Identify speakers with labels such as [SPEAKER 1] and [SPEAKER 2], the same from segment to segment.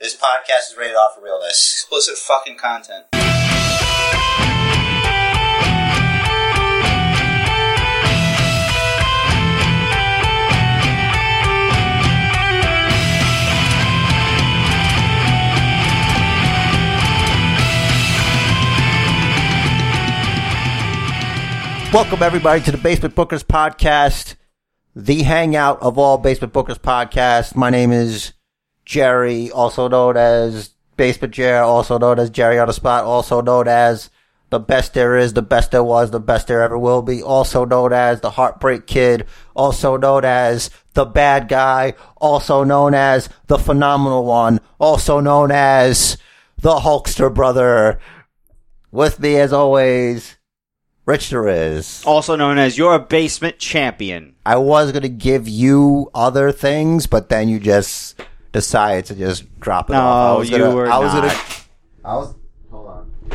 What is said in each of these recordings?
[SPEAKER 1] This podcast is rated off for realness.
[SPEAKER 2] Explicit fucking content.
[SPEAKER 1] Welcome, everybody, to the Basement Bookers Podcast, the hangout of all Basement Bookers podcasts. My name is Jerry, also known as Basement Jerry, also known as Jerry on the Spot, also known as the best there is, the best there was, the best there ever will be, also known as the Heartbreak Kid, also known as the bad guy, also known as the phenomenal one, also known as the Hulkster brother. With me, as always, Richter is.
[SPEAKER 3] also known as your basement champion.
[SPEAKER 1] I was gonna give you other things, but then you just decided to just drop it
[SPEAKER 3] No,
[SPEAKER 1] off. I was
[SPEAKER 3] you
[SPEAKER 1] gonna,
[SPEAKER 3] were
[SPEAKER 1] I was
[SPEAKER 3] not.
[SPEAKER 1] gonna. I was. Hold on. I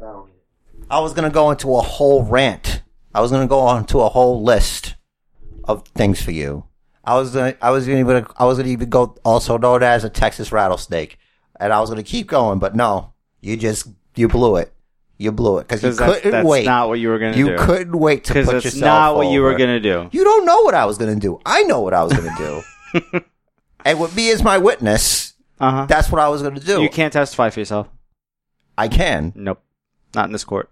[SPEAKER 1] don't need it. I was gonna go into a whole rant. I was gonna go on to a whole list of things for you. I was gonna. I was gonna even. I was gonna even go also known as a Texas rattlesnake, and I was gonna keep going, but no, you just you blew it. You blew it because you
[SPEAKER 3] 'Cause that's-
[SPEAKER 1] couldn't
[SPEAKER 3] that's
[SPEAKER 1] wait.
[SPEAKER 3] not what you were gonna do.
[SPEAKER 1] You couldn't wait to put
[SPEAKER 3] Because
[SPEAKER 1] yourself.
[SPEAKER 3] that's not what you were
[SPEAKER 1] over.
[SPEAKER 3] going to do.
[SPEAKER 1] You don't know what I was going to do. I know what I was going to do. and with me as my witness,
[SPEAKER 3] Uh huh.
[SPEAKER 1] that's what I was going to do.
[SPEAKER 3] You can't testify for yourself.
[SPEAKER 1] I can.
[SPEAKER 3] Nope. Not in this court.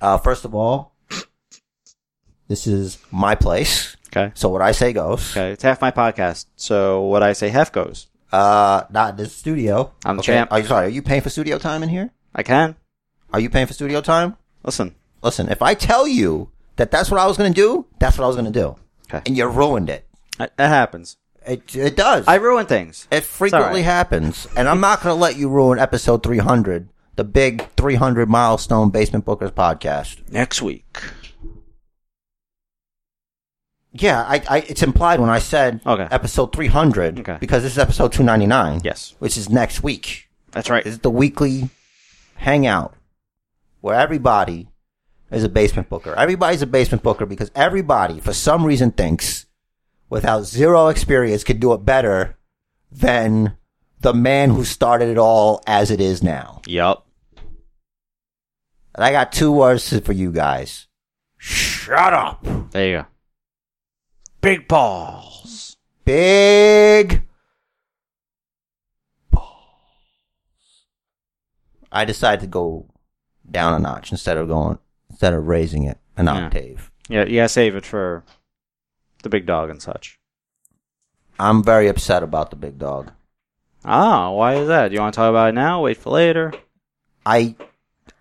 [SPEAKER 1] Uh, first of all, this is my place.
[SPEAKER 3] Okay.
[SPEAKER 1] So what I say goes.
[SPEAKER 3] Okay. It's half my podcast. So what I say half goes.
[SPEAKER 1] Uh, not in the studio.
[SPEAKER 3] I'm the champ.
[SPEAKER 1] Are you sorry? Are you paying for studio time in here?
[SPEAKER 3] I can.
[SPEAKER 1] Are you paying for studio time?
[SPEAKER 3] Listen.
[SPEAKER 1] Listen, if I tell you that that's what I was going to do, that's what I was going to do.
[SPEAKER 3] Okay.
[SPEAKER 1] And you ruined it.
[SPEAKER 3] That that happens.
[SPEAKER 1] It, it does.
[SPEAKER 3] I ruin things.
[SPEAKER 1] It frequently
[SPEAKER 3] right.
[SPEAKER 1] happens, and I'm not going to let you ruin episode 300, the big 300 milestone Basement Bookers podcast.
[SPEAKER 3] Next week.
[SPEAKER 1] Yeah, I, I, it's implied when I said
[SPEAKER 3] Okay.
[SPEAKER 1] episode 300
[SPEAKER 3] Okay.
[SPEAKER 1] because this is episode 299,
[SPEAKER 3] Yes.
[SPEAKER 1] which is next week.
[SPEAKER 3] That's right.
[SPEAKER 1] This is the weekly hangout where everybody is a basement booker. Everybody's a basement booker because everybody, for some reason, thinks without zero experience could do it better than the man who started it all as it is now.
[SPEAKER 3] Yup.
[SPEAKER 1] And I got two words for you guys. Shut up.
[SPEAKER 3] There you go. Big balls.
[SPEAKER 1] Big. I decided to go down a notch instead of going, instead of raising it an
[SPEAKER 3] Yeah.
[SPEAKER 1] octave.
[SPEAKER 3] Yeah. Yeah. Save it for the big dog and such.
[SPEAKER 1] I'm very upset about the big dog.
[SPEAKER 3] Ah, why is that? You want to talk about it now? Wait for later.
[SPEAKER 1] I,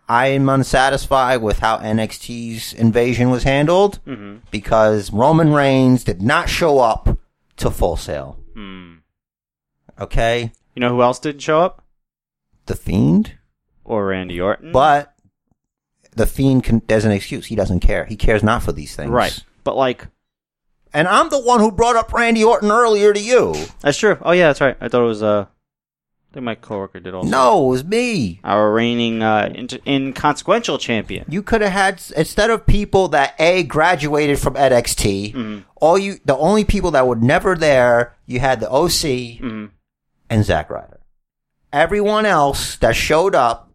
[SPEAKER 1] I am unsatisfied with how NXT's invasion was handled
[SPEAKER 3] Mm-hmm.
[SPEAKER 1] because Roman Reigns did not show up to full sale.
[SPEAKER 3] Hmm.
[SPEAKER 1] Okay?
[SPEAKER 3] You know who else didn't show up?
[SPEAKER 1] The Fiend?
[SPEAKER 3] Or Randy Orton.
[SPEAKER 1] But the fiend can, there's an excuse. He doesn't care. He cares not for these things.
[SPEAKER 3] Right. But like
[SPEAKER 1] And I'm the one who brought up Randy Orton earlier to you.
[SPEAKER 3] that's true. Oh yeah, that's right. I thought it was uh I think my coworker did also.
[SPEAKER 1] No, it was me.
[SPEAKER 3] Our reigning uh inter- inconsequential champion.
[SPEAKER 1] You could have had instead of people that a graduated from NXT,
[SPEAKER 3] Mhm.
[SPEAKER 1] all you the only people that were never there, you had the OC
[SPEAKER 3] Mhm.
[SPEAKER 1] and Zack Ryder. Everyone else that showed up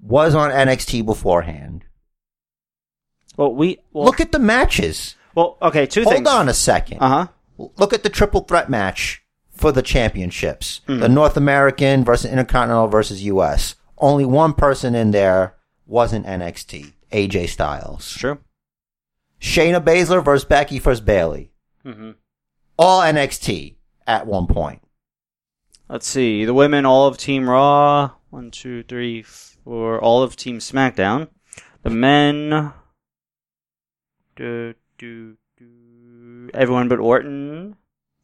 [SPEAKER 1] was on NXT beforehand.
[SPEAKER 3] Well, we well,
[SPEAKER 1] Look at the matches.
[SPEAKER 3] well okay, two
[SPEAKER 1] Hold
[SPEAKER 3] things.
[SPEAKER 1] on a second.
[SPEAKER 3] Uh-huh.
[SPEAKER 1] look at the triple threat match for the championships
[SPEAKER 3] Mhm.
[SPEAKER 1] the North American versus Intercontinental versus US. Only one person in there wasn't NXT AJ
[SPEAKER 3] It's
[SPEAKER 1] Styles.
[SPEAKER 3] true.
[SPEAKER 1] Shayna Baszler versus Becky versus Bailey.
[SPEAKER 3] Mhm.
[SPEAKER 1] All NXT at one point.
[SPEAKER 3] Let's see. The women all of Team Raw, one, two, three, four, all of Team SmackDown. The men do, do, do, everyone but Orton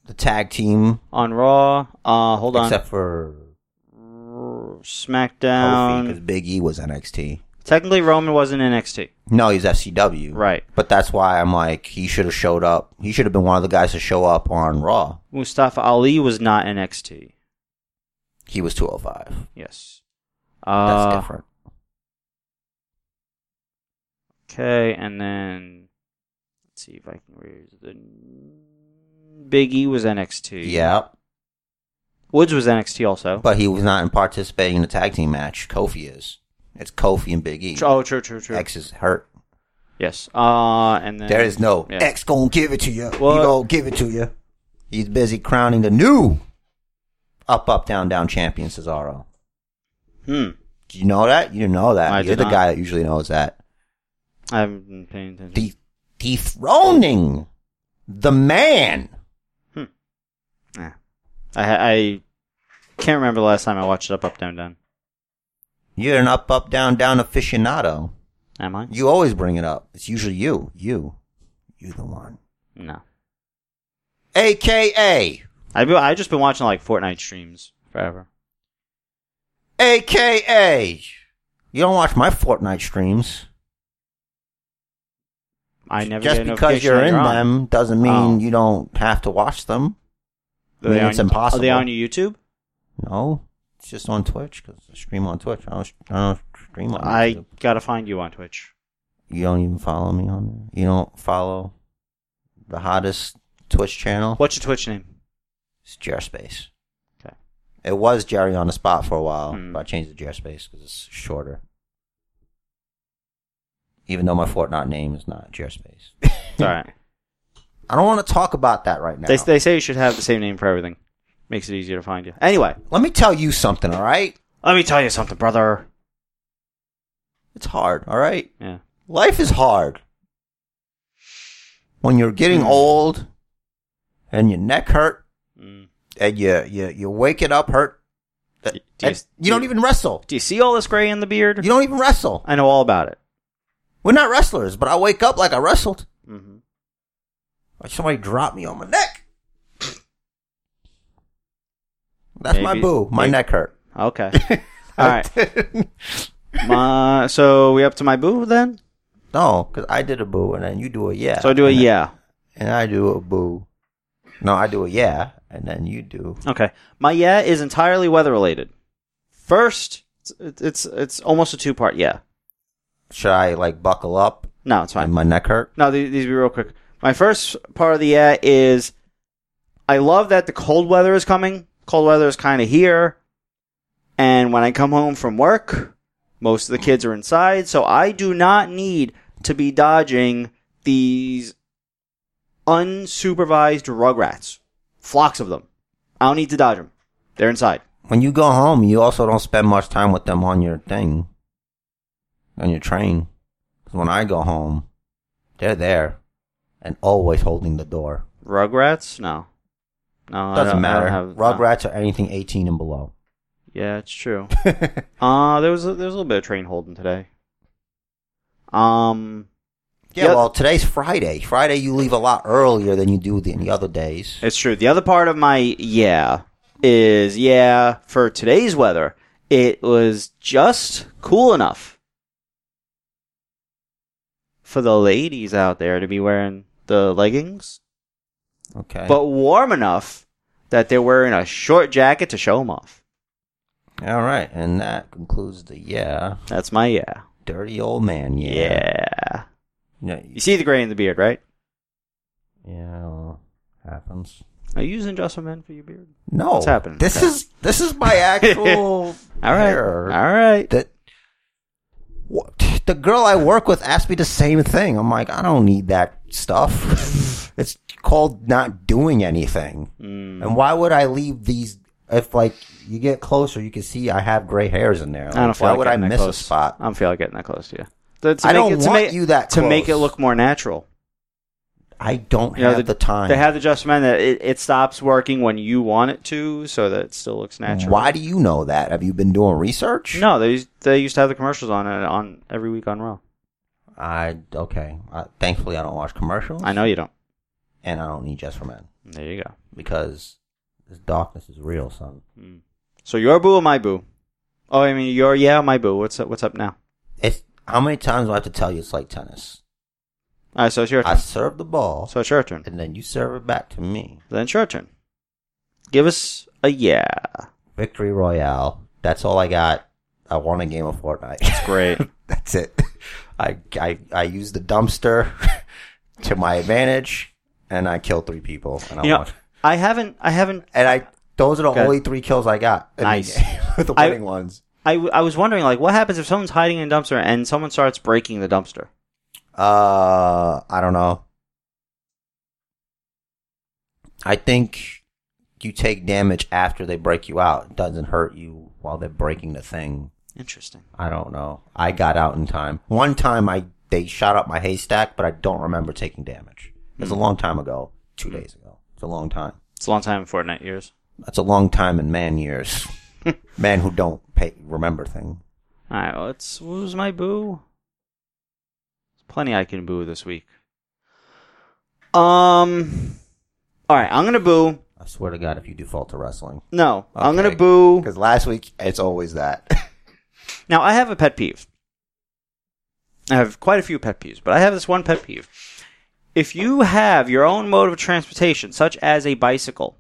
[SPEAKER 1] The tag team,
[SPEAKER 3] on Raw. Uh hold on.
[SPEAKER 1] except for Kofi, because
[SPEAKER 3] SmackDown.
[SPEAKER 1] Big E was NXT.
[SPEAKER 3] Technically, Roman wasn't NXT.
[SPEAKER 1] No, he's FCW.
[SPEAKER 3] Right.
[SPEAKER 1] But that's why I'm like, he should have showed up. He should have been one of the guys to show up on Raw.
[SPEAKER 3] Mustafa Ali was not NXT.
[SPEAKER 1] He was 205.
[SPEAKER 3] Yes.
[SPEAKER 1] That's
[SPEAKER 3] Uh,
[SPEAKER 1] different.
[SPEAKER 3] Okay, and then let's see if I can raise the Big E was NXT.
[SPEAKER 1] Yeah.
[SPEAKER 3] Woods was NXT also.
[SPEAKER 1] But he was not in participating in the tag team match. Kofi is. It's Kofi and Big E.
[SPEAKER 3] oh, true, true, true.
[SPEAKER 1] X is hurt.
[SPEAKER 3] yes. Uh, and then
[SPEAKER 1] There is no
[SPEAKER 3] Yeah.
[SPEAKER 1] X gonna give it to you. He
[SPEAKER 3] Well-
[SPEAKER 1] gonna give it to you. He's busy crowning the new up, up, down, down champion Cesaro.
[SPEAKER 3] Hmm.
[SPEAKER 1] Do you know that? You didn't know that.
[SPEAKER 3] I
[SPEAKER 1] You're
[SPEAKER 3] did
[SPEAKER 1] the
[SPEAKER 3] not.
[SPEAKER 1] guy that usually knows that.
[SPEAKER 3] I haven't been paying attention.
[SPEAKER 1] De- dethroning the man.
[SPEAKER 3] Eh. I I can't remember the last time I watched Up Up Down Down.
[SPEAKER 1] You're an up, up, down, down aficionado.
[SPEAKER 3] Am I?
[SPEAKER 1] You always bring it up. It's usually you. You. You the one.
[SPEAKER 3] No.
[SPEAKER 1] AKA.
[SPEAKER 3] I've been, I just been watching like Fortnite streams forever.
[SPEAKER 1] AKA. You don't watch my Fortnite streams.
[SPEAKER 3] I never
[SPEAKER 1] Just
[SPEAKER 3] get a
[SPEAKER 1] because
[SPEAKER 3] notification
[SPEAKER 1] you're
[SPEAKER 3] that
[SPEAKER 1] in
[SPEAKER 3] on.
[SPEAKER 1] them doesn't mean
[SPEAKER 3] Oh.
[SPEAKER 1] you don't have to watch them.
[SPEAKER 3] Are they
[SPEAKER 1] mean, it's
[SPEAKER 3] on-
[SPEAKER 1] impossible.
[SPEAKER 3] Are they on your YouTube?
[SPEAKER 1] No. It's just on Twitch because I stream on Twitch. I don't, I don't stream on
[SPEAKER 3] I
[SPEAKER 1] YouTube.
[SPEAKER 3] gotta find you on Twitch.
[SPEAKER 1] You don't even follow me on there. You don't follow the hottest Twitch channel.
[SPEAKER 3] What's your Twitch name?
[SPEAKER 1] It's Space.
[SPEAKER 3] Okay.
[SPEAKER 1] It was Jerry on the spot for a while,
[SPEAKER 3] Hmm.
[SPEAKER 1] but I changed it to Space because it's shorter. Even though my Fortnite name is not Space.
[SPEAKER 3] It's alright.
[SPEAKER 1] I don't want to talk about that right now.
[SPEAKER 3] They they say you should have the same name for everything. Makes it easier to find you. Anyway,
[SPEAKER 1] Let me tell you something, all right?
[SPEAKER 3] let me tell you something, brother.
[SPEAKER 1] It's hard, all right?
[SPEAKER 3] Yeah.
[SPEAKER 1] Life is hard. When you're getting
[SPEAKER 3] Hmm.
[SPEAKER 1] old and your neck hurt
[SPEAKER 3] Mm.
[SPEAKER 1] and you you you wake it up hurt, that,
[SPEAKER 3] Do you-
[SPEAKER 1] and you don't even wrestle.
[SPEAKER 3] Do you see all this gray in the beard?
[SPEAKER 1] You don't even wrestle.
[SPEAKER 3] I know all about it.
[SPEAKER 1] We're not wrestlers, but I wake up like I wrestled.
[SPEAKER 3] hmm
[SPEAKER 1] Like somebody dropped me on my neck. That's my
[SPEAKER 3] Maybe-
[SPEAKER 1] boo. My
[SPEAKER 3] maybe-
[SPEAKER 1] neck hurt.
[SPEAKER 3] Okay. all right. My, so we up to my boo then?
[SPEAKER 1] no, because I did a boo and then you do a yeah.
[SPEAKER 3] So I do a
[SPEAKER 1] And then-
[SPEAKER 3] yeah.
[SPEAKER 1] and I do a boo. No, I do a yeah, and then you do.
[SPEAKER 3] Okay. My yeah is entirely weather related. First, it's it's, it's almost a two part yeah.
[SPEAKER 1] Should I like buckle up?
[SPEAKER 3] No, it's
[SPEAKER 1] And
[SPEAKER 3] fine.
[SPEAKER 1] my neck hurt.
[SPEAKER 3] No, these, these will be real quick. My first part of the yeah is I love that the cold weather is coming. Cold weather is kind of here. And when I come home from work, most of the kids are inside. So I do not need to be dodging these unsupervised rugrats, flocks of them. I don't need to dodge them. They're inside.
[SPEAKER 1] When you go home, you also don't spend much time with them on your thing, on your train. 'Cause when I go home, they're there and always holding the door.
[SPEAKER 3] Rugrats? No. No, I
[SPEAKER 1] Doesn't
[SPEAKER 3] don't- I don't
[SPEAKER 1] matter.
[SPEAKER 3] have-
[SPEAKER 1] Rugrats or anything 18 and below.
[SPEAKER 3] Yeah, it's true. Uh, there was a, there was a little bit of train holding today. Um,
[SPEAKER 1] Yeah, well, today's Friday. Friday, you leave a lot earlier than you do the, the other days.
[SPEAKER 3] it's true. The other part of my yeah is yeah for today's weather. It was just cool enough for the ladies out there to be wearing the leggings,
[SPEAKER 1] Okay.
[SPEAKER 3] but warm enough that they're wearing a short jacket to show them off.
[SPEAKER 1] All right, and that concludes the yeah.
[SPEAKER 3] That's my yeah.
[SPEAKER 1] Dirty old man, yeah.
[SPEAKER 3] yeah.
[SPEAKER 1] No,
[SPEAKER 3] You see the gray in the beard, right?
[SPEAKER 1] yeah, well, happens.
[SPEAKER 3] Are you using Justin Man for your beard?
[SPEAKER 1] No.
[SPEAKER 3] What's happening?
[SPEAKER 1] This
[SPEAKER 3] Okay.
[SPEAKER 1] is this is my actual
[SPEAKER 3] All right.
[SPEAKER 1] hair.
[SPEAKER 3] All right.
[SPEAKER 1] That what the girl I work with asked me the same thing. I'm like, I don't need that stuff. it's called not doing anything.
[SPEAKER 3] Mm.
[SPEAKER 1] And why would I leave these? If like you get closer, you can see I have gray hairs in there. Like,
[SPEAKER 3] I don't feel
[SPEAKER 1] why
[SPEAKER 3] like
[SPEAKER 1] would I
[SPEAKER 3] getting that
[SPEAKER 1] miss
[SPEAKER 3] close.
[SPEAKER 1] a spot?
[SPEAKER 3] I don't feel like getting that close to you. To, to
[SPEAKER 1] I
[SPEAKER 3] make
[SPEAKER 1] don't
[SPEAKER 3] it, to
[SPEAKER 1] want
[SPEAKER 3] make,
[SPEAKER 1] you that
[SPEAKER 3] to make it
[SPEAKER 1] close.
[SPEAKER 3] look more natural.
[SPEAKER 1] I don't
[SPEAKER 3] You know,
[SPEAKER 1] have the, time.
[SPEAKER 3] They have the just man that it, it stops working when you want it to, so that it still looks natural.
[SPEAKER 1] Why do you know that? Have you been doing research?
[SPEAKER 3] No, they used- they used to have the commercials on it on every week on Raw.
[SPEAKER 1] I okay. I, thankfully, I don't watch commercials,
[SPEAKER 3] I know you don't.
[SPEAKER 1] and I don't need just for men
[SPEAKER 3] There you go.
[SPEAKER 1] because this darkness is real, son.
[SPEAKER 3] Hmm. So your boo or my boo? Oh, I mean your yeah, my boo. What's up? What's up now?
[SPEAKER 1] It's how many times do I have to tell you it's like tennis?
[SPEAKER 3] All right, so it's your
[SPEAKER 1] I
[SPEAKER 3] turn.
[SPEAKER 1] serve the ball,
[SPEAKER 3] So it's your turn.
[SPEAKER 1] and then you serve it back to me.
[SPEAKER 3] Then it's your turn. Give us a yeah.
[SPEAKER 1] Victory Royale. That's all I got. I won a game of Fortnite.
[SPEAKER 3] It's great.
[SPEAKER 1] That's it. I I I used the dumpster to my advantage, and I killed three people. And I
[SPEAKER 3] you know,
[SPEAKER 1] won.
[SPEAKER 3] I haven't I haven't
[SPEAKER 1] And I Those are the
[SPEAKER 3] Okay.
[SPEAKER 1] only three kills I got. in the
[SPEAKER 3] Nice.
[SPEAKER 1] game, the
[SPEAKER 3] I-
[SPEAKER 1] winning ones.
[SPEAKER 3] I, w- I was wondering like what happens if someone's hiding in a dumpster and someone starts breaking the dumpster.
[SPEAKER 1] Uh, I don't know. I think you take damage after they break you out. It doesn't hurt you while they're breaking the thing.
[SPEAKER 3] Interesting.
[SPEAKER 1] I don't know. I got out in time. One time I they shot up my haystack, but I don't remember taking damage. It was a
[SPEAKER 3] Hmm.
[SPEAKER 1] long time ago. Two days ago. It's a long time.
[SPEAKER 3] It's a long time in Fortnite years.
[SPEAKER 1] That's a long time in man years. man who don't pay, remember things.
[SPEAKER 3] All right, well, let's. Who's my boo? There's plenty I can boo this week. Um. All right, I'm gonna boo.
[SPEAKER 1] I swear to God, if you default to wrestling,
[SPEAKER 3] No, I'm gonna
[SPEAKER 1] Okay.
[SPEAKER 3] boo.
[SPEAKER 1] because last week it's always that.
[SPEAKER 3] Now I have a pet peeve. I have quite a few pet peeves, but I have this one pet peeve. If you have your own mode of transportation, such as a bicycle,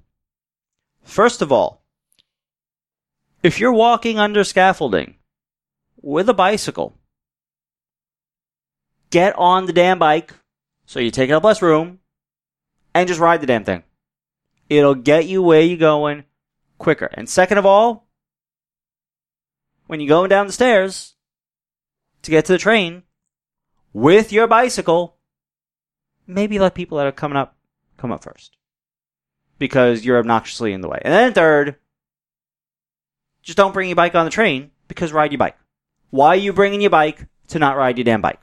[SPEAKER 3] first of all, if you're walking under scaffolding with a bicycle, get on the damn bike so you take up less room and just ride the damn thing. It'll get you where you're going quicker. And second of all, when you're going down the stairs to get to the train with your bicycle, maybe let people that are coming up come up first because you're obnoxiously in the way. And then third, just don't bring your bike on the train because ride your bike. Why are you bringing your bike to not ride your damn bike?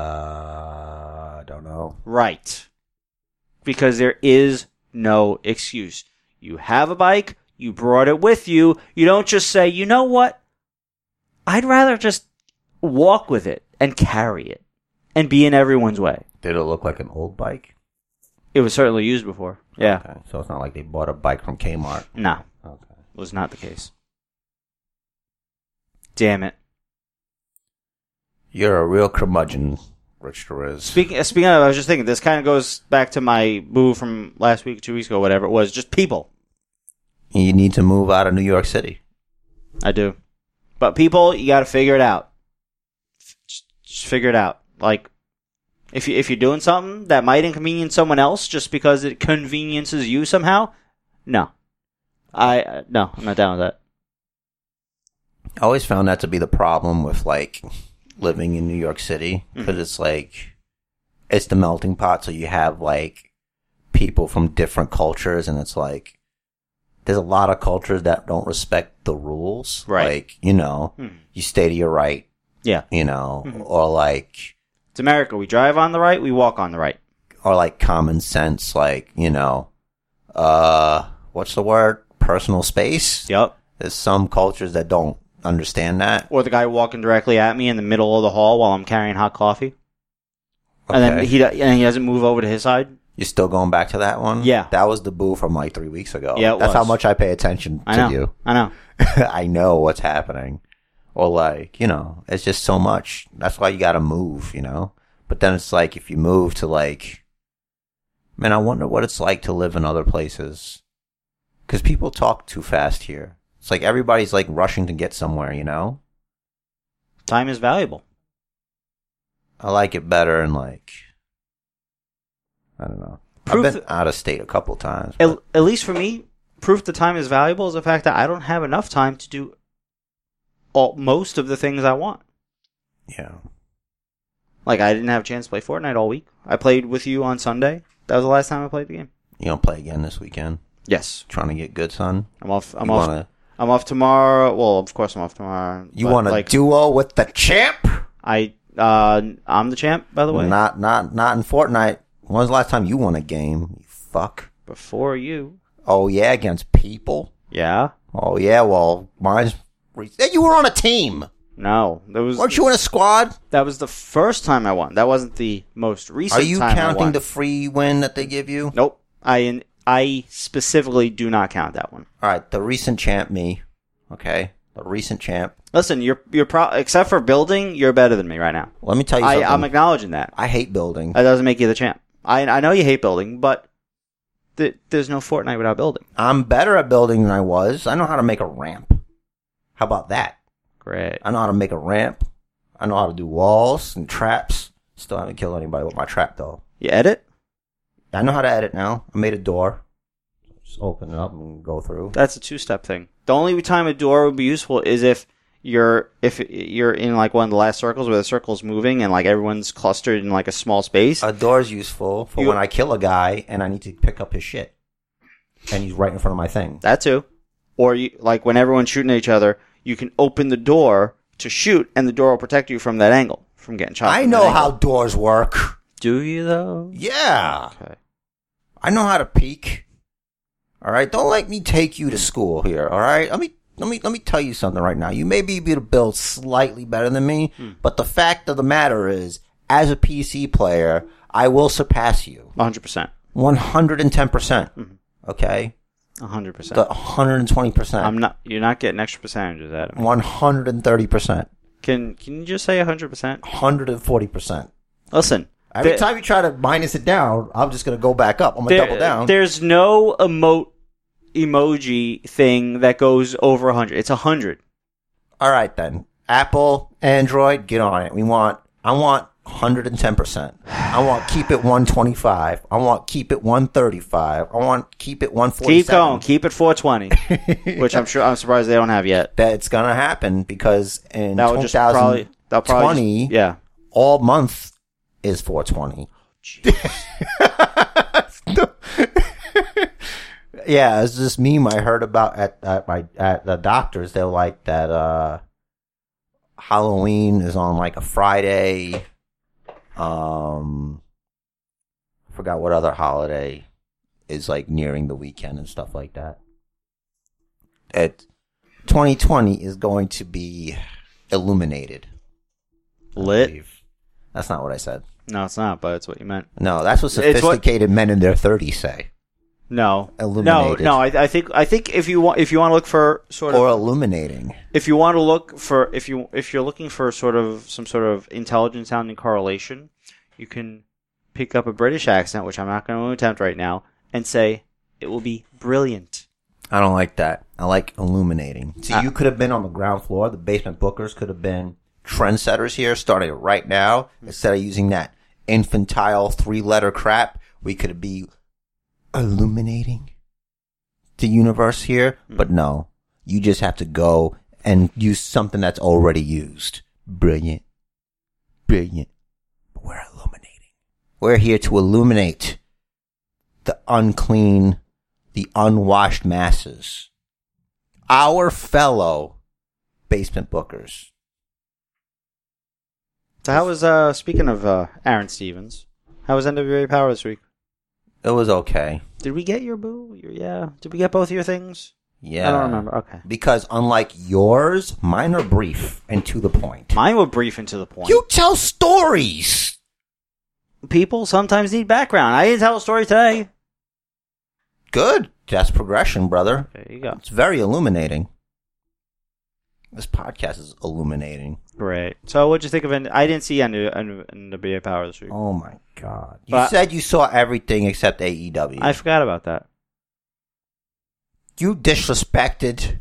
[SPEAKER 1] Uh, I don't know.
[SPEAKER 3] Right. Because there is no excuse. You have a bike, you brought it with you. You don't just say, you know what? I'd rather just walk with it and carry it and be in everyone's way.
[SPEAKER 1] Did it look like an old bike?
[SPEAKER 3] It was certainly used before. Yeah.
[SPEAKER 1] Okay, so it's not like they bought a bike from Kmart.
[SPEAKER 3] No,
[SPEAKER 1] Okay.
[SPEAKER 3] was not the case. Damn it.
[SPEAKER 1] You're a real curmudgeon, Richter is.
[SPEAKER 3] Speaking uh, speaking of, I was just thinking this kind of goes back to my boo from last week, two weeks ago, whatever it was. Just people.
[SPEAKER 1] you need to move out of New York City.
[SPEAKER 3] I do. But people, you got to figure it out. F- Just, just figure it out. Like, if you if you're doing something that might inconvenience someone else just because it conveniences you somehow, no, I uh, no, I'm not down with that.
[SPEAKER 1] I always found that to be the problem with like living in New York City because it's like it's the melting pot. So you have like people from different cultures, and it's like there's a lot of cultures that don't respect the rules.
[SPEAKER 3] Right.
[SPEAKER 1] Like you know,
[SPEAKER 3] Mhm.
[SPEAKER 1] you stay to your right.
[SPEAKER 3] Yeah,
[SPEAKER 1] You know,
[SPEAKER 3] Mhm.
[SPEAKER 1] or like
[SPEAKER 3] it's America. We drive on the right, we walk on the right.
[SPEAKER 1] or like common sense. Like you know, uh, what's the word? Personal space.
[SPEAKER 3] Yep.
[SPEAKER 1] There's some cultures that don't understand that.
[SPEAKER 3] Or the guy walking directly at me in the middle of the hall while I'm carrying hot coffee, and then
[SPEAKER 1] Okay.
[SPEAKER 3] he do- and he doesn't move over to his side.
[SPEAKER 1] You're still going back to that one?
[SPEAKER 3] Yeah.
[SPEAKER 1] That was the boo from like three weeks ago.
[SPEAKER 3] Yeah, it
[SPEAKER 1] That's how
[SPEAKER 3] was.
[SPEAKER 1] much I pay attention
[SPEAKER 3] I
[SPEAKER 1] to
[SPEAKER 3] know.
[SPEAKER 1] you.
[SPEAKER 3] I know.
[SPEAKER 1] I know what's happening. Or like, you know, it's just so much. That's why you gotta move, you know? But then it's like if you move to like, man, I wonder what it's like to live in other places. Cause people talk too fast here. It's like everybody's like rushing to get somewhere, you know?
[SPEAKER 3] Time is valuable.
[SPEAKER 1] I like it better in like, I don't know.
[SPEAKER 3] Proof
[SPEAKER 1] I've been
[SPEAKER 3] that-
[SPEAKER 1] out of state a couple times.
[SPEAKER 3] at, at least for me, proof that time is valuable is the fact that I don't have enough time to do all, most of the things I want.
[SPEAKER 1] but, yeah.
[SPEAKER 3] Like I didn't have a chance to play Fortnite all week. I played with you on Sunday. That was the last time I played the game.
[SPEAKER 1] You don't play again this weekend?
[SPEAKER 3] Yes,
[SPEAKER 1] Trying to get good, son?
[SPEAKER 3] I'm off. I'm
[SPEAKER 1] you
[SPEAKER 3] off.
[SPEAKER 1] Wanna,
[SPEAKER 3] I'm off tomorrow. Well, of course I'm off tomorrow.
[SPEAKER 1] you
[SPEAKER 3] but,
[SPEAKER 1] want a
[SPEAKER 3] like
[SPEAKER 1] duo with the champ?
[SPEAKER 3] I? Uh, I'm the champ, by the way.
[SPEAKER 1] Not, not, not in Fortnite. When was the last time you won a game? You fuck.
[SPEAKER 3] Before you.
[SPEAKER 1] Oh yeah, against people.
[SPEAKER 3] Yeah.
[SPEAKER 1] Oh yeah, well mine's. re- Hey, you were on a team,
[SPEAKER 3] No, that was
[SPEAKER 1] weren't you in a squad?
[SPEAKER 3] that was the first time I won. That wasn't the most recent.
[SPEAKER 1] Are you
[SPEAKER 3] time I
[SPEAKER 1] counting
[SPEAKER 3] won.
[SPEAKER 1] the free win that they give you?
[SPEAKER 3] Nope. I I specifically do not count that one.
[SPEAKER 1] All right, the recent champ, me. Okay, the recent champ.
[SPEAKER 3] Listen, you're you're pro- except for building, you're better than me right now.
[SPEAKER 1] Let me tell you
[SPEAKER 3] I,
[SPEAKER 1] something.
[SPEAKER 3] I'm Uh, acknowledging that.
[SPEAKER 1] I hate building.
[SPEAKER 3] That doesn't make you the champ. I I know you hate building, but th- there's no Fortnite without building.
[SPEAKER 1] I'm better at building than I was. I know how to make a ramp. How about that?
[SPEAKER 3] Great.
[SPEAKER 1] I know how to make a ramp. I know how to do walls and traps. Still haven't killed anybody with my trap though.
[SPEAKER 3] You edit?
[SPEAKER 1] I know how to edit now. I made a door. just open it up and go through.
[SPEAKER 3] That's a two-step thing. The only time a door would be useful is if you're if you're in like one of the last circles where the circle's moving and like everyone's clustered in like a small space.
[SPEAKER 1] A door's useful for
[SPEAKER 3] You-
[SPEAKER 1] when I kill a guy and I need to pick up his shit, and he's right in front of my thing.
[SPEAKER 3] that too. Or you like when everyone's shooting at each other, you can open the door to shoot, and the door will protect you from that angle from getting shot.
[SPEAKER 1] I
[SPEAKER 3] from that
[SPEAKER 1] know
[SPEAKER 3] angle.
[SPEAKER 1] how doors work.
[SPEAKER 3] Do you though?
[SPEAKER 1] Yeah,
[SPEAKER 3] Okay.
[SPEAKER 1] I know how to peek. All right, don't let me take you to school here. All right, let me let me let me tell you something right now. You may be able to build slightly better than me, but the fact of the matter is, as a PC player, I will surpass you
[SPEAKER 3] One hundred percent.
[SPEAKER 1] one hundred and ten percent. Okay,
[SPEAKER 3] One hundred percent.
[SPEAKER 1] the one hundred and twenty
[SPEAKER 3] I'm
[SPEAKER 1] percent,
[SPEAKER 3] not. You're not getting extra percentages out of me.
[SPEAKER 1] one hundred and thirty percent,
[SPEAKER 3] Can Can you just say hundred percent?
[SPEAKER 1] one hundred and forty percent.
[SPEAKER 3] Listen.
[SPEAKER 1] Every
[SPEAKER 3] the-
[SPEAKER 1] time you try to minus it down, I'm just gonna go back up. I'm gonna
[SPEAKER 3] there-
[SPEAKER 1] double down.
[SPEAKER 3] There's no emote emoji thing that goes over 100. It's 100.
[SPEAKER 1] All right then. Apple, Android, get on it. We want I want 110%. I want keep it 125. I want keep it 135. I want keep it 147.
[SPEAKER 3] Keep going. Keep it 420, which I'm sure I'm surprised they don't have yet.
[SPEAKER 1] That's going to happen because in
[SPEAKER 3] That would just probably that probably
[SPEAKER 1] 2020
[SPEAKER 3] just, yeah.
[SPEAKER 1] all month is 420. yeah, it's this meme I heard about at, at my at the doctors. They're like that uh Halloween is on like a Friday. Um I forgot what other holiday is like nearing the weekend and stuff like that. At 2020 is going to be illuminated. I
[SPEAKER 3] Lit.
[SPEAKER 1] believe. That's not what I said.
[SPEAKER 3] No, it's not, but it's what you meant.
[SPEAKER 1] No, that's what
[SPEAKER 3] It's what-
[SPEAKER 1] sophisticated men in their 30s say.
[SPEAKER 3] No.
[SPEAKER 1] Illuminated.
[SPEAKER 3] No, no, I, I think I think if you want if you want to look for sort of
[SPEAKER 1] Or illuminating.
[SPEAKER 3] if you want to look for if you if you're looking for sort of some sort of intelligent sounding correlation, you can pick up a British accent, which I'm not going to attempt right now, and say it will be brilliant.
[SPEAKER 1] I don't like that. I like illuminating. See,
[SPEAKER 3] Uh,
[SPEAKER 1] you could have been on the ground floor. The basement bookers could have been trendsetters here, starting right now. Instead of using that infantile three letter crap, we could be illuminating the universe here.
[SPEAKER 3] Mm.
[SPEAKER 1] But no, you just have to go and use something that's already used. Brilliant. Brilliant. But we're illuminating. We're here to illuminate the unclean the unwashed masses, our fellow basement bookers.
[SPEAKER 3] So how was uh speaking of uh Aaron Stevens? How was NWA Power this week?
[SPEAKER 1] It was okay.
[SPEAKER 3] Did we get your boo? Your, yeah. Did we get both of your things?
[SPEAKER 1] Yeah.
[SPEAKER 3] I don't remember. Okay.
[SPEAKER 1] Because unlike yours, mine are brief and to the point.
[SPEAKER 3] Mine were brief and to the point.
[SPEAKER 1] You tell stories.
[SPEAKER 3] People sometimes need background. I didn't tell a story today.
[SPEAKER 1] Good. That's progression, brother.
[SPEAKER 3] There you go.
[SPEAKER 1] It's very illuminating. This podcast is illuminating.
[SPEAKER 3] Great. So what'd you think of? N- I didn't see N- N- NWA Power this week.
[SPEAKER 1] Oh my god. You
[SPEAKER 3] But-
[SPEAKER 1] said you saw everything except E AEW.
[SPEAKER 3] I forgot about that.
[SPEAKER 1] you disrespected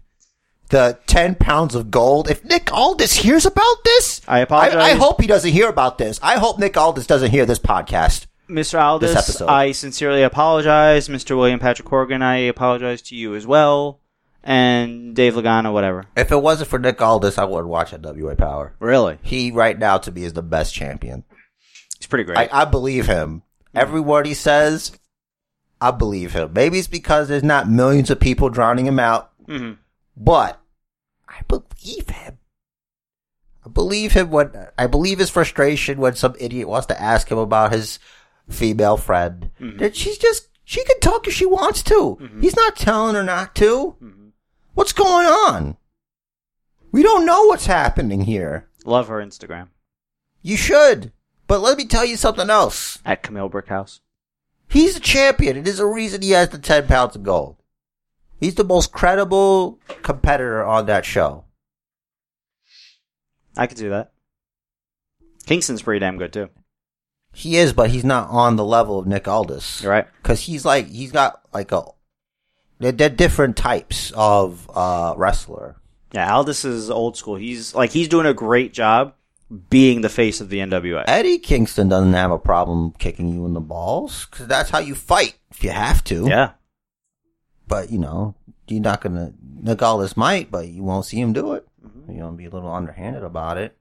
[SPEAKER 1] the 10 pounds of gold. If Nick Aldis hears about this,
[SPEAKER 3] I apologize.
[SPEAKER 1] I, hope he doesn't hear about this. I hope Nick Aldis doesn't hear this podcast.
[SPEAKER 3] Mr. Aldis,
[SPEAKER 1] episode.
[SPEAKER 3] I sincerely apologize. Mr. William Patrick Corgan, I apologize to you as well. And Dave Lagana, whatever.
[SPEAKER 1] If it wasn't for Nick Aldis, I would watch NWA Power.
[SPEAKER 3] Really?
[SPEAKER 1] He, right now, to me, is the best champion.
[SPEAKER 3] It's pretty great.
[SPEAKER 1] I, I believe him. Every word he says, I believe him. Maybe it's because there's not millions of people drowning him out,
[SPEAKER 3] hmm
[SPEAKER 1] but I believe him. I believe him when I believe his frustration when some idiot wants to ask him about his female friend. That she's just she can talk if she wants to. He's not telling her not to.
[SPEAKER 3] mm-hmm.
[SPEAKER 1] What's going on? We don't know what's happening here.
[SPEAKER 3] Love her Instagram
[SPEAKER 1] You should. But let me tell you something else.
[SPEAKER 3] at Camille Brickhouse.
[SPEAKER 1] He's a champion. It is a reason he has the 10 pounds of gold. He's the most credible competitor on that show.
[SPEAKER 3] I could do that. Kingston's pretty damn good too.
[SPEAKER 1] He is, but he's not on the level of Nick Aldis.
[SPEAKER 3] You're right.
[SPEAKER 1] Cause he's like, he's got like a, they're, they're different types of, uh, wrestler.
[SPEAKER 3] Yeah, Aldis is old school. He's like he's doing a great job being the face of the NWA.
[SPEAKER 1] Eddie Kingston doesn't have a problem kicking you in the balls. Cause that's how you fight if you have to.
[SPEAKER 3] Yeah.
[SPEAKER 1] But, you know, you're not going to, Nagalis might, but you won't see him do it.
[SPEAKER 3] Mm-hmm.
[SPEAKER 1] You're going to be a little underhanded about it.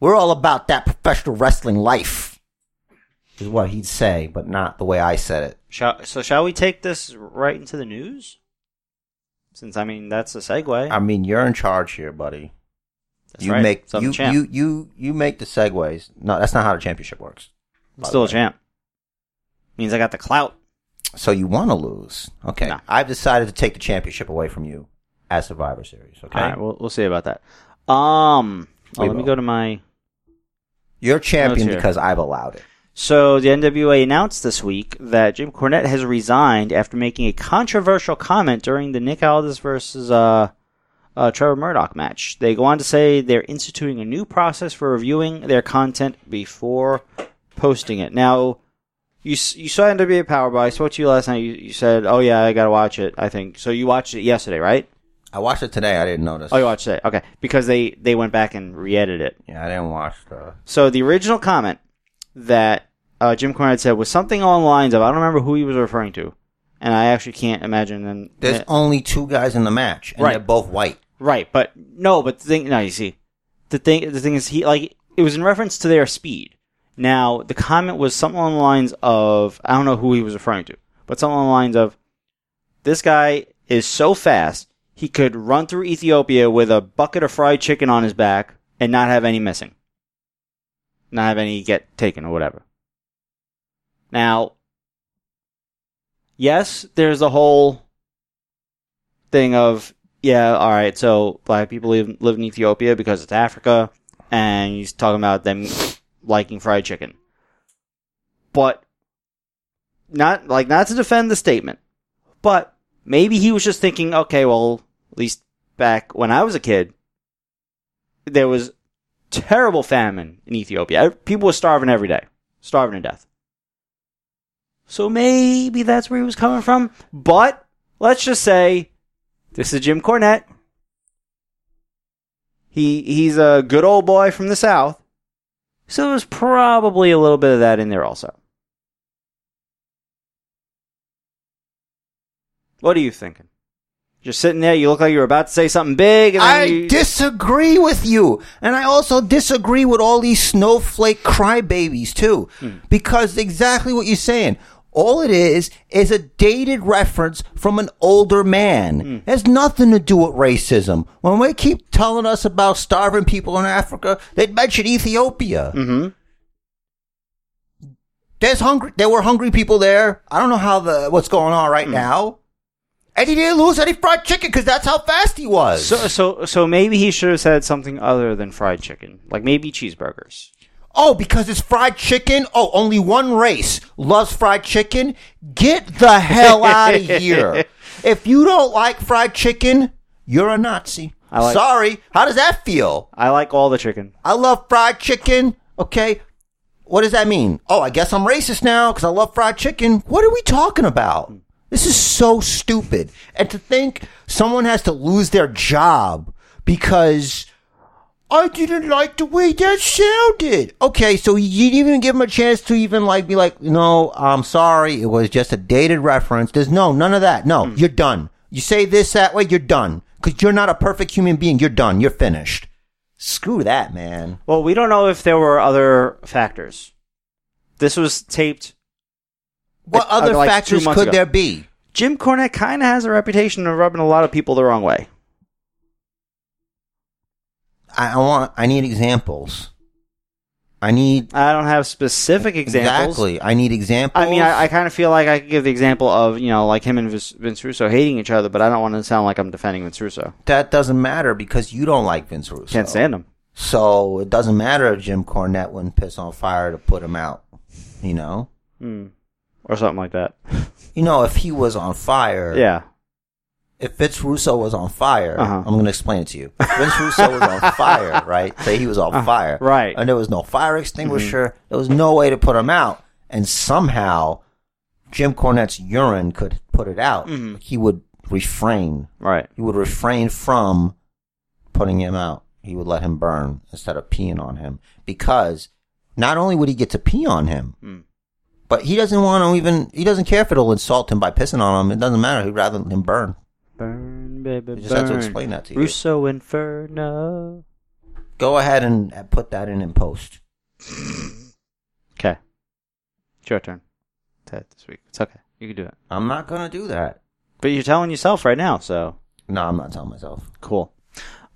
[SPEAKER 1] We're all about that professional wrestling life, is what he'd say, but not the way I said it.
[SPEAKER 3] Shall, so shall we take this right into the news? Since I mean that's a segue.
[SPEAKER 1] I mean, you're in charge here, buddy.
[SPEAKER 3] That's
[SPEAKER 1] you
[SPEAKER 3] right.
[SPEAKER 1] make
[SPEAKER 3] so I'm
[SPEAKER 1] you,
[SPEAKER 3] champ.
[SPEAKER 1] you you you make the segues. No, that's not how the championship works.
[SPEAKER 3] I'm still a
[SPEAKER 1] by the way.
[SPEAKER 3] champ. Means I got the clout.
[SPEAKER 1] So you want to lose? Okay,
[SPEAKER 3] No.
[SPEAKER 1] I've decided to take the championship away from you as Survivor Series. Okay,
[SPEAKER 3] All right, we'll we'll see about that. Um, oh,
[SPEAKER 1] We
[SPEAKER 3] let me
[SPEAKER 1] will.
[SPEAKER 3] go to my.
[SPEAKER 1] you're champion
[SPEAKER 3] Notes here.
[SPEAKER 1] because I've allowed it.
[SPEAKER 3] So the NWA announced this week that Jim Cornette has resigned after making a controversial comment during the Nick Aldis versus uh, uh, Trevor Murdoch match. They go on to say they're instituting a new process for reviewing their content before posting it. Now, you s- you saw NWA Powerball. I spoke to you last night. You, you said, "Oh yeah, I gotta watch it." I think so. You watched it yesterday, right?
[SPEAKER 1] I watched it today. I didn't notice.
[SPEAKER 3] Oh, you watched it. Okay, because they they went back and re-edited it.
[SPEAKER 1] yeah, I didn't watch the.
[SPEAKER 3] So the original comment that uh, Jim Cornette said was something along the lines of I don't remember who he was referring to, and I actually can't imagine them.
[SPEAKER 1] There's only two guys in the match, and
[SPEAKER 3] Right.
[SPEAKER 1] they're both white.
[SPEAKER 3] right, but no, but the thing, no, you see, the thing, the thing is, he like it was in reference to their speed. Now the comment was something along the lines of I don't know who he was referring to, but something along the lines of this guy is so fast he could run through Ethiopia with a bucket of fried chicken on his back and not have any missing, not have any get taken or whatever. Now, yes, there's the whole thing of yeah, all right, so black people live, live in Ethiopia because it's Africa, and he's talking about them liking fried chicken, but not like not to defend the statement, but maybe he was just thinking, okay, well, at least back when I was a kid, there was terrible famine in Ethiopia. People were starving every day, starving to death. So maybe that's where he was coming from. But let's just say this is Jim Cornette. He he's a good old boy from the South. So there's probably a little bit of that in there also. What are you thinking? You're sitting there, you look like you were about to say something big and then
[SPEAKER 1] I
[SPEAKER 3] you...
[SPEAKER 1] disagree with you. And I also disagree with all these snowflake crybabies, too. Because exactly what you're saying. All it is, is a dated reference from an older man. It has nothing to do with racism. When they keep telling us about starving people in Africa, they'd mention Ethiopia.
[SPEAKER 3] Mhm.
[SPEAKER 1] There's hungry, there were hungry people there. I don't know how the, what's going on
[SPEAKER 3] Hmm.
[SPEAKER 1] right now. And he didn't lose any fried chicken because that's how fast he was.
[SPEAKER 3] So, so, so maybe he should have said something other than fried chicken, like maybe cheeseburgers.
[SPEAKER 1] Oh, because it's fried chicken? Oh, only one race loves fried chicken? Get the hell out of here. If you don't like fried chicken, you're a Nazi.
[SPEAKER 3] I like-
[SPEAKER 1] Sorry. How does that feel?
[SPEAKER 3] I like all the chicken.
[SPEAKER 1] I love fried chicken. Okay. What does that mean? Oh, I guess I'm racist now because I love fried chicken. What are we talking about? This is so stupid. And to think someone has to lose their job because I didn't like the way that sounded. Okay, so you didn't even give him a chance to even like be like, no, I'm sorry, it was just a dated reference. There's no, none of that. No, you're done. You say this that way, you're done. Cause you're not a perfect human being. You're done. You're finished. Screw that, man.
[SPEAKER 3] Well, we don't know if there were other factors. This was taped.
[SPEAKER 1] What
[SPEAKER 3] Uh,
[SPEAKER 1] other
[SPEAKER 3] like two
[SPEAKER 1] factors
[SPEAKER 3] months
[SPEAKER 1] could
[SPEAKER 3] ago.
[SPEAKER 1] there be?
[SPEAKER 3] Jim Cornette kind of has a reputation of rubbing a lot of people the wrong way.
[SPEAKER 1] I, I want, I need examples. I need,
[SPEAKER 3] I don't have specific examples.
[SPEAKER 1] exactly. I need examples.
[SPEAKER 3] I mean, I, I kind of feel like I could give the example of you know, like him and Vince, Vince Russo hating each other, but I don't want to sound like I'm defending Vince Russo.
[SPEAKER 1] that doesn't matter because you don't like Vince Russo.
[SPEAKER 3] Can't stand him.
[SPEAKER 1] So it doesn't matter if Jim Cornette wouldn't piss on fire to put him out. You know?
[SPEAKER 3] Hmm. Or something like that.
[SPEAKER 1] You know, if he was on fire,
[SPEAKER 3] Yeah.
[SPEAKER 1] if Vince Russo was on fire,
[SPEAKER 3] Uh-huh.
[SPEAKER 1] I'm going to explain it to you. Vince Russo was on fire, right? Say he was on fire.
[SPEAKER 3] Uh-huh. right. Mm-hmm.
[SPEAKER 1] And there was no fire extinguisher. There was no way to put him out. And somehow, Jim Cornette's urine could put it out.
[SPEAKER 3] Mhm.
[SPEAKER 1] He would refrain.
[SPEAKER 3] Right.
[SPEAKER 1] He would refrain from putting him out. He would let him burn instead of peeing on him because not only would he get to pee on him,
[SPEAKER 3] Mm.
[SPEAKER 1] But he doesn't want to even. He doesn't care if it'll insult him by pissing on him. It doesn't matter. He'd rather him burn.
[SPEAKER 3] Burn, baby,
[SPEAKER 1] I
[SPEAKER 3] burn.
[SPEAKER 1] just had to explain that to you.
[SPEAKER 3] Russo Inferno.
[SPEAKER 1] Go ahead and uh, put that in in post.
[SPEAKER 3] Okay. It's your turn. Ted, this week. It's okay. You can do it.
[SPEAKER 1] I'm not gonna do that.
[SPEAKER 3] But you're telling yourself right now, so
[SPEAKER 1] No, I'm not telling myself.
[SPEAKER 3] cool.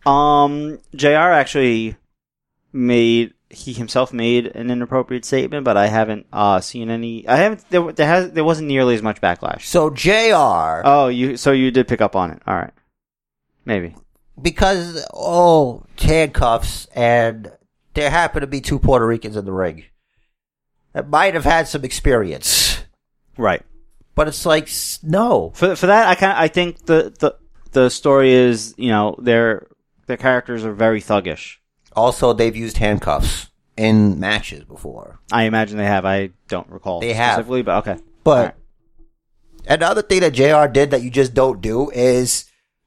[SPEAKER 3] Um, Jr. actually made he himself made an inappropriate statement, but I haven't uh seen any. I haven't. There, there has there wasn't nearly as much backlash.
[SPEAKER 1] So Jr.
[SPEAKER 3] Oh, you so you did pick up on it. All right, maybe.
[SPEAKER 1] because oh handcuffs and there happened to be two Puerto Ricans in the ring that might have had some experience,
[SPEAKER 3] Right.
[SPEAKER 1] but it's like s- no,
[SPEAKER 3] For for that, I kind I think the the the story is you know their their characters are very thuggish.
[SPEAKER 1] Also, they've used handcuffs in matches before.
[SPEAKER 3] I imagine they have. I don't recall
[SPEAKER 1] They have.
[SPEAKER 3] specifically, but okay.
[SPEAKER 1] But
[SPEAKER 3] Alright.
[SPEAKER 1] another thing that JR did that you just don't do is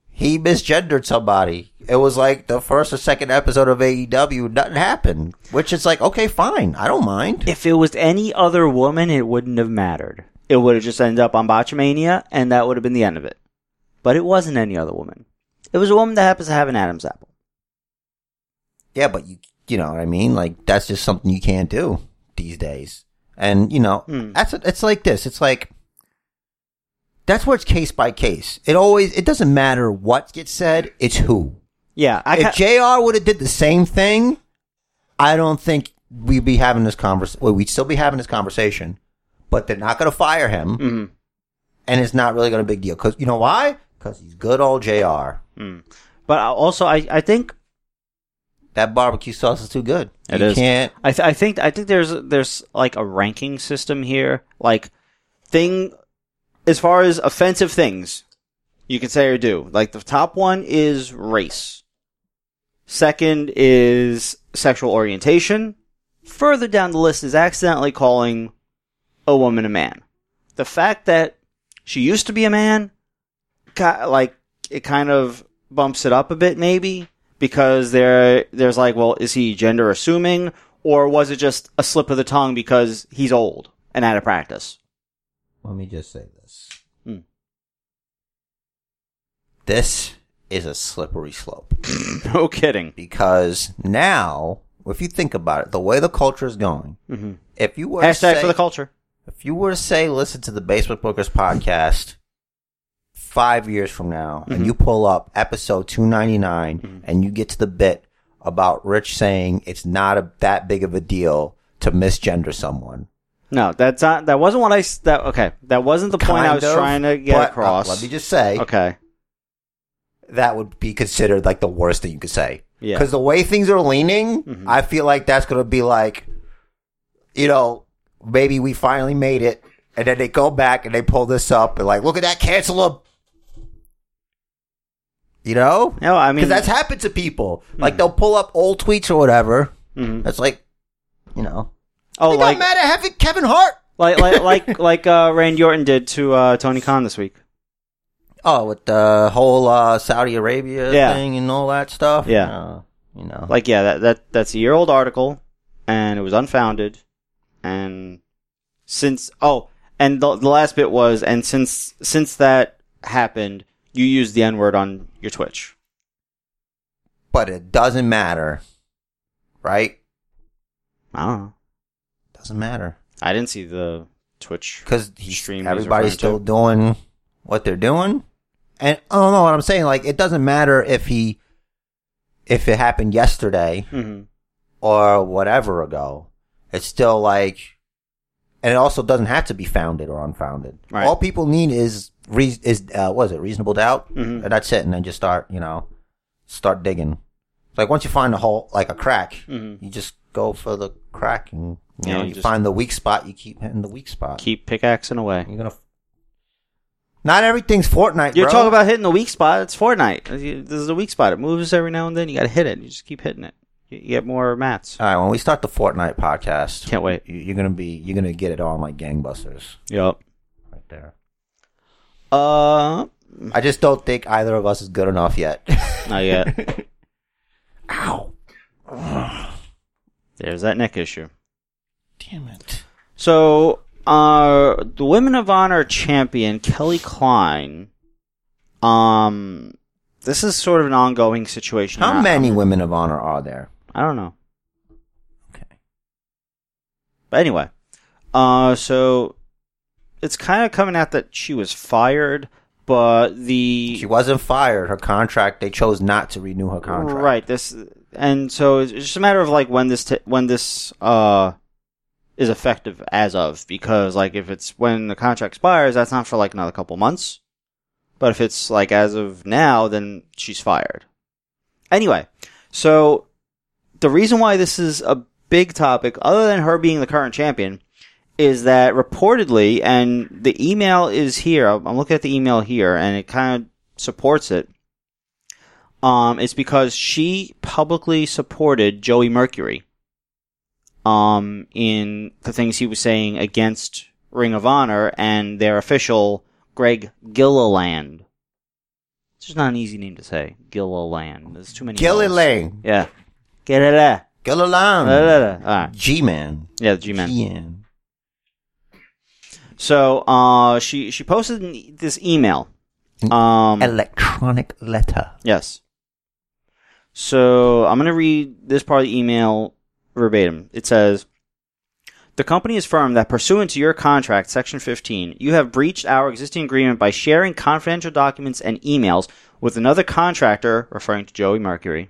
[SPEAKER 1] he misgendered somebody. It was like the first or second episode of AEW, nothing happened. Which is like, okay, fine. I don't mind.
[SPEAKER 3] If it was any other woman, it wouldn't have mattered. It would have just ended up on Botchamania, and that would have been the end of it. But it wasn't any other woman. It was a woman that happens to have an Adam's apple.
[SPEAKER 1] Yeah, but you, you know what I mean? Like, that's just something you can't do these days. And, you know,
[SPEAKER 3] Hmm.
[SPEAKER 1] that's, it's like this. It's like, that's where it's case by case. It always, it doesn't matter what gets said, it's who.
[SPEAKER 3] Yeah, I
[SPEAKER 1] if
[SPEAKER 3] ca-
[SPEAKER 1] JR would have did the same thing, I don't think we'd be having this conversation. Well, we'd still be having this conversation, but they're not going to fire him,
[SPEAKER 3] Mhm.
[SPEAKER 1] and it's not really going to be a big deal. Because you know why? Because he's good old JR.
[SPEAKER 3] Mm. But I- also, I, I think
[SPEAKER 1] That barbecue sauce is too good.
[SPEAKER 3] It
[SPEAKER 1] you
[SPEAKER 3] is.
[SPEAKER 1] can't.
[SPEAKER 3] I, th- I think I think there's there's like a ranking system here. Like thing as far as offensive things you can say or do. Like the top one is race. Second is sexual orientation. Further down the list is accidentally calling a woman a man. The fact that she used to be a man, ki- like it kind of bumps it up a bit, maybe because there there's like, well, is he gender assuming, or was it just a slip of the tongue because he's old and out of practice?
[SPEAKER 1] Let me just say this.
[SPEAKER 3] Hmm.
[SPEAKER 1] This is a slippery slope
[SPEAKER 3] no kidding.
[SPEAKER 1] because now, if you think about it, the way the culture is going,
[SPEAKER 3] hmm
[SPEAKER 1] if you were to
[SPEAKER 3] Hashtag
[SPEAKER 1] say-
[SPEAKER 3] for the culture.
[SPEAKER 1] If you were to say, listen to the Basement Bookers podcast five years from now, and
[SPEAKER 3] Mhm.
[SPEAKER 1] you pull up episode 299
[SPEAKER 3] Mm-hmm.
[SPEAKER 1] and you get to the bit about Rich saying it's not a, that big of a deal to misgender someone.
[SPEAKER 3] No, that's not. That wasn't what I. s- That okay. That wasn't the point I
[SPEAKER 1] Kind
[SPEAKER 3] was
[SPEAKER 1] of,
[SPEAKER 3] trying to get
[SPEAKER 1] but, uh,
[SPEAKER 3] across.
[SPEAKER 1] let me just say,
[SPEAKER 3] okay.
[SPEAKER 1] that would be considered like the worst thing you could say.
[SPEAKER 3] Yeah.
[SPEAKER 1] Because the way things are leaning,
[SPEAKER 3] Mhm.
[SPEAKER 1] I feel like that's going to be like, you know, maybe we finally made it. And then they go back and they pull this up and like, look at that, cancel him. You know?
[SPEAKER 3] No, I
[SPEAKER 1] Because
[SPEAKER 3] mean
[SPEAKER 1] that's happened to people. Like they'll pull up old tweets or whatever.
[SPEAKER 3] mhm.
[SPEAKER 1] That's like, you know,
[SPEAKER 3] Oh,
[SPEAKER 1] they
[SPEAKER 3] like,
[SPEAKER 1] got mad at having Kevin Hart.
[SPEAKER 3] like like like like uh, Randy Orton did to uh, Tony Khan this week.
[SPEAKER 1] Oh, with the whole uh, Saudi Arabia
[SPEAKER 3] Yeah.
[SPEAKER 1] thing and all that stuff.
[SPEAKER 3] Yeah.
[SPEAKER 1] Uh, you know,
[SPEAKER 3] Like yeah, that that that's a year old article, and it was unfounded, and since oh, and the, the last bit was and since since that happened, you used the N word on your Twitch.
[SPEAKER 1] but it doesn't matter, right?
[SPEAKER 3] I don't know.
[SPEAKER 1] Doesn't matter
[SPEAKER 3] I didn't see the Twitch.
[SPEAKER 1] because
[SPEAKER 3] Stream he's
[SPEAKER 1] everybody's
[SPEAKER 3] referring
[SPEAKER 1] still
[SPEAKER 3] to.
[SPEAKER 1] doing what they're doing, and I don't know what I'm saying. Like, it doesn't matter if he, if it happened yesterday
[SPEAKER 3] hmm
[SPEAKER 1] or whatever ago. It's still like, and it also doesn't have to be founded or unfounded.
[SPEAKER 3] Right.
[SPEAKER 1] All people need is re- is uh, what is it reasonable doubt,
[SPEAKER 3] Mhm.
[SPEAKER 1] and that's it. And then just start, you know, start digging. It's like once you find a hole, like a crack,
[SPEAKER 3] hmm
[SPEAKER 1] you just go for the crack and you
[SPEAKER 3] Yeah,
[SPEAKER 1] know
[SPEAKER 3] you
[SPEAKER 1] you,
[SPEAKER 3] just-
[SPEAKER 1] find the weak spot you keep hitting the weak spot
[SPEAKER 3] Keep pickaxing away.
[SPEAKER 1] you're gonna not everything's fortnite
[SPEAKER 3] You're
[SPEAKER 1] bro.
[SPEAKER 3] talking about hitting the weak spot. It's Fortnite. You- This is a weak spot. It moves every now and then. You got to hit it. You just keep hitting it. You you get more mats.
[SPEAKER 1] all right when we start the fortnite podcast
[SPEAKER 3] Can't wait.
[SPEAKER 1] you- you're gonna be you're gonna get it on like gangbusters
[SPEAKER 3] Yep.
[SPEAKER 1] right there
[SPEAKER 3] Uh,
[SPEAKER 1] i just don't think either of us is good enough yet
[SPEAKER 3] not yet.
[SPEAKER 1] ow
[SPEAKER 3] There's that neck issue.
[SPEAKER 1] damn it
[SPEAKER 3] So uh, the Women of Honor champion Kelly Klein. Um, this is sort of an ongoing situation.
[SPEAKER 1] How
[SPEAKER 3] I-
[SPEAKER 1] many women of honor are there?
[SPEAKER 3] I don't know.
[SPEAKER 1] Okay.
[SPEAKER 3] But anyway, uh, so it's kind of coming out that she was fired, but the
[SPEAKER 1] She wasn't fired. Her contract, they chose not to renew her contract.
[SPEAKER 3] right this and so it's it's just a matter of like when this t- when this uh is effective as of because like if it's when the contract expires, that's not for like another couple months, but if it's like as of now, then she's fired. Anyway, so the reason why this is a big topic, other than her being the current champion, is that reportedly, and the email is here. I'm I'm looking at the email here, and it kind of supports it. Um, it's because she publicly supported Joey Mercury. Um, in the things he was saying against Ring of Honor and their official Greg Gilliland. It's just not an easy name to say, Gilliland. There's too many. L's.
[SPEAKER 1] Gilliland.
[SPEAKER 3] Yeah. Get it out.
[SPEAKER 1] Gilliland.
[SPEAKER 3] Alright.
[SPEAKER 1] G-Man.
[SPEAKER 3] Yeah, the G Man.
[SPEAKER 1] G-Man.
[SPEAKER 3] So uh she she posted an e- this email. Um
[SPEAKER 1] Electronic letter.
[SPEAKER 3] Yes. So I'm going to read this part of the email verbatim. It says The company is firm that pursuant to your contract, Section 15, you have breached our existing agreement by sharing confidential documents and emails with another contractor, referring to Joey Mercury,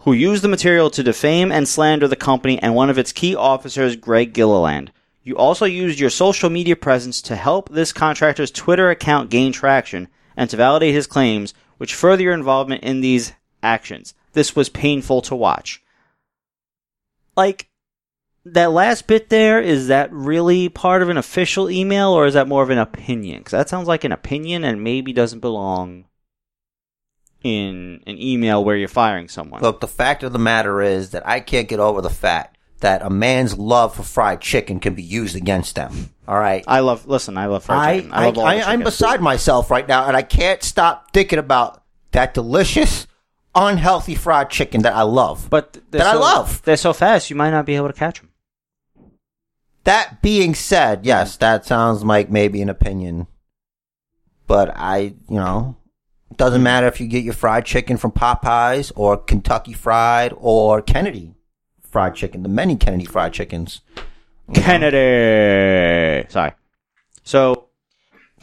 [SPEAKER 3] who used the material to defame and slander the company and one of its key officers, Greg Gilliland. You also used your social media presence to help this contractor's Twitter account gain traction and to validate his claims, which further your involvement in these actions. This was painful to watch. Like, that last bit there, is that really part of an official email or is that more of an opinion? Because that sounds like an opinion and maybe doesn't belong in an email where you're firing someone.
[SPEAKER 1] Look, the fact of the matter is that I can't get over the fact that a man's love for fried chicken can be used against them. All right.
[SPEAKER 3] I love. Listen, I love fried
[SPEAKER 1] I,
[SPEAKER 3] chicken. I,
[SPEAKER 1] I,
[SPEAKER 3] love all
[SPEAKER 1] I,
[SPEAKER 3] the
[SPEAKER 1] I'm
[SPEAKER 3] chicken.
[SPEAKER 1] beside myself right now, and I can't stop thinking about that delicious, unhealthy fried chicken that I love.
[SPEAKER 3] but th- they're
[SPEAKER 1] that I
[SPEAKER 3] so-
[SPEAKER 1] love.
[SPEAKER 3] They're so fast, you might not be able to catch them.
[SPEAKER 1] That being said, yes, that sounds like maybe an opinion. But I, you know, doesn't matter if you get your fried chicken from Popeyes or Kentucky Fried or Kennedy Fried Chicken, the many Kennedy Fried Chickens,
[SPEAKER 3] Kennedy. Sorry. So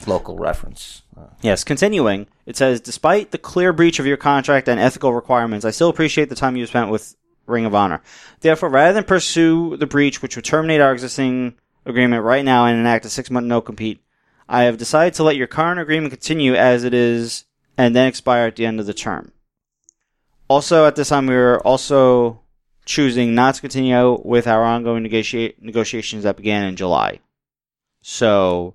[SPEAKER 1] local reference. Uh,
[SPEAKER 3] Yes, continuing, it says, despite the clear breach of your contract and ethical requirements, I still appreciate the time you spent with Ring of Honor. Therefore, rather than pursue the breach, which would terminate our existing agreement right now and enact a six month no compete, I have decided to let your current agreement continue as it is and then expire at the end of the term. Also, at this time, we are also choosing not to continue with our ongoing negotia- negotiations that began in July. So,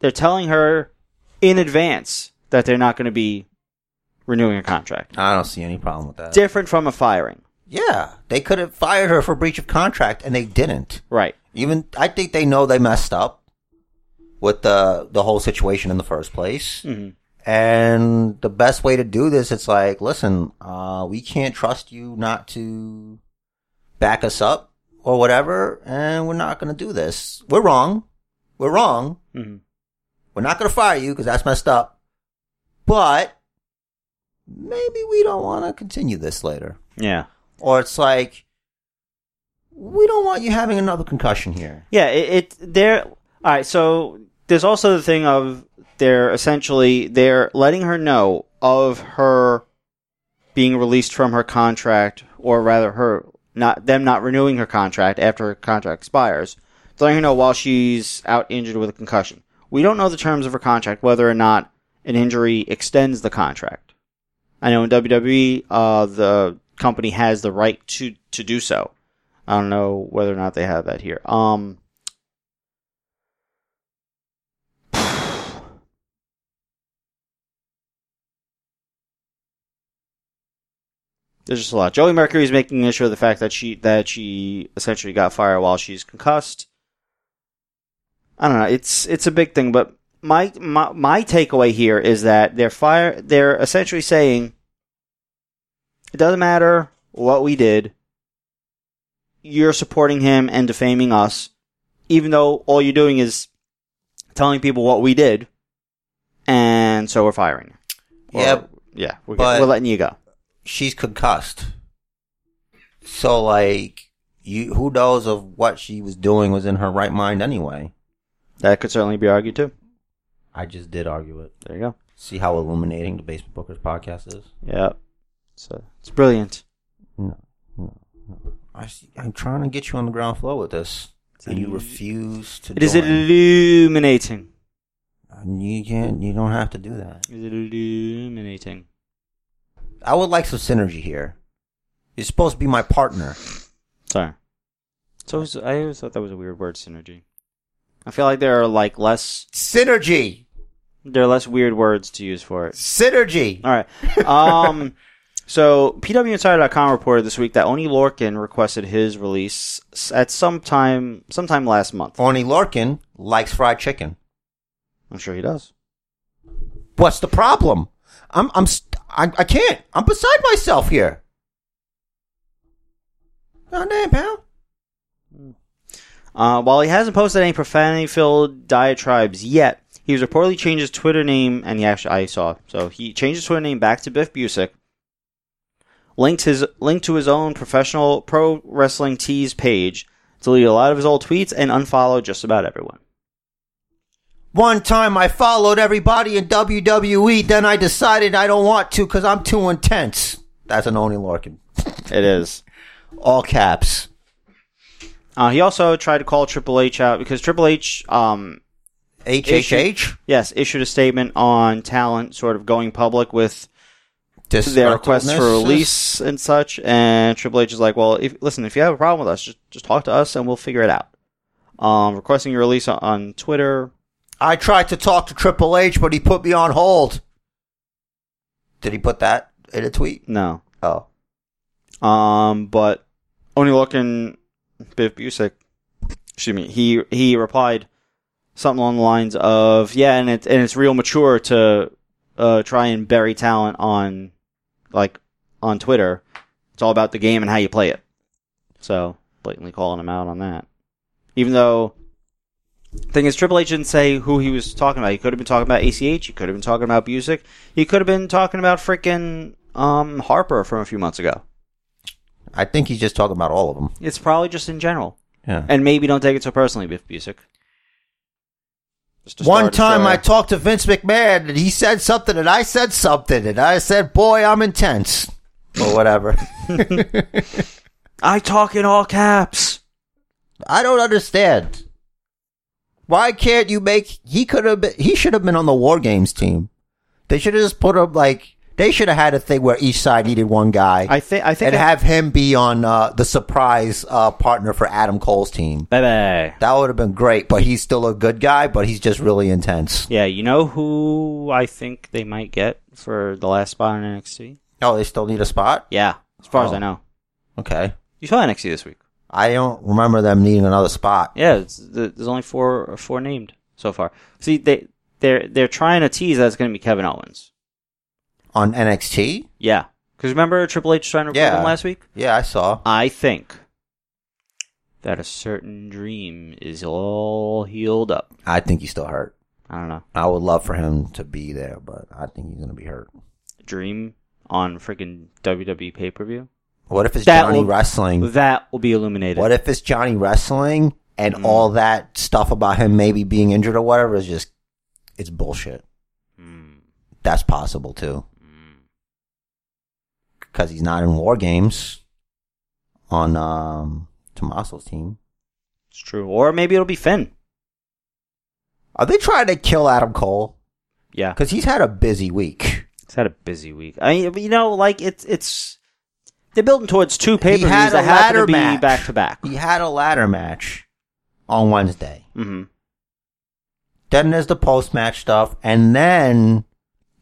[SPEAKER 3] they're telling her in advance that they're not going to be renewing a contract.
[SPEAKER 1] I don't see any problem with that.
[SPEAKER 3] Different from a firing.
[SPEAKER 1] yeah, they could have fired her for breach of contract, and they didn't.
[SPEAKER 3] Right.
[SPEAKER 1] Even I think they know they messed up with the the whole situation in the first place.
[SPEAKER 3] Mhm.
[SPEAKER 1] And the best way to do this, it's like, listen, uh, we can't trust you not to back us up or whatever, and we're not going to do this. We're wrong. We're wrong.
[SPEAKER 3] Mhm.
[SPEAKER 1] We're not going to fire you because that's messed up. But maybe we don't want to continue this later.
[SPEAKER 3] Yeah.
[SPEAKER 1] Or it's like, we don't want you having another concussion here.
[SPEAKER 3] Yeah, it, it they're all right. So there's also the thing of they're essentially they're letting her know of her being released from her contract, or rather, her not them not renewing her contract after her contract expires. They're letting her know while she's out injured with a concussion. We don't know the terms of her contract, whether or not an injury extends the contract. I know in WWE, uh, the company has the right to to do so. I don't know whether or not they have that here. Um, there's just a lot. Joey Mercury is making an issue of the fact that she that she essentially got fired while she's concussed. I don't know. It's it's a big thing, but my my my takeaway here is that they're fire. They're essentially saying it doesn't matter what we did you're supporting him and defaming us, even though all you're doing is telling people what we did, and so we're firing. you. Or-
[SPEAKER 1] Yeah,
[SPEAKER 3] yeah, we're,
[SPEAKER 1] but-
[SPEAKER 3] we're letting you go.
[SPEAKER 1] she's concussed. So like you who knows of what she was doing was in her right mind anyway.
[SPEAKER 3] That could certainly be argued too.
[SPEAKER 1] I just did argue it.
[SPEAKER 3] There you go.
[SPEAKER 1] See how illuminating the Basement Bookers podcast is?
[SPEAKER 3] Yeah, so it's brilliant.
[SPEAKER 1] No. No. no. I see, I'm trying to get you on the ground floor with this. And you refuse to
[SPEAKER 3] It is
[SPEAKER 1] join.
[SPEAKER 3] illuminating.
[SPEAKER 1] And you can't you don't have to do that.
[SPEAKER 3] It is illuminating.
[SPEAKER 1] I would like some synergy here. You're supposed to be my partner.
[SPEAKER 3] Sorry. So always, I always thought that was a weird word, synergy. I feel like there are like less
[SPEAKER 1] Synergy.
[SPEAKER 3] there are less weird words to use for it.
[SPEAKER 1] Synergy.
[SPEAKER 3] All right. Um. so PWInsider.com reported this week that Oni Lorkin requested his release s- at some time, sometime last month.
[SPEAKER 1] Arnie Larkin likes fried chicken.
[SPEAKER 3] I'm sure he does.
[SPEAKER 1] What's the problem? I'm I'm st- I, I can't. I'm beside myself here. God damn, pal.
[SPEAKER 3] Uh, while he hasn't posted any profanity-filled diatribes yet, he was reportedly changed his Twitter name, and he actually I saw. So he changed his Twitter name back to Biff Busick. Linked his linked to his own professional pro wrestling tees page, deleted a lot of his old tweets, and unfollowed just about everyone.
[SPEAKER 1] One time I followed everybody in WWE, then I decided I don't want to because I'm too intense. That's an Oni Larkin.
[SPEAKER 3] It is.
[SPEAKER 1] All caps.
[SPEAKER 3] Uh, he also tried to call Triple H out because Triple H, um,
[SPEAKER 1] HHH.
[SPEAKER 3] yes, issued a statement on talent, sort of going public with their
[SPEAKER 1] Disgruntledness.
[SPEAKER 3] requests for release and such. And Triple H is like, "Well, if, listen, if you have a problem with us, just just talk to us and we'll figure it out." Um, requesting your release on, on Twitter.
[SPEAKER 1] I tried to talk to Triple H, but he put me on hold. Did he put that in a tweet?
[SPEAKER 3] No,
[SPEAKER 1] Oh.
[SPEAKER 3] Um, but only looking Biff Busick, excuse me, he he replied something along the lines of, "Yeah, and it and it's real mature to uh try and bury talent on like on Twitter. It's all about the game and how you play it." So blatantly calling him out on that, even though. Thing is, Triple H didn't say who he was talking about. He could have been talking about ACH. He could have been talking about Busick. He could have been talking about freaking um, Harper from a few months ago.
[SPEAKER 1] I think he's just talking about all of them.
[SPEAKER 3] It's probably just in general.
[SPEAKER 1] Yeah.
[SPEAKER 3] And maybe don't take it so personally, Biff Busick. Just a
[SPEAKER 1] One
[SPEAKER 3] Star
[SPEAKER 1] time I
[SPEAKER 3] Destroyer.
[SPEAKER 1] talked to Vince McMahon and he said something and I said something and I said, boy, I'm intense. Or whatever.
[SPEAKER 3] I talk in all caps.
[SPEAKER 1] I don't understand. Why can't you make, he could have been, he should have been on the War Games team. They should have just put up like, they should have had a thing where each side needed one guy
[SPEAKER 3] I think. I think.
[SPEAKER 1] and
[SPEAKER 3] I-
[SPEAKER 1] have him be on uh, the surprise uh, partner for Adam Cole's team.
[SPEAKER 3] bye bye.
[SPEAKER 1] That would have been great, but he's still a good guy, but he's just really intense.
[SPEAKER 3] Yeah, you know who I think they might get for the last spot on NXT.
[SPEAKER 1] Oh, they still need a spot?
[SPEAKER 3] Yeah, as far as
[SPEAKER 1] Oh.
[SPEAKER 3] I know,
[SPEAKER 1] Okay.
[SPEAKER 3] you saw NXT this week.
[SPEAKER 1] I don't remember them needing another spot.
[SPEAKER 3] Yeah, it's, th- there's only four four named so far. See, they they're they're trying to tease that it's going to be Kevin Owens.
[SPEAKER 1] On NXT?
[SPEAKER 3] Yeah, because remember Triple H trying to recruit
[SPEAKER 1] Yeah.
[SPEAKER 3] him last week.
[SPEAKER 1] Yeah, I saw.
[SPEAKER 3] I think that a certain dream is all healed up.
[SPEAKER 1] I think he's still hurt.
[SPEAKER 3] I don't know.
[SPEAKER 1] I would love for him to be there, but I think he's going to be hurt.
[SPEAKER 3] Dream on freaking WWE pay per view.
[SPEAKER 1] What if it's
[SPEAKER 3] That
[SPEAKER 1] Johnny
[SPEAKER 3] will-
[SPEAKER 1] Wrestling?
[SPEAKER 3] That will be illuminated.
[SPEAKER 1] What if it's Johnny Wrestling and
[SPEAKER 3] Mm.
[SPEAKER 1] all that stuff about him maybe being injured or whatever is just, it's bullshit.
[SPEAKER 3] Mm,
[SPEAKER 1] That's possible too.
[SPEAKER 3] mm.
[SPEAKER 1] Because he's not in War Games on um, Tommaso's team.
[SPEAKER 3] It's true. Or maybe it'll be Finn.
[SPEAKER 1] Are they trying to kill Adam Cole?
[SPEAKER 3] Yeah.
[SPEAKER 1] Because he's had a busy week.
[SPEAKER 3] He's had a busy week. I mean, you know, like it's it's they're building towards two pay per views
[SPEAKER 1] had a
[SPEAKER 3] that happen
[SPEAKER 1] ladder
[SPEAKER 3] to be
[SPEAKER 1] match.
[SPEAKER 3] back to back.
[SPEAKER 1] He had a ladder match on Wednesday.
[SPEAKER 3] Mm-hmm.
[SPEAKER 1] Then there's the post match stuff, and then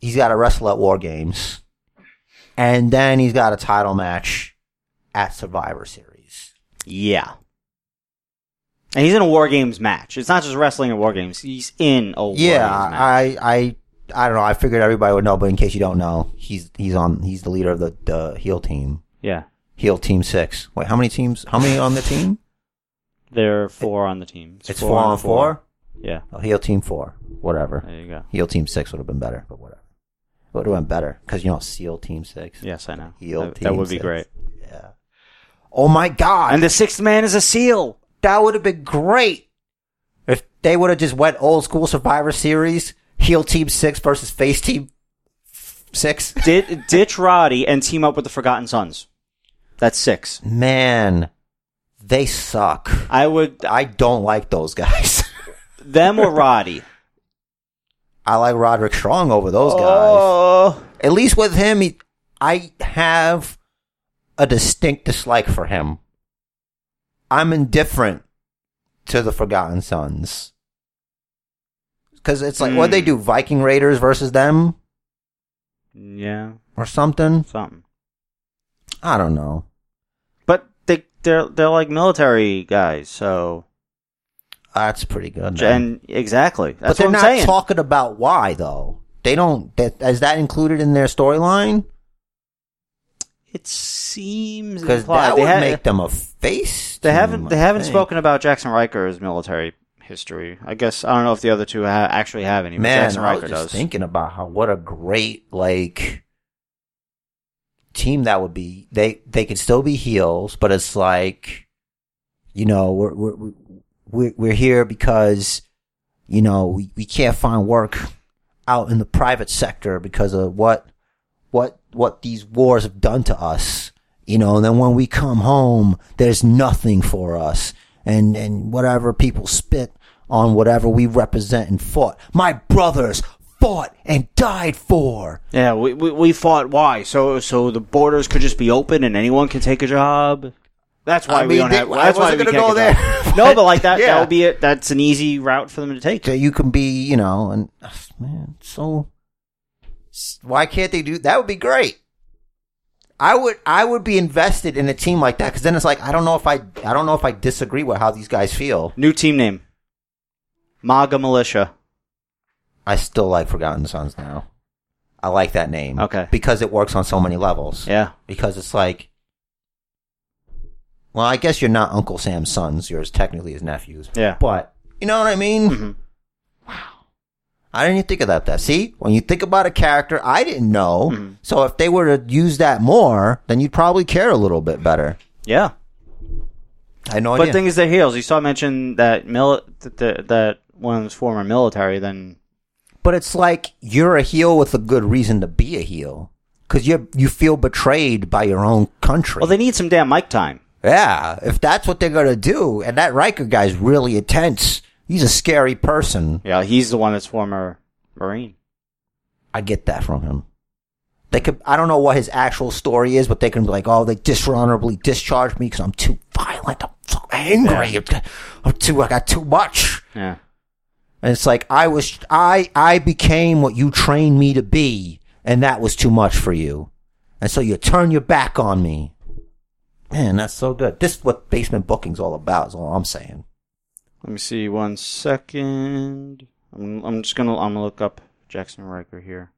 [SPEAKER 1] he's got to wrestle at War Games, and then he's got a title match at Survivor Series.
[SPEAKER 3] Yeah. And he's in a War Games match. It's not just wrestling in War Games. He's in a War
[SPEAKER 1] yeah,
[SPEAKER 3] Games match.
[SPEAKER 1] I, I, I don't know. I figured everybody would know, but in case you don't know, he's he's on. He's the leader of the the heel team.
[SPEAKER 3] yeah.
[SPEAKER 1] heel team six. Wait, how many teams? How many on the team?
[SPEAKER 3] There are four on the team.
[SPEAKER 1] It's, four, on four.
[SPEAKER 3] Yeah.
[SPEAKER 1] Oh, heel team four. Whatever.
[SPEAKER 3] There you go.
[SPEAKER 1] Heel team six would have been better, but whatever. It would have been better because you know SEAL team six.
[SPEAKER 3] Yes, I know.
[SPEAKER 1] Heel
[SPEAKER 3] that,
[SPEAKER 1] team.
[SPEAKER 3] that would be
[SPEAKER 1] six.
[SPEAKER 3] great.
[SPEAKER 1] Yeah. Oh my god!
[SPEAKER 3] And the sixth man is a seal.
[SPEAKER 1] that would have been great if they would have just went old school Survivor Series, heel team six versus face team f- six.
[SPEAKER 3] Did ditch Roddy and team up with the Forgotten Sons. That's six.
[SPEAKER 1] Man, they suck.
[SPEAKER 3] I would
[SPEAKER 1] I don't like those guys.
[SPEAKER 3] them or Roddy.
[SPEAKER 1] I like Roderick Strong over those guys.
[SPEAKER 3] Oh.
[SPEAKER 1] At least with him, he, I have a distinct dislike for him. I'm indifferent to the Forgotten Sons. Because it's like, what they
[SPEAKER 3] Hmm.
[SPEAKER 1] do? Viking Raiders versus them
[SPEAKER 3] Yeah,
[SPEAKER 1] or something?
[SPEAKER 3] something.
[SPEAKER 1] I don't know.
[SPEAKER 3] But they they're they're like military guys. So
[SPEAKER 1] That's pretty good. man.
[SPEAKER 3] and exactly.
[SPEAKER 1] but
[SPEAKER 3] That's
[SPEAKER 1] they're
[SPEAKER 3] what I'm
[SPEAKER 1] not
[SPEAKER 3] saying.
[SPEAKER 1] talking about why though. They don't. That, is that included in their storyline?
[SPEAKER 3] it seems
[SPEAKER 1] Because
[SPEAKER 3] implied.
[SPEAKER 1] that
[SPEAKER 3] they
[SPEAKER 1] would
[SPEAKER 3] ha-
[SPEAKER 1] make them a face.
[SPEAKER 3] They
[SPEAKER 1] team,
[SPEAKER 3] haven't. They
[SPEAKER 1] I
[SPEAKER 3] haven't
[SPEAKER 1] think.
[SPEAKER 3] spoken about Jackson Riker's military history. I guess I don't know if the other two ha- actually have any. But
[SPEAKER 1] Man,
[SPEAKER 3] Jackson
[SPEAKER 1] I
[SPEAKER 3] Riker
[SPEAKER 1] was just
[SPEAKER 3] does.
[SPEAKER 1] thinking about how what a great like team that would be. They they could still be heels, but it's like, you know, we're we're we're, we're here because you know we, we can't find work out in the private sector because of what what what these wars have done to us you know and then when we come home there's nothing for us and and whatever people spit on whatever we represent and fought my brothers fought and died for
[SPEAKER 3] yeah, we, we we fought. Why? So so the borders could just be open and anyone can take a job. That's why
[SPEAKER 1] I
[SPEAKER 3] we
[SPEAKER 1] mean,
[SPEAKER 3] don't
[SPEAKER 1] they-
[SPEAKER 3] have.
[SPEAKER 1] I
[SPEAKER 3] That's why
[SPEAKER 1] wasn't
[SPEAKER 3] we
[SPEAKER 1] gonna
[SPEAKER 3] can't
[SPEAKER 1] go
[SPEAKER 3] get
[SPEAKER 1] there,
[SPEAKER 3] jobs. no,
[SPEAKER 1] but
[SPEAKER 3] but like that,
[SPEAKER 1] yeah.
[SPEAKER 3] that would be it. That's an easy route for them to take.
[SPEAKER 1] that you can be you know and ugh, man so s- why can't they do that would be great I would I would be invested in a team like that because then it's like I don't know if I I don't know if I disagree with how these guys feel
[SPEAKER 3] New team name. MAGA Militia.
[SPEAKER 1] I still like Forgotten Sons now. I like that name.
[SPEAKER 3] Okay.
[SPEAKER 1] Because it works on so many levels.
[SPEAKER 3] Yeah.
[SPEAKER 1] Because it's like, well, I guess you're not Uncle Sam's sons. You're technically his nephews.
[SPEAKER 3] Yeah.
[SPEAKER 1] But, you know what I mean?
[SPEAKER 3] hmm
[SPEAKER 1] I didn't even think about that. See, when you think about a character, I didn't know.
[SPEAKER 3] Mhm.
[SPEAKER 1] So if they were to use that more, then you'd probably care a little bit better.
[SPEAKER 3] Yeah.
[SPEAKER 1] I had no
[SPEAKER 3] But
[SPEAKER 1] idea.
[SPEAKER 3] the thing is, they're heels. You saw mention that mil- that, that, that one was former military. Then
[SPEAKER 1] But it's like you're a heel with a good reason to be a heel. Because you you feel betrayed by your own country.
[SPEAKER 3] well, they need some damn mic time.
[SPEAKER 1] Yeah, if that's what they're gonna do, and that Riker guy's really intense. He's a scary person.
[SPEAKER 3] Yeah, he's the one that's former Marine.
[SPEAKER 1] I get that from him. They could. I don't know what his actual story is, but they can be like, "Oh, they dishonorably discharged me because I'm too violent. I'm so angry. I'm too. I got too much."
[SPEAKER 3] Yeah,
[SPEAKER 1] And it's like I was. I I became what you trained me to be, and that was too much for you. And so you turn your back on me. Man, that's so good. This is what basement booking's all about. Is all I'm saying.
[SPEAKER 3] let me see one second. I'm I'm just gonna I'm gonna look up Jackson Riker here.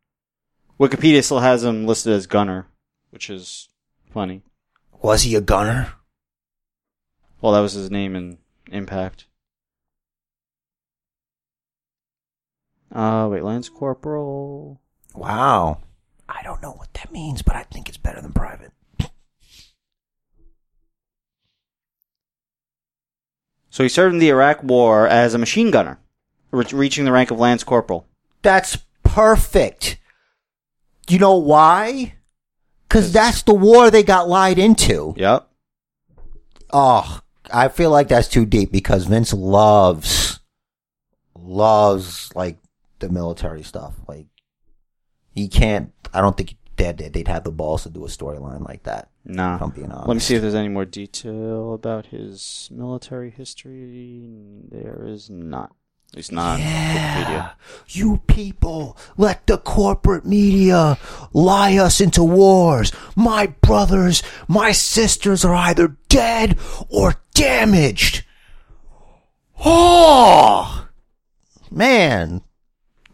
[SPEAKER 3] Wikipedia still has him listed as gunner, which is funny.
[SPEAKER 1] Was he a gunner?
[SPEAKER 3] Well, that was his name in Impact. Uh, wait, Lance Corporal.
[SPEAKER 1] Wow. I don't know what that means, but I think it's better than private.
[SPEAKER 3] So he served in the Iraq War as a machine gunner, re- reaching the rank of Lance Corporal.
[SPEAKER 1] That's perfect. You know why? Because that's the war they got lied into.
[SPEAKER 3] Yep.
[SPEAKER 1] Oh, I feel like that's too deep because Vince loves, loves like the military stuff. Like, he can't, I don't think they'd, they'd have the balls to do a storyline like that.
[SPEAKER 3] Nah.
[SPEAKER 1] If I'm being honest.
[SPEAKER 3] Let me see if there's any more detail about his military history. There is not. At least not on Wikipedia.
[SPEAKER 1] You people let the corporate media lie us into wars. My brothers, my sisters are either dead or damaged. Oh! Man.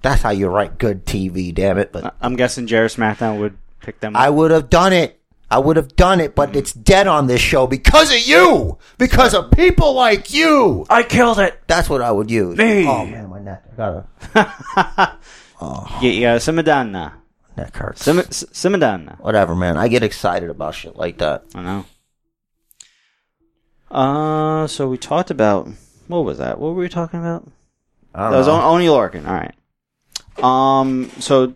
[SPEAKER 1] That's how you write good TV, damn it. But
[SPEAKER 3] I- I'm guessing Jared SmackDown would pick them
[SPEAKER 1] I
[SPEAKER 3] up.
[SPEAKER 1] would have done it. I would have done it, but it's dead on this show because of you, because of people like you.
[SPEAKER 3] I killed it.
[SPEAKER 1] That's what I would use.
[SPEAKER 3] Me.
[SPEAKER 1] Oh man, my neck. I gotta
[SPEAKER 3] Yeah,
[SPEAKER 1] Oh.
[SPEAKER 3] yeah, Simadana.
[SPEAKER 1] neck hurts.
[SPEAKER 3] Sim- S- Simadana.
[SPEAKER 1] Whatever, man. I get excited about shit like that.
[SPEAKER 3] I know. Uh, so we talked about what was that? What were we talking about?
[SPEAKER 1] I don't
[SPEAKER 3] That was
[SPEAKER 1] know.
[SPEAKER 3] on- Oni Larkin. All right. Um. So, did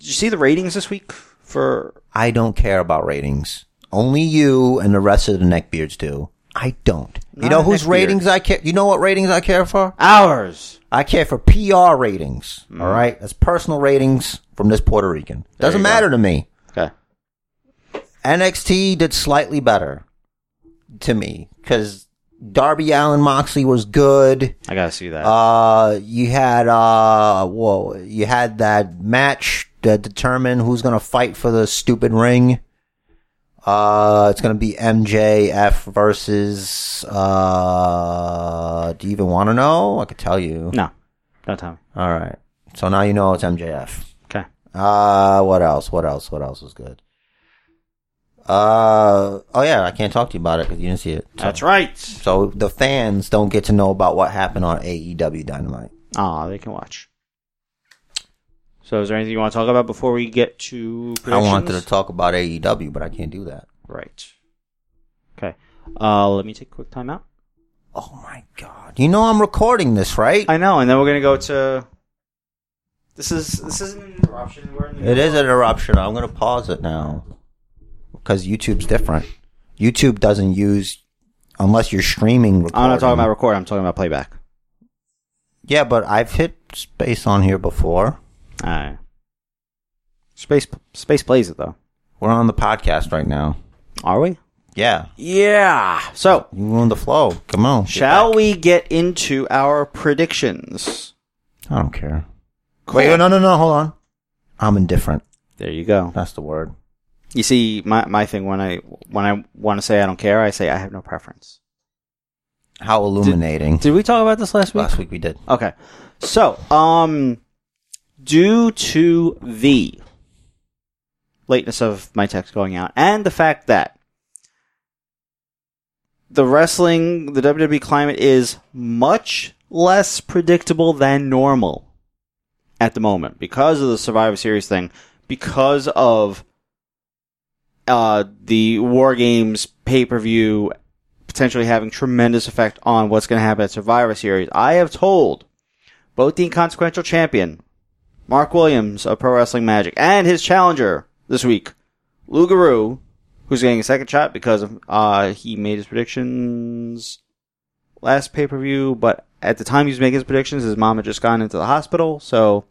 [SPEAKER 3] you see the ratings this week for?
[SPEAKER 1] I don't care about ratings. Only you and the rest of the neckbeards do. I don't. you
[SPEAKER 3] Not
[SPEAKER 1] know
[SPEAKER 3] a
[SPEAKER 1] whose
[SPEAKER 3] neckbeard.
[SPEAKER 1] ratings I care? You know what ratings I care for?
[SPEAKER 3] Hours.
[SPEAKER 1] I care for PR ratings. All right, that's personal ratings from this Puerto Rican.
[SPEAKER 3] Mm. There
[SPEAKER 1] Doesn't
[SPEAKER 3] you go.
[SPEAKER 1] matter to me.
[SPEAKER 3] Okay.
[SPEAKER 1] NXT did slightly better to me because Darby Allen Moxley was good.
[SPEAKER 3] I gotta see that.
[SPEAKER 1] Uh, you had uh, whoa, you had that match that determined who's gonna fight for the stupid ring. Uh, it's gonna be MJF versus. Uh, do you even want to know? I could tell you.
[SPEAKER 3] no, don't tell me.
[SPEAKER 1] All right, so now you know it's MJF.
[SPEAKER 3] Okay.
[SPEAKER 1] Uh, what else? What else? What else was good? Uh, oh yeah, I can't talk to you about it because you didn't see it. So,
[SPEAKER 3] That's right.
[SPEAKER 1] so the fans don't get to know about what happened on AEW Dynamite.
[SPEAKER 3] Ah, they can watch. So, is there anything you want to talk about before we get to? Predictions?
[SPEAKER 1] I wanted to talk about AEW, but I can't do that.
[SPEAKER 3] Right. Okay. Uh, let me take a quick time out.
[SPEAKER 1] Oh my god! You know I'm recording this, right?
[SPEAKER 3] I know, and then we're gonna go to. This is this isn't an interruption. We're in the
[SPEAKER 1] It is an eruption. I'm gonna pause it now because YouTube's different. YouTube doesn't use unless you're streaming. Recording.
[SPEAKER 3] I'm not talking about record. I'm talking about playback.
[SPEAKER 1] Yeah, but I've hit space on here before.
[SPEAKER 3] All right. Space space plays it though.
[SPEAKER 1] We're on the podcast right now.
[SPEAKER 3] Are we?
[SPEAKER 1] Yeah.
[SPEAKER 3] Yeah. So
[SPEAKER 1] You ruined the flow. Come on.
[SPEAKER 3] shall we get into our predictions?
[SPEAKER 1] I don't care. Wait, no, no, no. Hold on. I'm indifferent.
[SPEAKER 3] There you go.
[SPEAKER 1] That's the word.
[SPEAKER 3] You see, my my thing when I when I want to say I don't care, I say I have no preference.
[SPEAKER 1] How illuminating.
[SPEAKER 3] Did we talk about this last week?
[SPEAKER 1] Last week we did.
[SPEAKER 3] Okay. So, um, due to the lateness of my text going out and the fact that the wrestling, the WWE climate is much less predictable than normal at the moment because of the Survivor Series thing, because of uh, the War Games pay per view potentially having tremendous effect on what's going to happen at Survivor Series. I have told both the inconsequential champion, Mark Williams of Pro Wrestling Magic, and his challenger this week, Lou Garou, who's getting a second shot because of, uh, he made his predictions last pay per view, but at the time he was making his predictions, his mom had just gone into the hospital, so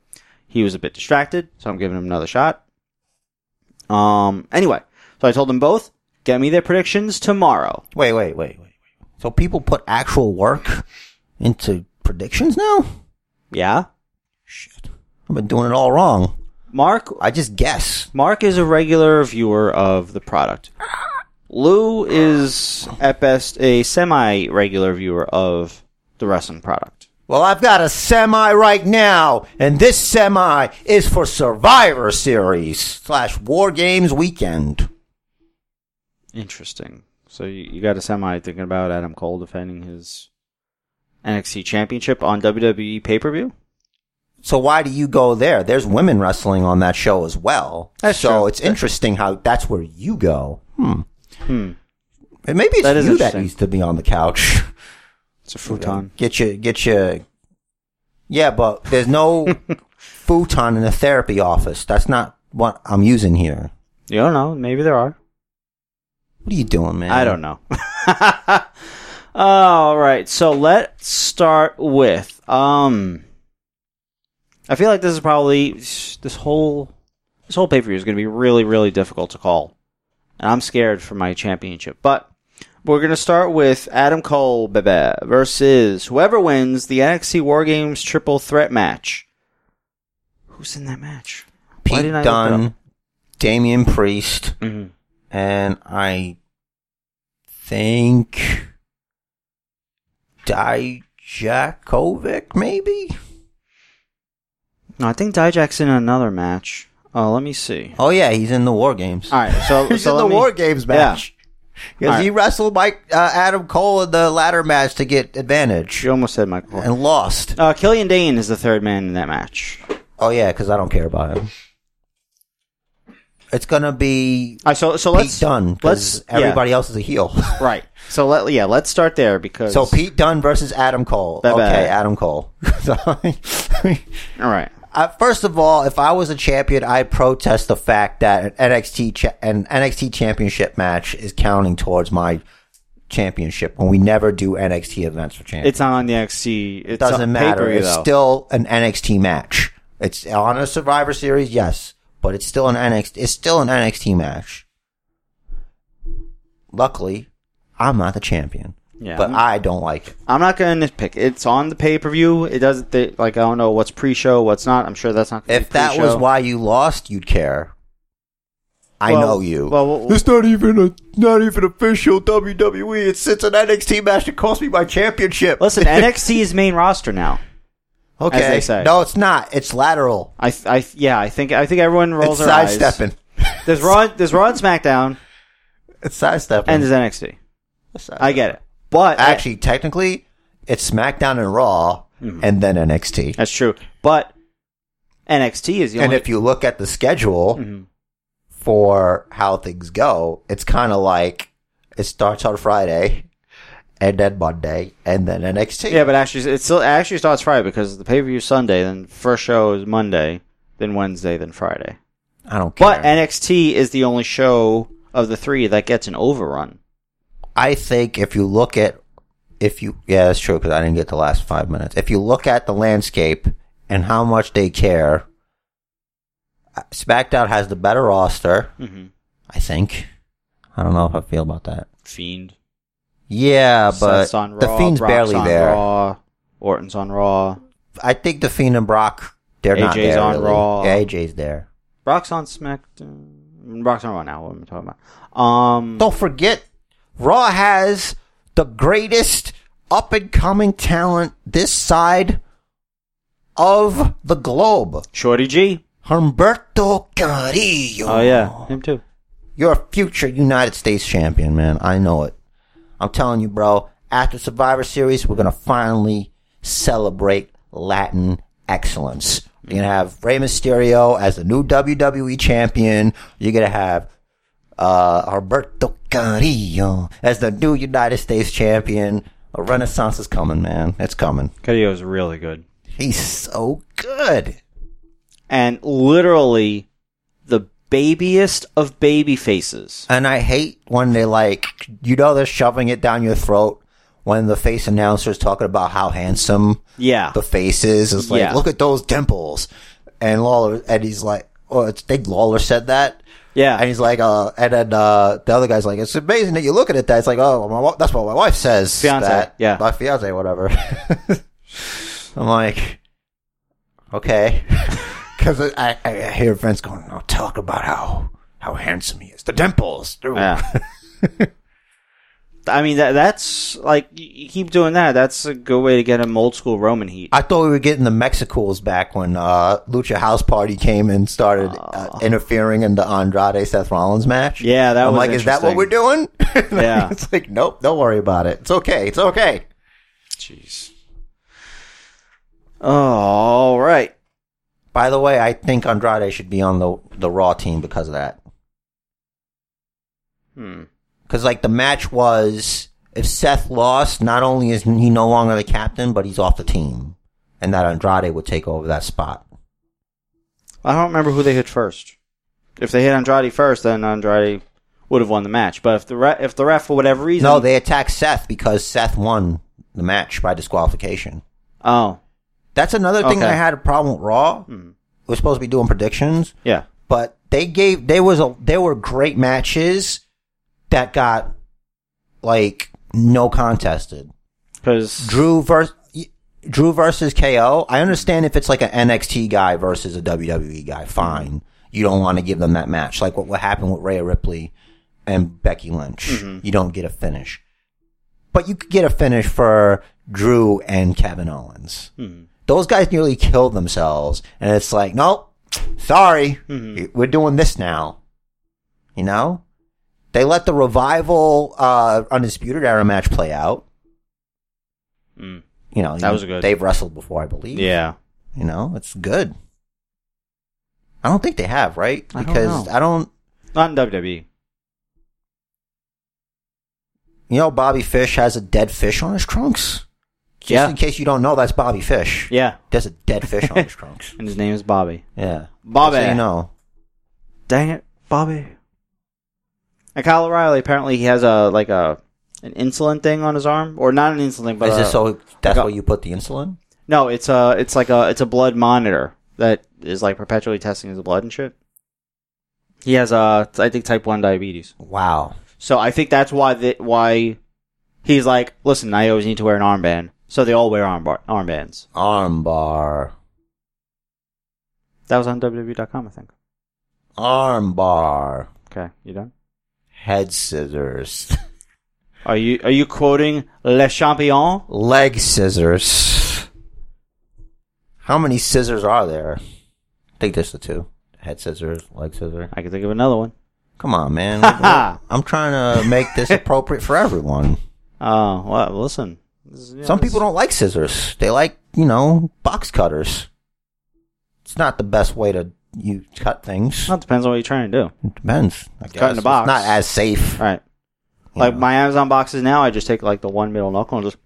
[SPEAKER 3] he was a bit distracted. So I'm giving him another shot. Um. Anyway, so I told them both, get me their predictions tomorrow.
[SPEAKER 1] Wait, wait, wait, wait. wait. So people put actual work into predictions now?
[SPEAKER 3] Yeah.
[SPEAKER 1] Shit. I've been doing it all wrong.
[SPEAKER 3] Mark
[SPEAKER 1] I just guess.
[SPEAKER 3] Mark is a regular viewer of the product. Lou is at best a semi regular viewer of the wrestling product.
[SPEAKER 1] Well, I've got a semi right now, and this semi is for Survivor Series slash War Games weekend.
[SPEAKER 3] Interesting. So you, you got a semi thinking about Adam Cole defending his NXT championship on E WWE pay per view?
[SPEAKER 1] So why do you go there? There's women wrestling on that show as well.
[SPEAKER 3] That's
[SPEAKER 1] so
[SPEAKER 3] true.
[SPEAKER 1] it's interesting how that's where you go. Hmm.
[SPEAKER 3] Hmm.
[SPEAKER 1] And maybe it's
[SPEAKER 3] That is
[SPEAKER 1] you that
[SPEAKER 3] interesting.
[SPEAKER 1] needs to be on the couch.
[SPEAKER 3] It's a futon.
[SPEAKER 1] Get your get your Yeah, but there's no futon in the therapy office. That's not what I'm using here.
[SPEAKER 3] You don't know. Maybe there are.
[SPEAKER 1] What are you doing, man?
[SPEAKER 3] I don't know. All right, so let's start with um. I feel like this is probably this whole this whole pay per view is going to be really really difficult to call, and I'm scared for my championship. But we're going to start with Adam Cole baby, versus whoever wins the NXT War Games Triple Threat match. Who's in that match? Why
[SPEAKER 1] Pete
[SPEAKER 3] didn't I look that
[SPEAKER 1] Dunne, Damian Priest,
[SPEAKER 3] Mhm.
[SPEAKER 1] and I think Dijakovic, maybe?
[SPEAKER 3] No, I think Dijak's in another match. Oh, let me see.
[SPEAKER 1] Oh yeah, he's in the War Games.
[SPEAKER 3] All right, so
[SPEAKER 1] he's
[SPEAKER 3] so
[SPEAKER 1] in
[SPEAKER 3] let
[SPEAKER 1] the
[SPEAKER 3] me-
[SPEAKER 1] War Games match. Because
[SPEAKER 3] All right.
[SPEAKER 1] he wrestled Mike uh, Adam Cole in the ladder match to get advantage
[SPEAKER 3] You almost said Michael. Cole.
[SPEAKER 1] and lost.
[SPEAKER 3] Uh, Killian Dane is the third man in that match.
[SPEAKER 1] Oh yeah, because I don't care about him. It's gonna be
[SPEAKER 3] All right, so so
[SPEAKER 1] Pete
[SPEAKER 3] let's
[SPEAKER 1] Dunne because
[SPEAKER 3] let's yeah,
[SPEAKER 1] everybody else is a heel.
[SPEAKER 3] right. So let yeah, let's start there because
[SPEAKER 1] so Pete Dunne versus Adam Cole.
[SPEAKER 3] Bye-bye.
[SPEAKER 1] Okay, Adam Cole. So-
[SPEAKER 3] All right,
[SPEAKER 1] Uh, first of all, if I was a champion, I protest the fact that an NXT cha- an NXT championship match is counting towards my championship when we never do NXT events for champions.
[SPEAKER 3] it's on the XC. It
[SPEAKER 1] It doesn't matter. It's
[SPEAKER 3] though.
[SPEAKER 1] still an NXT match. It's on a Survivor Series, yes, but it's still an NXT. It's still an NXT match. Luckily, I'm not the champion,
[SPEAKER 3] yeah,
[SPEAKER 1] but I don't like it.
[SPEAKER 3] I'm not gonna nitpick. It's on the pay per view. It doesn't th- like I don't know what's pre show, what's not. I'm sure that's not. Gonna
[SPEAKER 1] If
[SPEAKER 3] be
[SPEAKER 1] that was
[SPEAKER 3] pre-show.
[SPEAKER 1] why you lost, you'd care. I
[SPEAKER 3] Well,
[SPEAKER 1] know you.
[SPEAKER 3] well, well-
[SPEAKER 1] it's not even a not even official WWE. It's it's an NXT match that cost me my championship.
[SPEAKER 3] listen, NXT is main roster now.
[SPEAKER 1] okay,
[SPEAKER 3] as they say.
[SPEAKER 1] no, it's not. It's lateral.
[SPEAKER 3] I, th- I, th- yeah, I think I think everyone rolls
[SPEAKER 1] It's
[SPEAKER 3] their eyes.
[SPEAKER 1] sidestepping.
[SPEAKER 3] There's Raw, there's Raw and SmackDown,
[SPEAKER 1] It's sidestepping.
[SPEAKER 3] and there's NXT.
[SPEAKER 1] It's
[SPEAKER 3] I get it, but
[SPEAKER 1] Actually, technically, it's SmackDown and Raw,
[SPEAKER 3] Mm-hmm.
[SPEAKER 1] and then NXT.
[SPEAKER 3] that's true. But NXT is the
[SPEAKER 1] And
[SPEAKER 3] only.
[SPEAKER 1] if you look at the schedule
[SPEAKER 3] Mhm.
[SPEAKER 1] for how things go, it's kind of like it starts on Friday, and then Monday, and then NXT.
[SPEAKER 3] yeah, but actually, it still it actually starts Friday because the pay per view Sunday, then first show is Monday, then Wednesday, then Friday.
[SPEAKER 1] I don't care.
[SPEAKER 3] But NXT is the only show of the three that gets an overrun.
[SPEAKER 1] I think if you look at if you yeah that's true because I didn't get the last five minutes. If you look at the landscape and how much they care, uh, SmackDown has the better roster,
[SPEAKER 3] Mm-hmm.
[SPEAKER 1] I think. I don't know if I feel about that.
[SPEAKER 3] Fiend,
[SPEAKER 1] Yeah, Uh, but
[SPEAKER 3] Seth's on Raw,
[SPEAKER 1] the Fiend's
[SPEAKER 3] Brock's
[SPEAKER 1] barely
[SPEAKER 3] on
[SPEAKER 1] there.
[SPEAKER 3] Raw, Orton's on Raw,
[SPEAKER 1] I think the Fiend and Brock they're not
[SPEAKER 3] AJ's
[SPEAKER 1] there.
[SPEAKER 3] on
[SPEAKER 1] really.
[SPEAKER 3] Raw.
[SPEAKER 1] Yeah, AJ's there.
[SPEAKER 3] Brock's on SmackDown. Brock's on Raw now. What am I talking about? Um,
[SPEAKER 1] Don't forget, Raw has the greatest up and coming talent this side of the globe.
[SPEAKER 3] Shorty G.
[SPEAKER 1] Humberto Carrillo.
[SPEAKER 3] Oh yeah, him too.
[SPEAKER 1] You're a future United States champion, man. I know it. I'm telling you, bro. After Survivor Series, we're going to finally celebrate Latin excellence. You're going to have Rey Mysterio as the new WWE champion. You're going to have uh, Humberto Carrillo as the new United States champion. A renaissance is coming, man. It's coming.
[SPEAKER 3] Cadillo's really good.
[SPEAKER 1] He's so good.
[SPEAKER 3] And literally the babiest of baby faces.
[SPEAKER 1] And I hate when they like, you know, they're shoving it down your throat when the face announcer is talking about how handsome
[SPEAKER 3] Yeah.
[SPEAKER 1] the face is. It's like,
[SPEAKER 3] Yeah.
[SPEAKER 1] look at those dimples. And Lawler, and he's like, oh, it's, I think Lawler said that.
[SPEAKER 3] Yeah.
[SPEAKER 1] And he's like, uh, and then, uh, the other guy's like, it's amazing that you're looking at that. It's like, oh, my, wa- that's what my wife says.
[SPEAKER 3] Fiance,
[SPEAKER 1] that.
[SPEAKER 3] yeah.
[SPEAKER 1] My fiance, whatever. I'm like, okay. Cause I, I I hear Vince going, oh, talk about how, how handsome he is. The dimples. They're-
[SPEAKER 3] Yeah. I mean that that's like y- you keep doing that. That's a good way to get him old school Roman heat.
[SPEAKER 1] I thought we were getting the Mexicals back when uh, Lucha House Party came and started uh, interfering in the Andrade Seth Rollins match.
[SPEAKER 3] Yeah, that
[SPEAKER 1] I'm
[SPEAKER 3] was
[SPEAKER 1] like, is that what
[SPEAKER 3] interesting.
[SPEAKER 1] we're doing?
[SPEAKER 3] Yeah.
[SPEAKER 1] it's like, nope, don't worry about it. It's okay. It's okay.
[SPEAKER 3] Jeez. All right.
[SPEAKER 1] By the way, I think Andrade should be on the the Raw team because of that.
[SPEAKER 3] Hmm.
[SPEAKER 1] Because like the match was, if Seth lost, not only is he no longer the captain, but he's off the team, and that Andrade would take over that spot.
[SPEAKER 3] I don't remember who they hit first. If they hit Andrade first, then Andrade would have won the match. But if the re- if the ref for whatever reason
[SPEAKER 1] No, they attacked Seth because Seth won the match by disqualification.
[SPEAKER 3] oh
[SPEAKER 1] That's another thing
[SPEAKER 3] Okay.
[SPEAKER 1] I had a problem with Raw. We're supposed to be doing predictions,
[SPEAKER 3] yeah
[SPEAKER 1] but they gave there was a there were great matches that got like no contested.
[SPEAKER 3] because
[SPEAKER 1] Drew versus Drew versus KO. I understand if it's like an NXT guy versus a WWE guy, fine. You don't want to give them that match, like what what happened with Rhea Ripley and Becky Lynch. You don't get a finish, but you could get a finish for
[SPEAKER 3] Hmm.
[SPEAKER 1] Drew and Kevin Owens. Those guys nearly killed themselves, and it's like, nope, sorry,
[SPEAKER 3] Mhm.
[SPEAKER 1] we're doing this now. You know? They let the revival uh undisputed era match play out.
[SPEAKER 3] Mm.
[SPEAKER 1] You know,
[SPEAKER 3] That was good.
[SPEAKER 1] They've wrestled before, I believe.
[SPEAKER 3] Yeah.
[SPEAKER 1] You know, it's good. I don't think they have, right?
[SPEAKER 3] I don't
[SPEAKER 1] Because
[SPEAKER 3] know.
[SPEAKER 1] I don't
[SPEAKER 3] Not in E. WWE.
[SPEAKER 1] you know Bobby Fish has a dead fish on his trunks. Just
[SPEAKER 3] Yeah.
[SPEAKER 1] in case you don't know, that's Bobby Fish.
[SPEAKER 3] Yeah.
[SPEAKER 1] There's a dead fish on his trunks.
[SPEAKER 3] And his name is Bobby.
[SPEAKER 1] Yeah.
[SPEAKER 3] Bobby.
[SPEAKER 1] So you know.
[SPEAKER 3] Dang it, Bobby. And Kyle O'Reilly apparently he has a like a an insulin thing on his arm, or not an insulin thing, but
[SPEAKER 1] Is
[SPEAKER 3] a,
[SPEAKER 1] this so that's
[SPEAKER 3] I got-
[SPEAKER 1] where you put the insulin?
[SPEAKER 3] no, it's a it's like a it's a blood monitor that is like perpetually testing his blood and shit. He has uh I think type one diabetes,
[SPEAKER 1] Wow.
[SPEAKER 3] so I think that's why the, why he's like, listen, I always need to wear an armband, so they all wear arm bar- armbands.
[SPEAKER 1] Armbar.
[SPEAKER 3] That was on WWE.com, I think.
[SPEAKER 1] Armbar.
[SPEAKER 3] Okay, you done?
[SPEAKER 1] Head scissors.
[SPEAKER 3] Are you are you quoting Le Champion?
[SPEAKER 1] Leg scissors. How many scissors are there? I think there's the two. Head scissors, leg scissor.
[SPEAKER 3] I can think of another one.
[SPEAKER 1] Come on, man.
[SPEAKER 3] Ha ha.
[SPEAKER 1] I'm trying to make this appropriate for everyone.
[SPEAKER 3] Oh, well, listen. This is- you know,
[SPEAKER 1] Some
[SPEAKER 3] this-
[SPEAKER 1] people don't like scissors. They like, you know, box cutters. It's not the best way to you cut things.
[SPEAKER 3] Well, it depends on what you're trying to do.
[SPEAKER 1] It depends. I guess.
[SPEAKER 3] in a box.
[SPEAKER 1] It's not as safe.
[SPEAKER 3] All right.
[SPEAKER 1] you
[SPEAKER 3] Like
[SPEAKER 1] know.
[SPEAKER 3] my Amazon boxes now, I just take like the one middle knuckle and just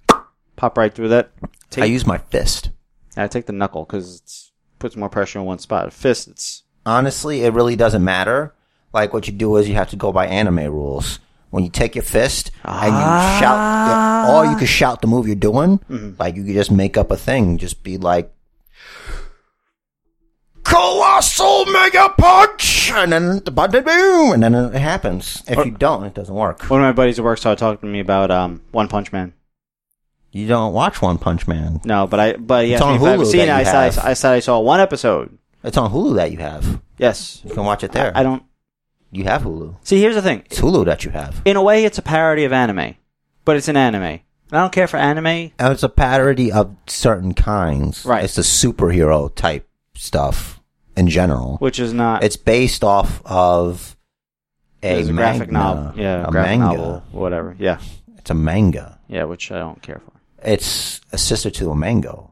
[SPEAKER 3] pop right through that. Take,
[SPEAKER 1] I use my fist.
[SPEAKER 3] I take the knuckle because it puts more pressure in one spot. A fist, it's
[SPEAKER 1] honestly, it really doesn't matter. Like what you do is you have to go by anime rules. When you take your fist and you
[SPEAKER 3] Ah.
[SPEAKER 1] shout, the, or you can shout the move you're doing.
[SPEAKER 3] Mm-hmm.
[SPEAKER 1] Like you could just make up a thing, just be like, "Colossal Mega Punch," and then the button boom, and then it happens. If you don't, it doesn't work.
[SPEAKER 3] one of my buddies at work started talking to me about um, One Punch Man.
[SPEAKER 1] You don't watch One Punch Man.
[SPEAKER 3] No, but I but he
[SPEAKER 1] It's
[SPEAKER 3] asked me
[SPEAKER 1] on
[SPEAKER 3] if I've
[SPEAKER 1] Hulu
[SPEAKER 3] seen it.
[SPEAKER 1] that
[SPEAKER 3] I
[SPEAKER 1] you
[SPEAKER 3] said I,
[SPEAKER 1] have.
[SPEAKER 3] saw- I said I saw one episode.
[SPEAKER 1] It's on Hulu that you have.
[SPEAKER 3] Yes,
[SPEAKER 1] You can watch it there.
[SPEAKER 3] I don't
[SPEAKER 1] you have Hulu.
[SPEAKER 3] see. Here's the thing.
[SPEAKER 1] It's Hulu that you have.
[SPEAKER 3] In a way, it's a parody of anime, but it's an anime. And I don't care for anime.
[SPEAKER 1] And it's a parody of certain kinds.
[SPEAKER 3] Right.
[SPEAKER 1] It's the superhero type stuff in general.
[SPEAKER 3] Which is not
[SPEAKER 1] It's based off of a,
[SPEAKER 3] It's a graphic
[SPEAKER 1] manga-
[SPEAKER 3] novel. Yeah,
[SPEAKER 1] a
[SPEAKER 3] graphic
[SPEAKER 1] manga.
[SPEAKER 3] novel, whatever. Yeah,
[SPEAKER 1] It's a manga.
[SPEAKER 3] yeah, which I don't care for.
[SPEAKER 1] It's a sister to a mango,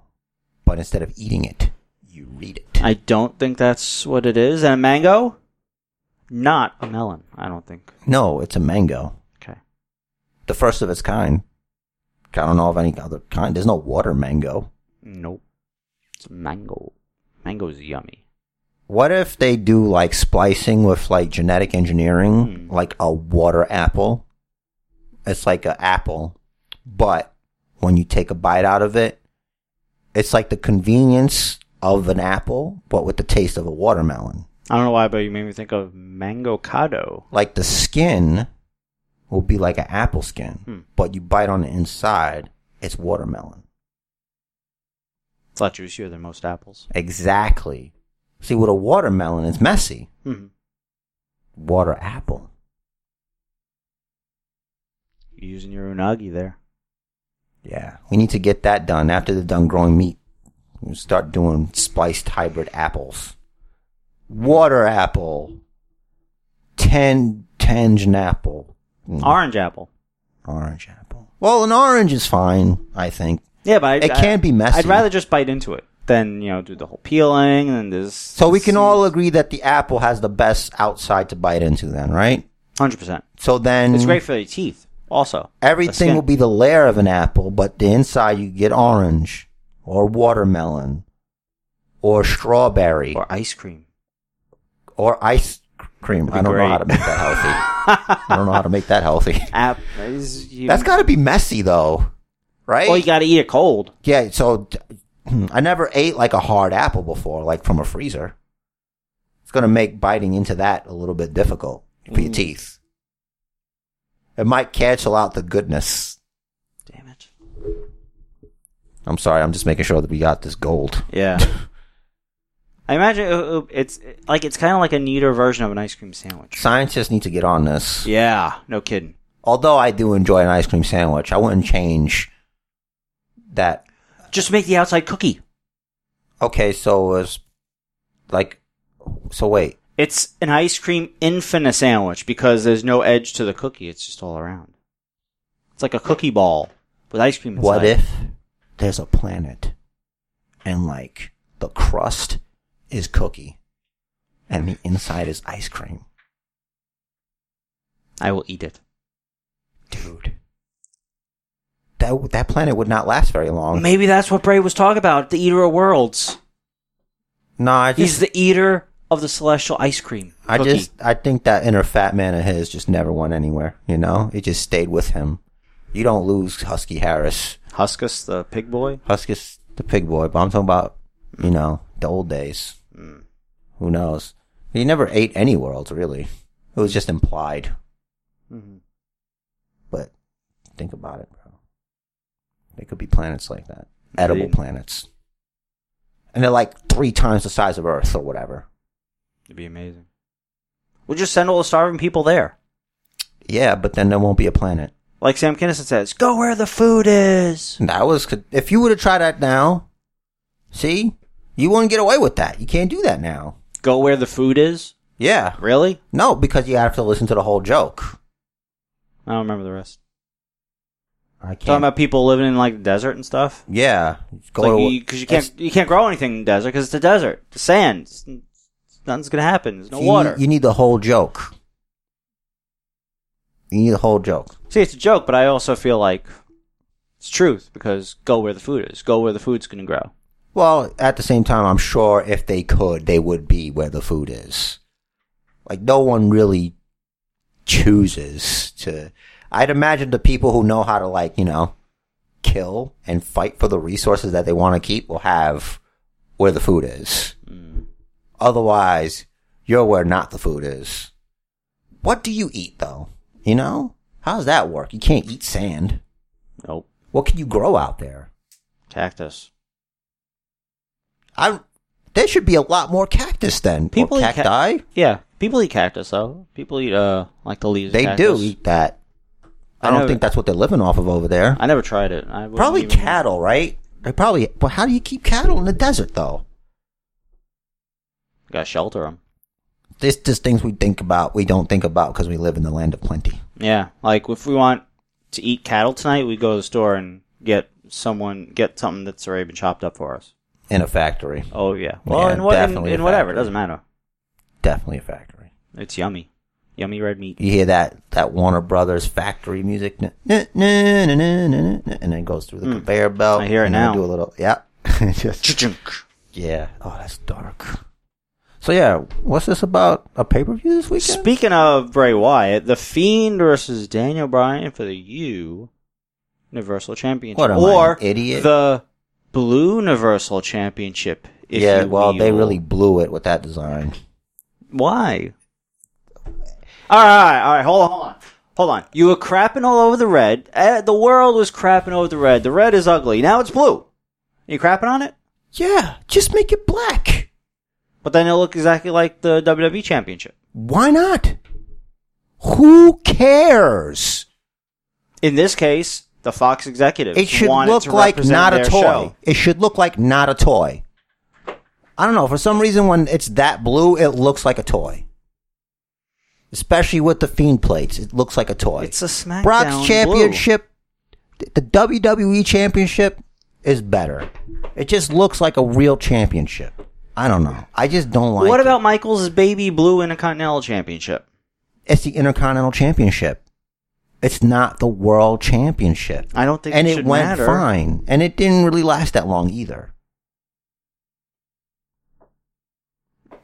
[SPEAKER 1] but instead of eating it, you read it.
[SPEAKER 3] I don't think that's what it is. And a mango, not a melon. I don't think.
[SPEAKER 1] no, it's a mango.
[SPEAKER 3] Okay.
[SPEAKER 1] The first of its kind. I don't know of any other kind. There's no water mango.
[SPEAKER 3] Nope. It's a mango. Mango's yummy.
[SPEAKER 1] What if they do like splicing with like genetic engineering,
[SPEAKER 3] Hmm.
[SPEAKER 1] like a water apple? It's like an apple, but when you take a bite out of it, it's like the convenience of an apple, but with the taste of a watermelon.
[SPEAKER 3] I don't know why, but you made me think of mango cado.
[SPEAKER 1] Like the skin will be like an apple skin,
[SPEAKER 3] Hmm.
[SPEAKER 1] but you bite on the inside, it's watermelon.
[SPEAKER 3] It's a lot juicier than most apples.
[SPEAKER 1] Exactly. See, with a watermelon, it's messy.
[SPEAKER 3] Hmm.
[SPEAKER 1] Water apple.
[SPEAKER 3] You're using your unagi there.
[SPEAKER 1] Yeah, we need to get that done after they're done growing meat. We start doing spliced hybrid apples, water apple, ten tangen apple, Mm,
[SPEAKER 3] Orange apple.
[SPEAKER 1] orange apple. Well, an orange is fine, I think.
[SPEAKER 3] Yeah, but I,
[SPEAKER 1] It
[SPEAKER 3] I-
[SPEAKER 1] can be messy.
[SPEAKER 3] I'd rather just bite into it than you know do the whole peeling and this.
[SPEAKER 1] So we can all agree that the apple has the best outside to bite into, then, right?
[SPEAKER 3] hundred percent.
[SPEAKER 1] So then
[SPEAKER 3] It's great for your teeth. Also, The
[SPEAKER 1] Everything
[SPEAKER 3] skin.
[SPEAKER 1] will be the layer of an apple, but the inside you get orange or watermelon or strawberry.
[SPEAKER 3] or ice cream.
[SPEAKER 1] or ice cream.
[SPEAKER 3] That'd
[SPEAKER 1] I don't
[SPEAKER 3] be
[SPEAKER 1] know how to make that healthy. I don't know how to make that healthy.
[SPEAKER 3] App. is- you-
[SPEAKER 1] That's got to be messy though, right?
[SPEAKER 3] Well, you got to eat it cold.
[SPEAKER 1] yeah. So I never ate like a hard apple before, like from a freezer. It's gonna make biting into that a little bit difficult for your
[SPEAKER 3] Mm.
[SPEAKER 1] teeth. It might cancel out the goodness.
[SPEAKER 3] Damn it.
[SPEAKER 1] I'm sorry. I'm just making sure that we got this gold.
[SPEAKER 3] Yeah. I imagine it- it- it's like it's kind of like a neater version of an ice cream sandwich.
[SPEAKER 1] Scientists need to get on this.
[SPEAKER 3] Yeah, no kidding.
[SPEAKER 1] Although I do enjoy an ice cream sandwich, I wouldn't change that
[SPEAKER 3] Just make the outside cookie.
[SPEAKER 1] Okay, so it was like So wait.
[SPEAKER 3] It's an ice cream infinite sandwich because there's no edge to the cookie. It's just all around. It's like a cookie ball with ice cream inside.
[SPEAKER 1] What if there's a planet and like the crust is cookie and the inside is ice cream?
[SPEAKER 3] I will eat it.
[SPEAKER 1] Dude. That that planet would not last very long.
[SPEAKER 3] Maybe that's what Bray was talking about. The eater of worlds.
[SPEAKER 1] No, I
[SPEAKER 3] He's
[SPEAKER 1] just
[SPEAKER 3] the eater of the celestial ice cream.
[SPEAKER 1] I
[SPEAKER 3] cookie.
[SPEAKER 1] just I think that inner fat man of his just never went anywhere, you know? It just stayed with him. You don't lose Husky Harris.
[SPEAKER 3] Huskus the pig boy.
[SPEAKER 1] Husky's the pig boy, but I'm talking about, you know, the old days.
[SPEAKER 3] Hmm.
[SPEAKER 1] Who knows? He never ate any worlds really. It was just implied. Mm-hmm.
[SPEAKER 3] Mhm.
[SPEAKER 1] But think about it, bro. They could be planets like that. Edible
[SPEAKER 3] Indeed.
[SPEAKER 1] planets. And they're like three times the size of Earth or whatever.
[SPEAKER 3] It'd be amazing. We'll just send all the starving people there.
[SPEAKER 1] Yeah, but then there won't be a planet.
[SPEAKER 3] Like Sam Kinison says, go where the food is.
[SPEAKER 1] That was, if you would have tried that now, see, you wouldn't get away with that. You can't do that now.
[SPEAKER 3] Go where the food is?
[SPEAKER 1] Yeah.
[SPEAKER 3] Really?
[SPEAKER 1] No, because you have to listen to the whole joke.
[SPEAKER 3] I don't remember the rest.
[SPEAKER 1] I can't.
[SPEAKER 3] Talking about people living in like the desert and stuff.
[SPEAKER 1] yeah.
[SPEAKER 3] Because
[SPEAKER 1] Go to-
[SPEAKER 3] you, 'cause you can't you can't grow anything in the desert because it's a desert, the sand. It's- nothing's gonna happen. There's no
[SPEAKER 1] See,
[SPEAKER 3] water.
[SPEAKER 1] You need the whole joke. You need the whole joke.
[SPEAKER 3] See, it's a joke, but I also feel like it's truth because go where the food is. Go where the food's gonna grow.
[SPEAKER 1] Well, at the same time, I'm sure if they could, they would be where the food is. Like, no one really chooses to. I'd imagine the people who know how to, like, you know, kill and fight for the resources that they want to keep will have where the food is. Otherwise, you're where not the food is. What do you eat, though? You know? How does that work? You can't eat sand.
[SPEAKER 3] Nope.
[SPEAKER 1] What can you grow out there?
[SPEAKER 3] Cactus.
[SPEAKER 1] I there should be a lot more cactus then. People
[SPEAKER 3] People eat ca-
[SPEAKER 1] cacti.
[SPEAKER 3] Yeah, people eat cactus though. People eat uh like the leaves. of
[SPEAKER 1] they
[SPEAKER 3] cactus.
[SPEAKER 1] do eat that. I,
[SPEAKER 3] I
[SPEAKER 1] don't
[SPEAKER 3] know-
[SPEAKER 1] think that's what they're living off of over there.
[SPEAKER 3] I never tried it. I wouldn't
[SPEAKER 1] probably
[SPEAKER 3] even-
[SPEAKER 1] cattle, right? They probably. But how do you keep cattle in the desert though?
[SPEAKER 3] Gotta shelter them.
[SPEAKER 1] This just things we think about, we don't think about because we live in the land of plenty.
[SPEAKER 3] Yeah, like if we want to eat cattle tonight, we go to the store and get someone get something that's already been chopped up for us.
[SPEAKER 1] In a factory,
[SPEAKER 3] Oh yeah. Well,
[SPEAKER 1] Yeah,
[SPEAKER 3] in what in,
[SPEAKER 1] definitely
[SPEAKER 3] in
[SPEAKER 1] a
[SPEAKER 3] whatever, it
[SPEAKER 1] factory.
[SPEAKER 3] doesn't matter.
[SPEAKER 1] definitely a factory.
[SPEAKER 3] It's yummy, yummy red meat.
[SPEAKER 1] You hear that that Warner Brothers factory music, na- na- na- na- na- na- na- na- and then it goes through the conveyor belt.
[SPEAKER 3] Hmm. I hear it
[SPEAKER 1] and they
[SPEAKER 3] now.
[SPEAKER 1] Do a little, yeah. just Yeah. Oh, that's dark. So yeah, what's this about? A pay per view this weekend?
[SPEAKER 3] Speaking of Bray Wyatt, the Fiend versus Daniel Bryan for the U Universal Championship,
[SPEAKER 1] What am I, an
[SPEAKER 3] or
[SPEAKER 1] idiot?
[SPEAKER 3] the Blue Universal Championship. If
[SPEAKER 1] yeah.
[SPEAKER 3] you
[SPEAKER 1] Well, they
[SPEAKER 3] will.
[SPEAKER 1] really blew it with that design.
[SPEAKER 3] Why? All right, all right, all right. Hold on, hold on, hold on. You were crapping all over the red. Eh, The world was crapping over the red. The red is ugly. Now it's blue. You crapping on it,
[SPEAKER 1] Yeah. Just make it black.
[SPEAKER 3] but then it'll look exactly like the WWE Championship
[SPEAKER 1] Why not? Who cares?
[SPEAKER 3] in this case. The Fox executives.
[SPEAKER 1] It should
[SPEAKER 3] wanted
[SPEAKER 1] look
[SPEAKER 3] to
[SPEAKER 1] like
[SPEAKER 3] represent
[SPEAKER 1] not a
[SPEAKER 3] their
[SPEAKER 1] toy.
[SPEAKER 3] show.
[SPEAKER 1] It should look like not a toy. I don't know. For some reason, when it's that blue, it looks like a toy. Especially with the fiend plates, it looks like a toy.
[SPEAKER 3] It's a SmackDown
[SPEAKER 1] Brock's
[SPEAKER 3] Blue.
[SPEAKER 1] championship, th- the WWE championship is better. It just looks like a real championship. I don't know. I just don't like.
[SPEAKER 3] what
[SPEAKER 1] it.
[SPEAKER 3] about Michaels' baby blue in a Continental Championship?
[SPEAKER 1] It's the Intercontinental Championship. It's not the World Championship.
[SPEAKER 3] I don't think
[SPEAKER 1] and
[SPEAKER 3] it
[SPEAKER 1] it
[SPEAKER 3] should
[SPEAKER 1] went
[SPEAKER 3] matter.
[SPEAKER 1] fine, and it didn't really last that long either.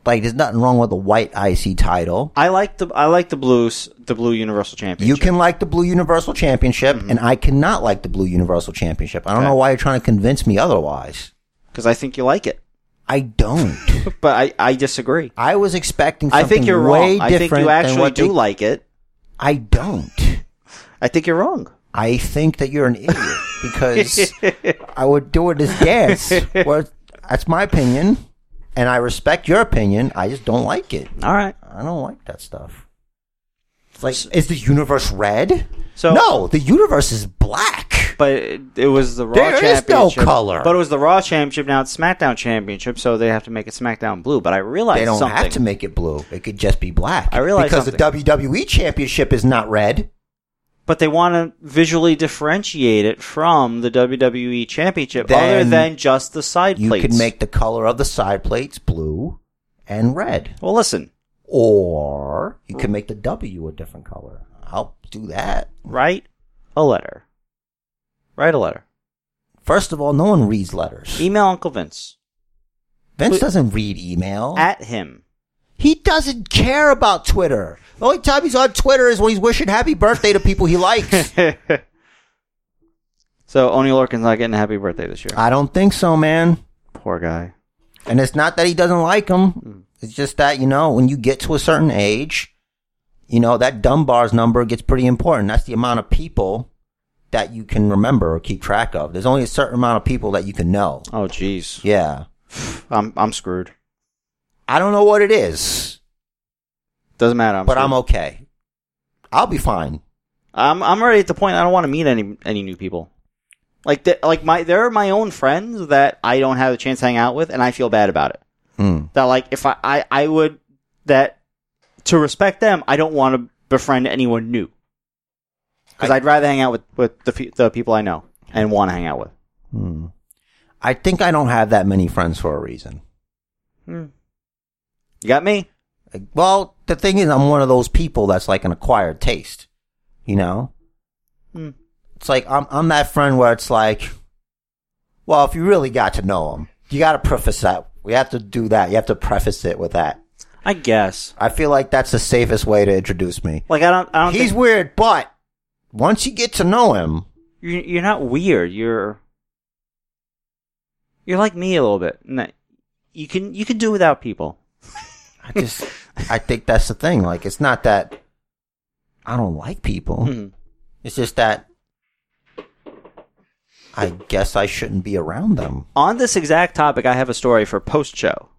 [SPEAKER 1] Like, there's nothing wrong with the white IC title.
[SPEAKER 3] I like the I like the blues the blue Universal
[SPEAKER 1] You
[SPEAKER 3] Championship.
[SPEAKER 1] can like the Blue Universal Championship, and I cannot like the Blue Universal Championship. I don't
[SPEAKER 3] Mm-hmm. Okay.
[SPEAKER 1] know why you're trying to convince me otherwise.
[SPEAKER 3] because I think you like it,
[SPEAKER 1] I don't.
[SPEAKER 3] but I I disagree.
[SPEAKER 1] I was expecting
[SPEAKER 3] I
[SPEAKER 1] something
[SPEAKER 3] think you're
[SPEAKER 1] way
[SPEAKER 3] wrong. I think
[SPEAKER 1] different
[SPEAKER 3] you
[SPEAKER 1] than
[SPEAKER 3] actually
[SPEAKER 1] what
[SPEAKER 3] do
[SPEAKER 1] they-
[SPEAKER 3] like it.
[SPEAKER 1] I don't.
[SPEAKER 3] I think you're wrong.
[SPEAKER 1] I think that you're an idiot because I would do this dance. Well, that's my opinion, and I respect your opinion. I just don't like it.
[SPEAKER 3] All right.
[SPEAKER 1] I don't like that stuff. It's like, is the universe red?
[SPEAKER 3] So-
[SPEAKER 1] no, the universe is black.
[SPEAKER 3] but it, it was the Raw
[SPEAKER 1] There is
[SPEAKER 3] championship.
[SPEAKER 1] no color.
[SPEAKER 3] But it was the Raw championship. Now it's SmackDown championship, so they have to make it SmackDown blue. But I realized
[SPEAKER 1] They don't
[SPEAKER 3] something.
[SPEAKER 1] have to make it blue. It could just be black.
[SPEAKER 3] I realize
[SPEAKER 1] because
[SPEAKER 3] something.
[SPEAKER 1] the WWE Championship is not red.
[SPEAKER 3] but they want to visually differentiate it from the WWE championship, other
[SPEAKER 1] Then
[SPEAKER 3] than just the side
[SPEAKER 1] You
[SPEAKER 3] plates.
[SPEAKER 1] could make the color of the side plates blue and red,
[SPEAKER 3] Well, listen,
[SPEAKER 1] or you could make the W a different color. I'll do that.
[SPEAKER 3] write a letter. Write a letter.
[SPEAKER 1] First of all, no one reads letters.
[SPEAKER 3] Email Uncle Vince
[SPEAKER 1] Vince
[SPEAKER 3] E- But-
[SPEAKER 1] doesn't read email.
[SPEAKER 3] at him.
[SPEAKER 1] He doesn't care about Twitter. The only time he's on Twitter is when he's wishing happy birthday to people he likes.
[SPEAKER 3] so Oni Lorcan's not getting a happy birthday this year.
[SPEAKER 1] I don't think so, man.
[SPEAKER 3] Poor guy.
[SPEAKER 1] And it's not that he doesn't like him. It's just that, you know, when you get to a certain age, you know, that Dunbar's number gets pretty important. That's the amount of people that you can remember or keep track of. There's only a certain amount of people that you can know.
[SPEAKER 3] Oh, jeez.
[SPEAKER 1] Yeah.
[SPEAKER 3] I'm I'm screwed.
[SPEAKER 1] I don't know what it is,
[SPEAKER 3] Doesn't matter. I'm
[SPEAKER 1] but I'm
[SPEAKER 3] screwed.
[SPEAKER 1] okay. I'll be fine.
[SPEAKER 3] I'm I'm already at the point I don't want to meet any any new people. Like th- like my there are my own friends that I don't have the chance to hang out with, and I feel bad about it.
[SPEAKER 1] Mm.
[SPEAKER 3] That like if I I, I would that to respect them, I don't want to befriend anyone new because
[SPEAKER 1] I-
[SPEAKER 3] I'd rather hang out with with the fe- the people I know and want to hang out with.
[SPEAKER 1] Hmm. I think I don't have that many friends for a reason.
[SPEAKER 3] Hmm. You got me.
[SPEAKER 1] Like, Well, the thing is, I'm one of those people that's like an acquired taste. You know,
[SPEAKER 3] Hmm.
[SPEAKER 1] it's like I'm I'm that friend where it's like, well, if you really got to know him, you got to preface that. We have to do that. You have to preface it with that.
[SPEAKER 3] I guess.
[SPEAKER 1] I feel like that's the safest way to introduce me.
[SPEAKER 3] Like I don't I don't
[SPEAKER 1] He's
[SPEAKER 3] think
[SPEAKER 1] weird, but once you get to know him,
[SPEAKER 3] you're, you're not weird. You're you're like me a little bit. in that You can you can do without people.
[SPEAKER 1] I just I think that's the thing. Like, it's not that I don't like people.
[SPEAKER 3] Mhm.
[SPEAKER 1] It's just that I guess I shouldn't be around them.
[SPEAKER 3] On this exact topic, I have a story for post show.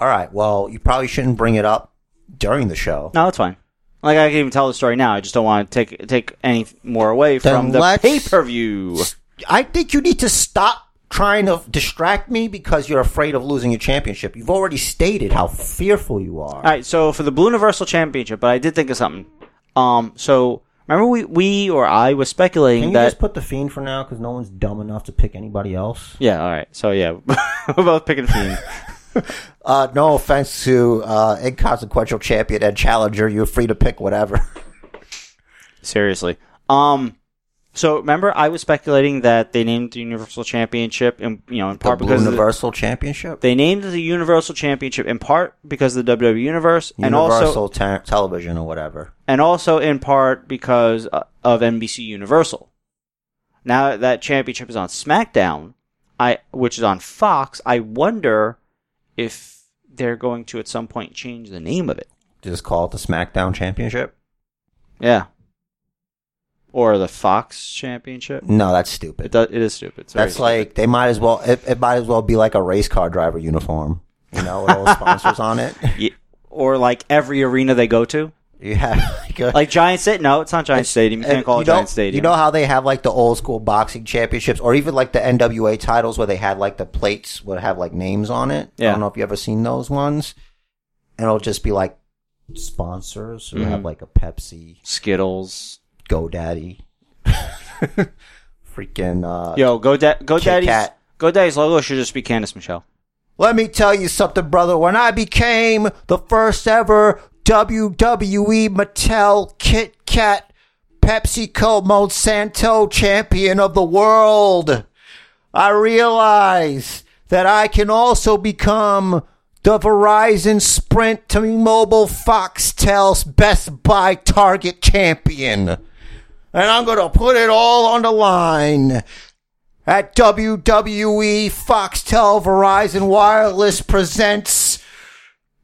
[SPEAKER 1] All right. Well, you probably shouldn't bring it up during the show.
[SPEAKER 3] No, that's fine. Like I can even tell the story now. I just don't want to take take any more away
[SPEAKER 1] Then
[SPEAKER 3] from the
[SPEAKER 1] let's-
[SPEAKER 3] pay per view.
[SPEAKER 1] I think you need to stop trying to distract me because you're afraid of losing your championship. You've already stated how fearful you are.
[SPEAKER 3] All right, so for the Blue Universal Championship, but I did think of something. Um, so remember we we or I was speculating
[SPEAKER 1] Can you
[SPEAKER 3] that
[SPEAKER 1] just put the fiend for now? Because no one's dumb enough to pick anybody else.
[SPEAKER 3] yeah. All right, so yeah, we're both picking Fiend.
[SPEAKER 1] Uh, no offense to uh, inconsequential champion and challenger. You're free to pick whatever.
[SPEAKER 3] Seriously. Um. So remember, I was speculating that they named the Universal Championship, and you know, in
[SPEAKER 1] The
[SPEAKER 3] part
[SPEAKER 1] Blue
[SPEAKER 3] because of the-
[SPEAKER 1] Universal Championship.
[SPEAKER 3] they named the Universal Championship in part because of the WWE Universe, and
[SPEAKER 1] Universal
[SPEAKER 3] also
[SPEAKER 1] te- Television or whatever.
[SPEAKER 3] and also in part because uh, of NBC Universal. Now that championship is on SmackDown, I which is on Fox. I wonder if they're going to at some point change the name of it.
[SPEAKER 1] Just call it the SmackDown Championship.
[SPEAKER 3] Yeah, or the Fox Championship.
[SPEAKER 1] No, that's
[SPEAKER 3] It
[SPEAKER 1] stupid.
[SPEAKER 3] does. It is stupid. It's very
[SPEAKER 1] That's
[SPEAKER 3] stupid.
[SPEAKER 1] like they might as well. It, it might as well be like a race car driver uniform. You know, with all the sponsors on it.
[SPEAKER 3] Yeah. Or like every arena they go to,
[SPEAKER 1] You have like, a,
[SPEAKER 3] like Giant Stadium. No, it's not Giant Stadium. You can't call it
[SPEAKER 1] know,
[SPEAKER 3] Giant Stadium.
[SPEAKER 1] You know how they have like the old school boxing championships, or even like the NWA titles where they had like the plates would have like names on it. I
[SPEAKER 3] Yeah.
[SPEAKER 1] don't know if you ever seen those ones, and it'll just be like sponsors who have
[SPEAKER 3] Mhm.
[SPEAKER 1] like a Pepsi,
[SPEAKER 3] Skittles.
[SPEAKER 1] GoDaddy, freaking. Uh,
[SPEAKER 3] Yo, go da- go
[SPEAKER 1] Kit
[SPEAKER 3] daddy's
[SPEAKER 1] Kat.
[SPEAKER 3] go daddy's logo should just be Candice Michelle.
[SPEAKER 1] Let me tell you something, brother. When I became the first ever WWE Mattel Kit Kat PepsiCo Monsanto champion of the world, I realized that I can also become the Verizon Sprint to Mobile Foxtel's Best Buy Target champion. And I'm going to put it all on the line at WWE Foxtel Verizon Wireless presents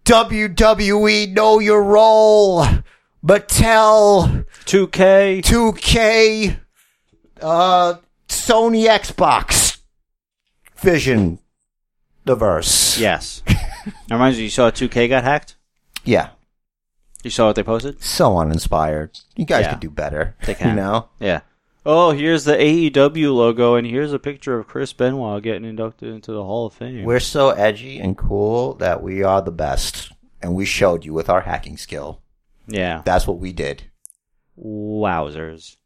[SPEAKER 1] WWE Know Your Role Mattel
[SPEAKER 3] 2K.
[SPEAKER 1] 2K uh Sony Xbox Vision Diverse.
[SPEAKER 3] Yes. That reminds me, you saw 2K got hacked?
[SPEAKER 1] Yeah.
[SPEAKER 3] You saw what they posted?
[SPEAKER 1] So uninspired. You guys
[SPEAKER 3] Yeah.
[SPEAKER 1] could do better.
[SPEAKER 3] They can.
[SPEAKER 1] You know?
[SPEAKER 3] Yeah. Oh, here's the AEW logo, and here's a picture of Chris Benoit getting inducted into the Hall of Fame.
[SPEAKER 1] We're so edgy and cool that we are the best. And we showed you with our hacking skill.
[SPEAKER 3] yeah.
[SPEAKER 1] That's what we did.
[SPEAKER 3] Wowzers.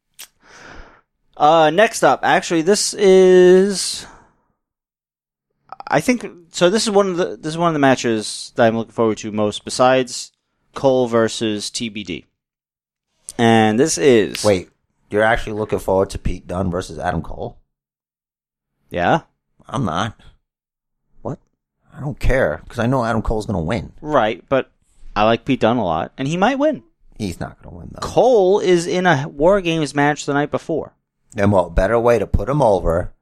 [SPEAKER 3] Uh, next up, actually, this is. I think so. This is one of the this is one of the matches that I'm looking forward to most, besides Cole versus TBD. And this is
[SPEAKER 1] Wait, you're actually looking forward to Pete Dunne versus Adam Cole?
[SPEAKER 3] yeah,
[SPEAKER 1] I'm not.
[SPEAKER 3] What?
[SPEAKER 1] I don't care because I know Adam Cole's going to win.
[SPEAKER 3] right. But I like Pete Dunne a lot, and he might win.
[SPEAKER 1] He's not going to win though.
[SPEAKER 3] Cole is in a War Games match the night before.
[SPEAKER 1] And what better way to put him over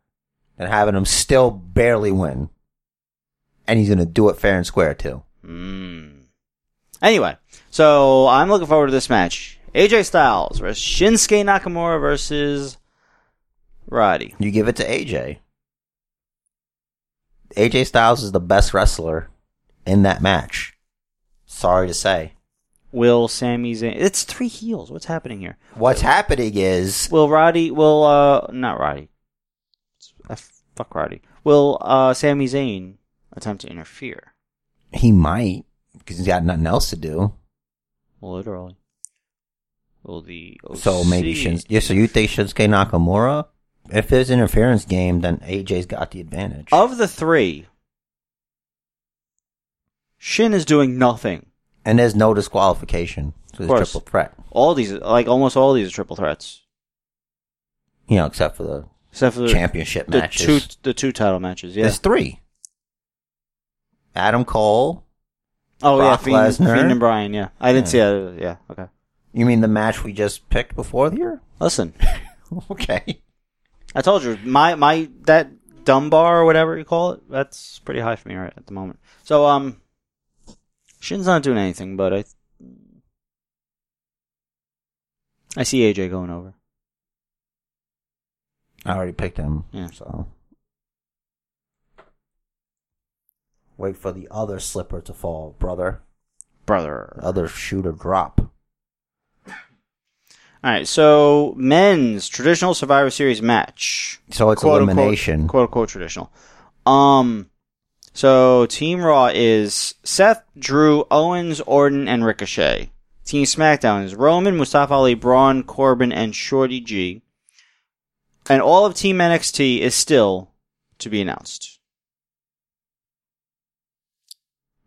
[SPEAKER 1] than having him still barely win? And he's going to do it fair and square too.
[SPEAKER 3] Mm. Anyway, so I'm looking forward to this match. AJ Styles versus Shinsuke Nakamura versus Roddy.
[SPEAKER 1] You give it to AJ. AJ Styles is the best wrestler in that match. Sorry to say.
[SPEAKER 3] Will Sami Zayn? It's three heels. What's happening here?
[SPEAKER 1] What's happening is
[SPEAKER 3] Will Roddy? Will uh not Roddy? Uh, fuck Roddy. Will uh Sami Zayn attempt to interfere?
[SPEAKER 1] he might because he's got nothing else to do.
[SPEAKER 3] Literally. Will the OC
[SPEAKER 1] So maybe Shins- yeah, so you think Shinsuke Nakamura? If there's interference game, then AJ's got the advantage.
[SPEAKER 3] of the three? Shin is doing nothing.
[SPEAKER 1] And there's no disqualification. So
[SPEAKER 3] Of
[SPEAKER 1] there's
[SPEAKER 3] course.
[SPEAKER 1] triple threat.
[SPEAKER 3] All these, like almost all these, are triple threats,
[SPEAKER 1] You know, except for the
[SPEAKER 3] except for the,
[SPEAKER 1] championship
[SPEAKER 3] the
[SPEAKER 1] matches.
[SPEAKER 3] two the two title matches. Yeah.
[SPEAKER 1] There's three. Adam Cole.
[SPEAKER 3] oh
[SPEAKER 1] Brock
[SPEAKER 3] yeah, Fiend,
[SPEAKER 1] Lesnar.
[SPEAKER 3] Fiend and Brian. Yeah, I didn't see that. Yeah. Okay.
[SPEAKER 1] You mean the match we just picked before here?
[SPEAKER 3] Listen,
[SPEAKER 1] Okay.
[SPEAKER 3] I told you my my that dumb bar or whatever you call it. That's pretty high for me right at the moment. So um, Shin's not doing anything, but I I see AJ going over.
[SPEAKER 1] I already picked him.
[SPEAKER 3] Yeah.
[SPEAKER 1] So. Wait for the other slipper to fall, brother.
[SPEAKER 3] Brother.
[SPEAKER 1] Other shoe to drop.
[SPEAKER 3] All right, so men's traditional Survivor Series match.
[SPEAKER 1] So it's
[SPEAKER 3] Quote, unquote-
[SPEAKER 1] elimination.
[SPEAKER 3] quote unquote traditional. Um, so Team Raw is Seth, Drew, Owens, Orton, and Ricochet. Team SmackDown is Roman, Mustafa Ali, Braun, Corbin, and Shorty G. And all of Team NXT is still to be announced.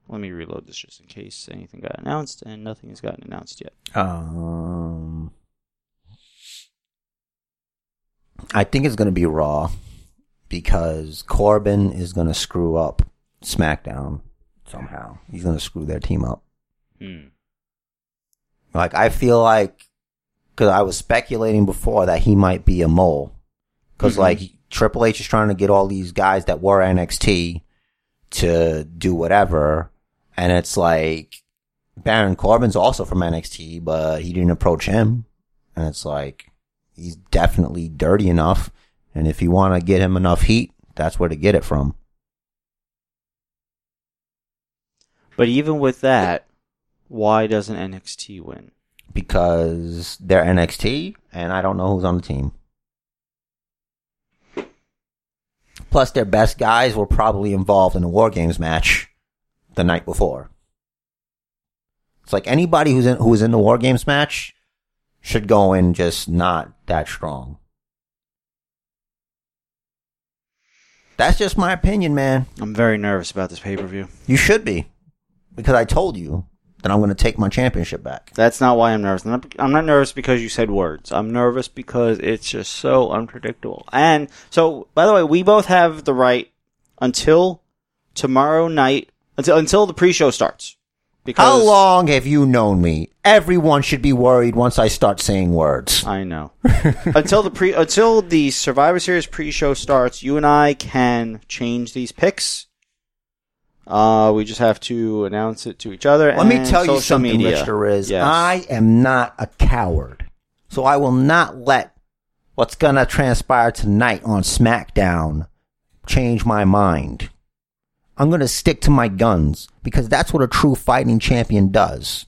[SPEAKER 3] Let me reload this just in case anything got announced, and nothing has gotten announced yet.
[SPEAKER 1] Um, I think it's going to be Raw because Corbin is going to screw up SmackDown somehow. He's going to screw their team up.
[SPEAKER 3] Hmm.
[SPEAKER 1] Like, I feel like, because I was speculating before that he might be a mole. Because,
[SPEAKER 3] Mhm.
[SPEAKER 1] like, Triple H is trying to get all these guys that were NXT to do whatever. And it's like, Baron Corbin's also from NXT, but he didn't approach him. And it's like, he's definitely dirty enough. And if you want to get him enough heat, that's where to get it from.
[SPEAKER 3] But even with that, why doesn't NXT win?
[SPEAKER 1] Because they're NXT, and I don't know who's on the team. Plus, their best guys were probably involved in a War Games match the night before. It's like anybody who's in, who was in the War Games match should go in just not that strong. That's just my opinion, man.
[SPEAKER 3] I'm very nervous about this pay per view.
[SPEAKER 1] You should be. Because I told you that I'm going to take my championship back.
[SPEAKER 3] That's not why I'm nervous. I'm not, I'm not nervous because you said words. I'm nervous because it's just so unpredictable. And so, by the way, we both have the right until tomorrow night, until, until the pre show starts. Because
[SPEAKER 1] How long have you known me? Everyone should be worried once I start saying words.
[SPEAKER 3] I know. until the pre until the Survivor Series pre-show starts, you and I can change these picks. Uh, we just have to announce it to each other.
[SPEAKER 1] Let me
[SPEAKER 3] and
[SPEAKER 1] tell you
[SPEAKER 3] social
[SPEAKER 1] something,
[SPEAKER 3] media.
[SPEAKER 1] Mr. Riz.
[SPEAKER 3] Yes.
[SPEAKER 1] I am not a coward. So I will not let what's going to transpire tonight on SmackDown change my mind. I'm going to stick to my guns because that's what a true fighting champion does.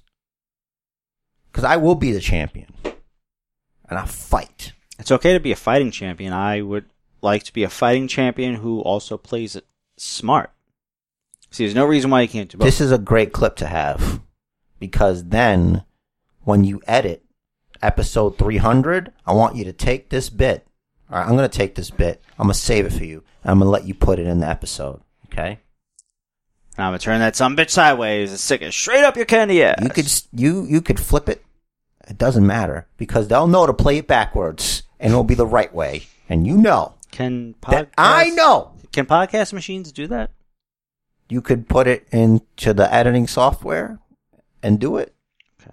[SPEAKER 1] Because I will be the champion. And I fight.
[SPEAKER 3] It's okay to be a fighting champion. I would like to be a fighting champion who also plays it smart. See, there's no reason why you can't do both.
[SPEAKER 1] This is a great clip to have because then when you edit episode 300, I want you to take this bit. All right, I'm going to take this bit. I'm going to save it for you. And I'm going to let you put it in the episode. Okay?
[SPEAKER 3] and I'm gonna turn that some bitch sideways and stick it straight up your candy ass.
[SPEAKER 1] You could s- you you could flip it. It doesn't matter because they'll know to play it backwards and it'll be the right way. And you know
[SPEAKER 3] can
[SPEAKER 1] that
[SPEAKER 3] podcast,
[SPEAKER 1] I know
[SPEAKER 3] Can podcast machines do that?
[SPEAKER 1] you could put it into the editing software and do it.
[SPEAKER 3] Okay.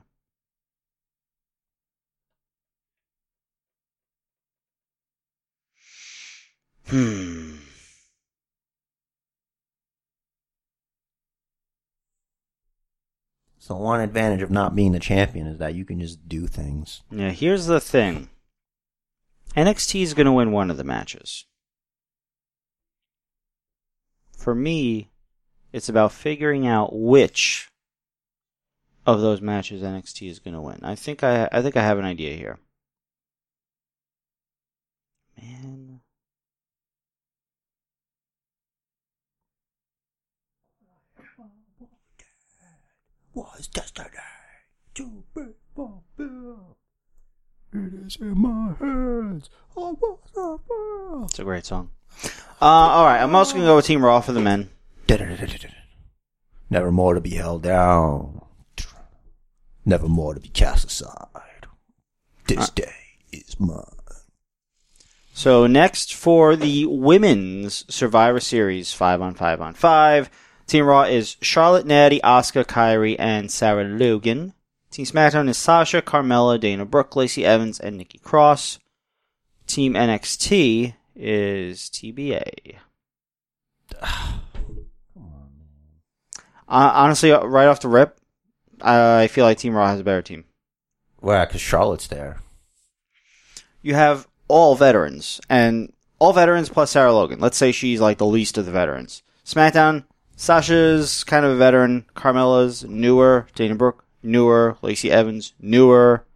[SPEAKER 3] Hmm.
[SPEAKER 1] So one advantage of not being the champion is that you can just do things.
[SPEAKER 3] Yeah, here's the thing. NXT is going to win one of the matches. For me, it's about figuring out which of those matches NXT is going to win. I think I I think I have an idea here. Man.
[SPEAKER 1] was yesterday. To be fulfilled. It is in my hands. I was a girl.
[SPEAKER 3] It's a great song. Uh, all right, I'm also going to go with Team Raw for the men.
[SPEAKER 1] Never more to be held down. Never more to be cast aside. This day is mine.
[SPEAKER 3] So next for the women's Survivor Series five on five on five, Team Raw is Charlotte, Natty, Asuka, Kyrie, and Sarah Logan. Team SmackDown is Sasha, Carmella, Dana Brooke, Lacey Evans, and Nikki Cross. Team NXT is TBA. Uh, honestly, uh, right off the rip, I feel like Team Raw has a better team.
[SPEAKER 1] Well, because Charlotte's there.
[SPEAKER 3] you have all veterans and all veterans plus Sarah Logan. Let's say she's like the least of the veterans. SmackDown, Sasha's kind of a veteran. Carmella's newer. Dana Brooke, newer. Lacey Evans, newer.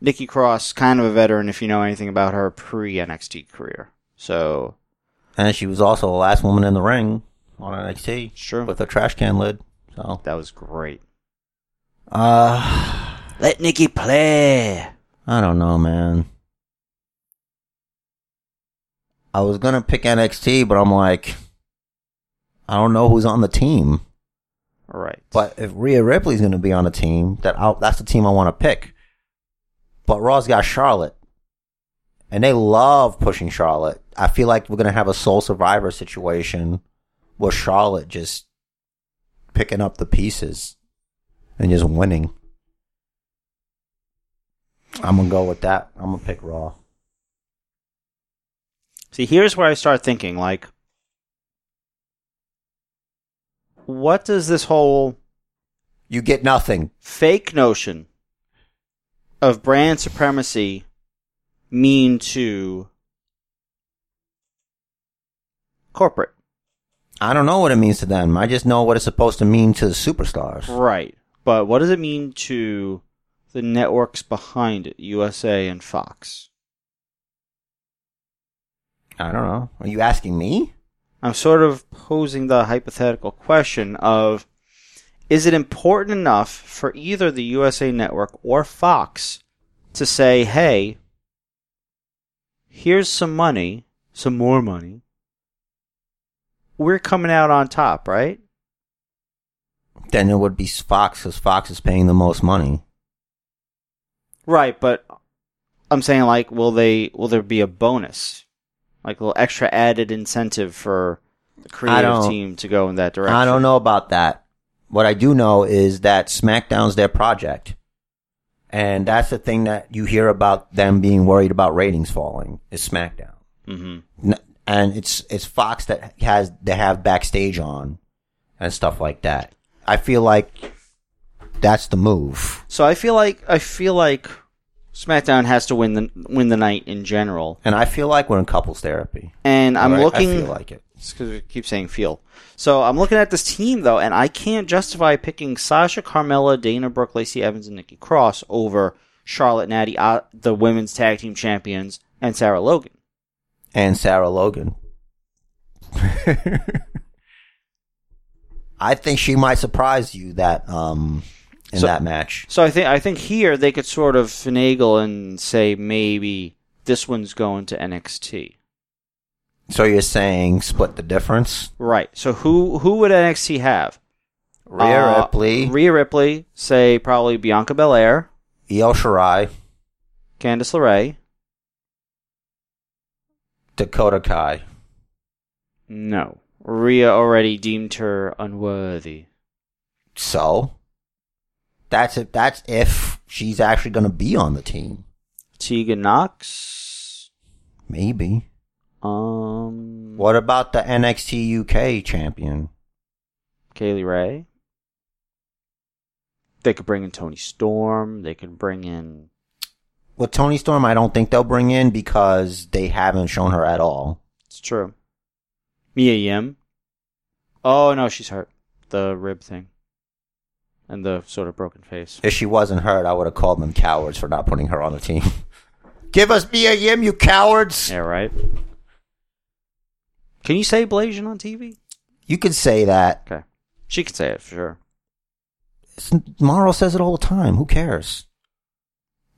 [SPEAKER 3] Nikki Cross, kind of a veteran if you know anything about her pre NXT career. So,
[SPEAKER 1] And she was also the last woman in the ring on NXT
[SPEAKER 3] sure.
[SPEAKER 1] with a trash can lid. So,
[SPEAKER 3] that was great.
[SPEAKER 1] uh,
[SPEAKER 3] Let Nikki play.
[SPEAKER 1] I don't know, man. I was gonna pick NXT, but I'm like, I don't know who's on the team.
[SPEAKER 3] All right.
[SPEAKER 1] But if Rhea Ripley's gonna be on the team, that I'll, that's the team I want to pick. But Raw's got Charlotte, and they love pushing Charlotte. I feel like we're gonna have a sole survivor situation with Charlotte just picking up the pieces and just winning. I'm gonna go with that. I'm gonna pick Raw.
[SPEAKER 3] See, here's where I start thinking like, what does this whole
[SPEAKER 1] You get nothing.
[SPEAKER 3] fake notion of brand supremacy mean to corporate?
[SPEAKER 1] I don't know what it means to them. I just know what it's supposed to mean to the superstars.
[SPEAKER 3] Right. But what does it mean to the networks behind it, USA and Fox?
[SPEAKER 1] I don't know. Are you asking me?
[SPEAKER 3] I'm sort of posing the hypothetical question of is it important enough for either the USA Network or Fox to say, hey, here's some money, some more money. We're coming out on top, right?
[SPEAKER 1] Then it would be Fox because Fox is paying the most money.
[SPEAKER 3] Right, but I'm saying like will they will there be a bonus? Like a little extra added incentive for the creative
[SPEAKER 1] don't-
[SPEAKER 3] team to go in that direction.
[SPEAKER 1] I don't know about that. What I do know is that SmackDown's their project. And that's the thing that you hear about them being worried about ratings falling is SmackDown.
[SPEAKER 3] Mm-hmm.
[SPEAKER 1] N- and it's it's Fox that has they have backstage on and stuff like that. I feel like that's the move.
[SPEAKER 3] So I feel like I feel like SmackDown has to win the win the night in general,
[SPEAKER 1] And I feel like we're in couples therapy.
[SPEAKER 3] and I'm
[SPEAKER 1] All right?
[SPEAKER 3] looking
[SPEAKER 1] I feel like it.
[SPEAKER 3] because we keep saying feel. So I'm looking at this team though, and I can't justify picking Sasha, Carmella, Dana Brooke, Lacey Evans, and Nikki Cross over Charlotte, Natty, uh, the women's tag team champions, and Sarah Logan.
[SPEAKER 1] and Sarah Logan. I think she might surprise you that um in
[SPEAKER 3] So-
[SPEAKER 1] that match.
[SPEAKER 3] So I think I think here they could sort of finagle and say maybe this one's going to NXT.
[SPEAKER 1] So you're saying split the difference?
[SPEAKER 3] Right. So who who would NXT have?
[SPEAKER 1] Rhea
[SPEAKER 3] Uh,
[SPEAKER 1] Ripley,
[SPEAKER 3] Rhea Ripley, say probably Bianca Belair,
[SPEAKER 1] Io Shirai,
[SPEAKER 3] Candice LeRae.
[SPEAKER 1] Dakota Kai.
[SPEAKER 3] No. Rhea already deemed her unworthy.
[SPEAKER 1] So that's if that's if she's actually going to be on the team.
[SPEAKER 3] Tegan Knox.
[SPEAKER 1] Maybe.
[SPEAKER 3] Um
[SPEAKER 1] What about the NXT UK champion?
[SPEAKER 3] Kaylee Ray. They could bring in Tony Storm. They could bring in
[SPEAKER 1] With Tony Storm, I don't think they'll bring in because they haven't shown her at all.
[SPEAKER 3] It's true. Mia Yim. Oh no, she's hurt. The rib thing. And the sort of broken face.
[SPEAKER 1] If she wasn't hurt, I would have called them cowards for not putting her on the team. Give us Mia Yim, you cowards!
[SPEAKER 3] Yeah, right. Can you say Blasian on TV?
[SPEAKER 1] You could say that.
[SPEAKER 3] Okay. She can say it for sure.
[SPEAKER 1] It's, Morrow says it all the time. Who cares?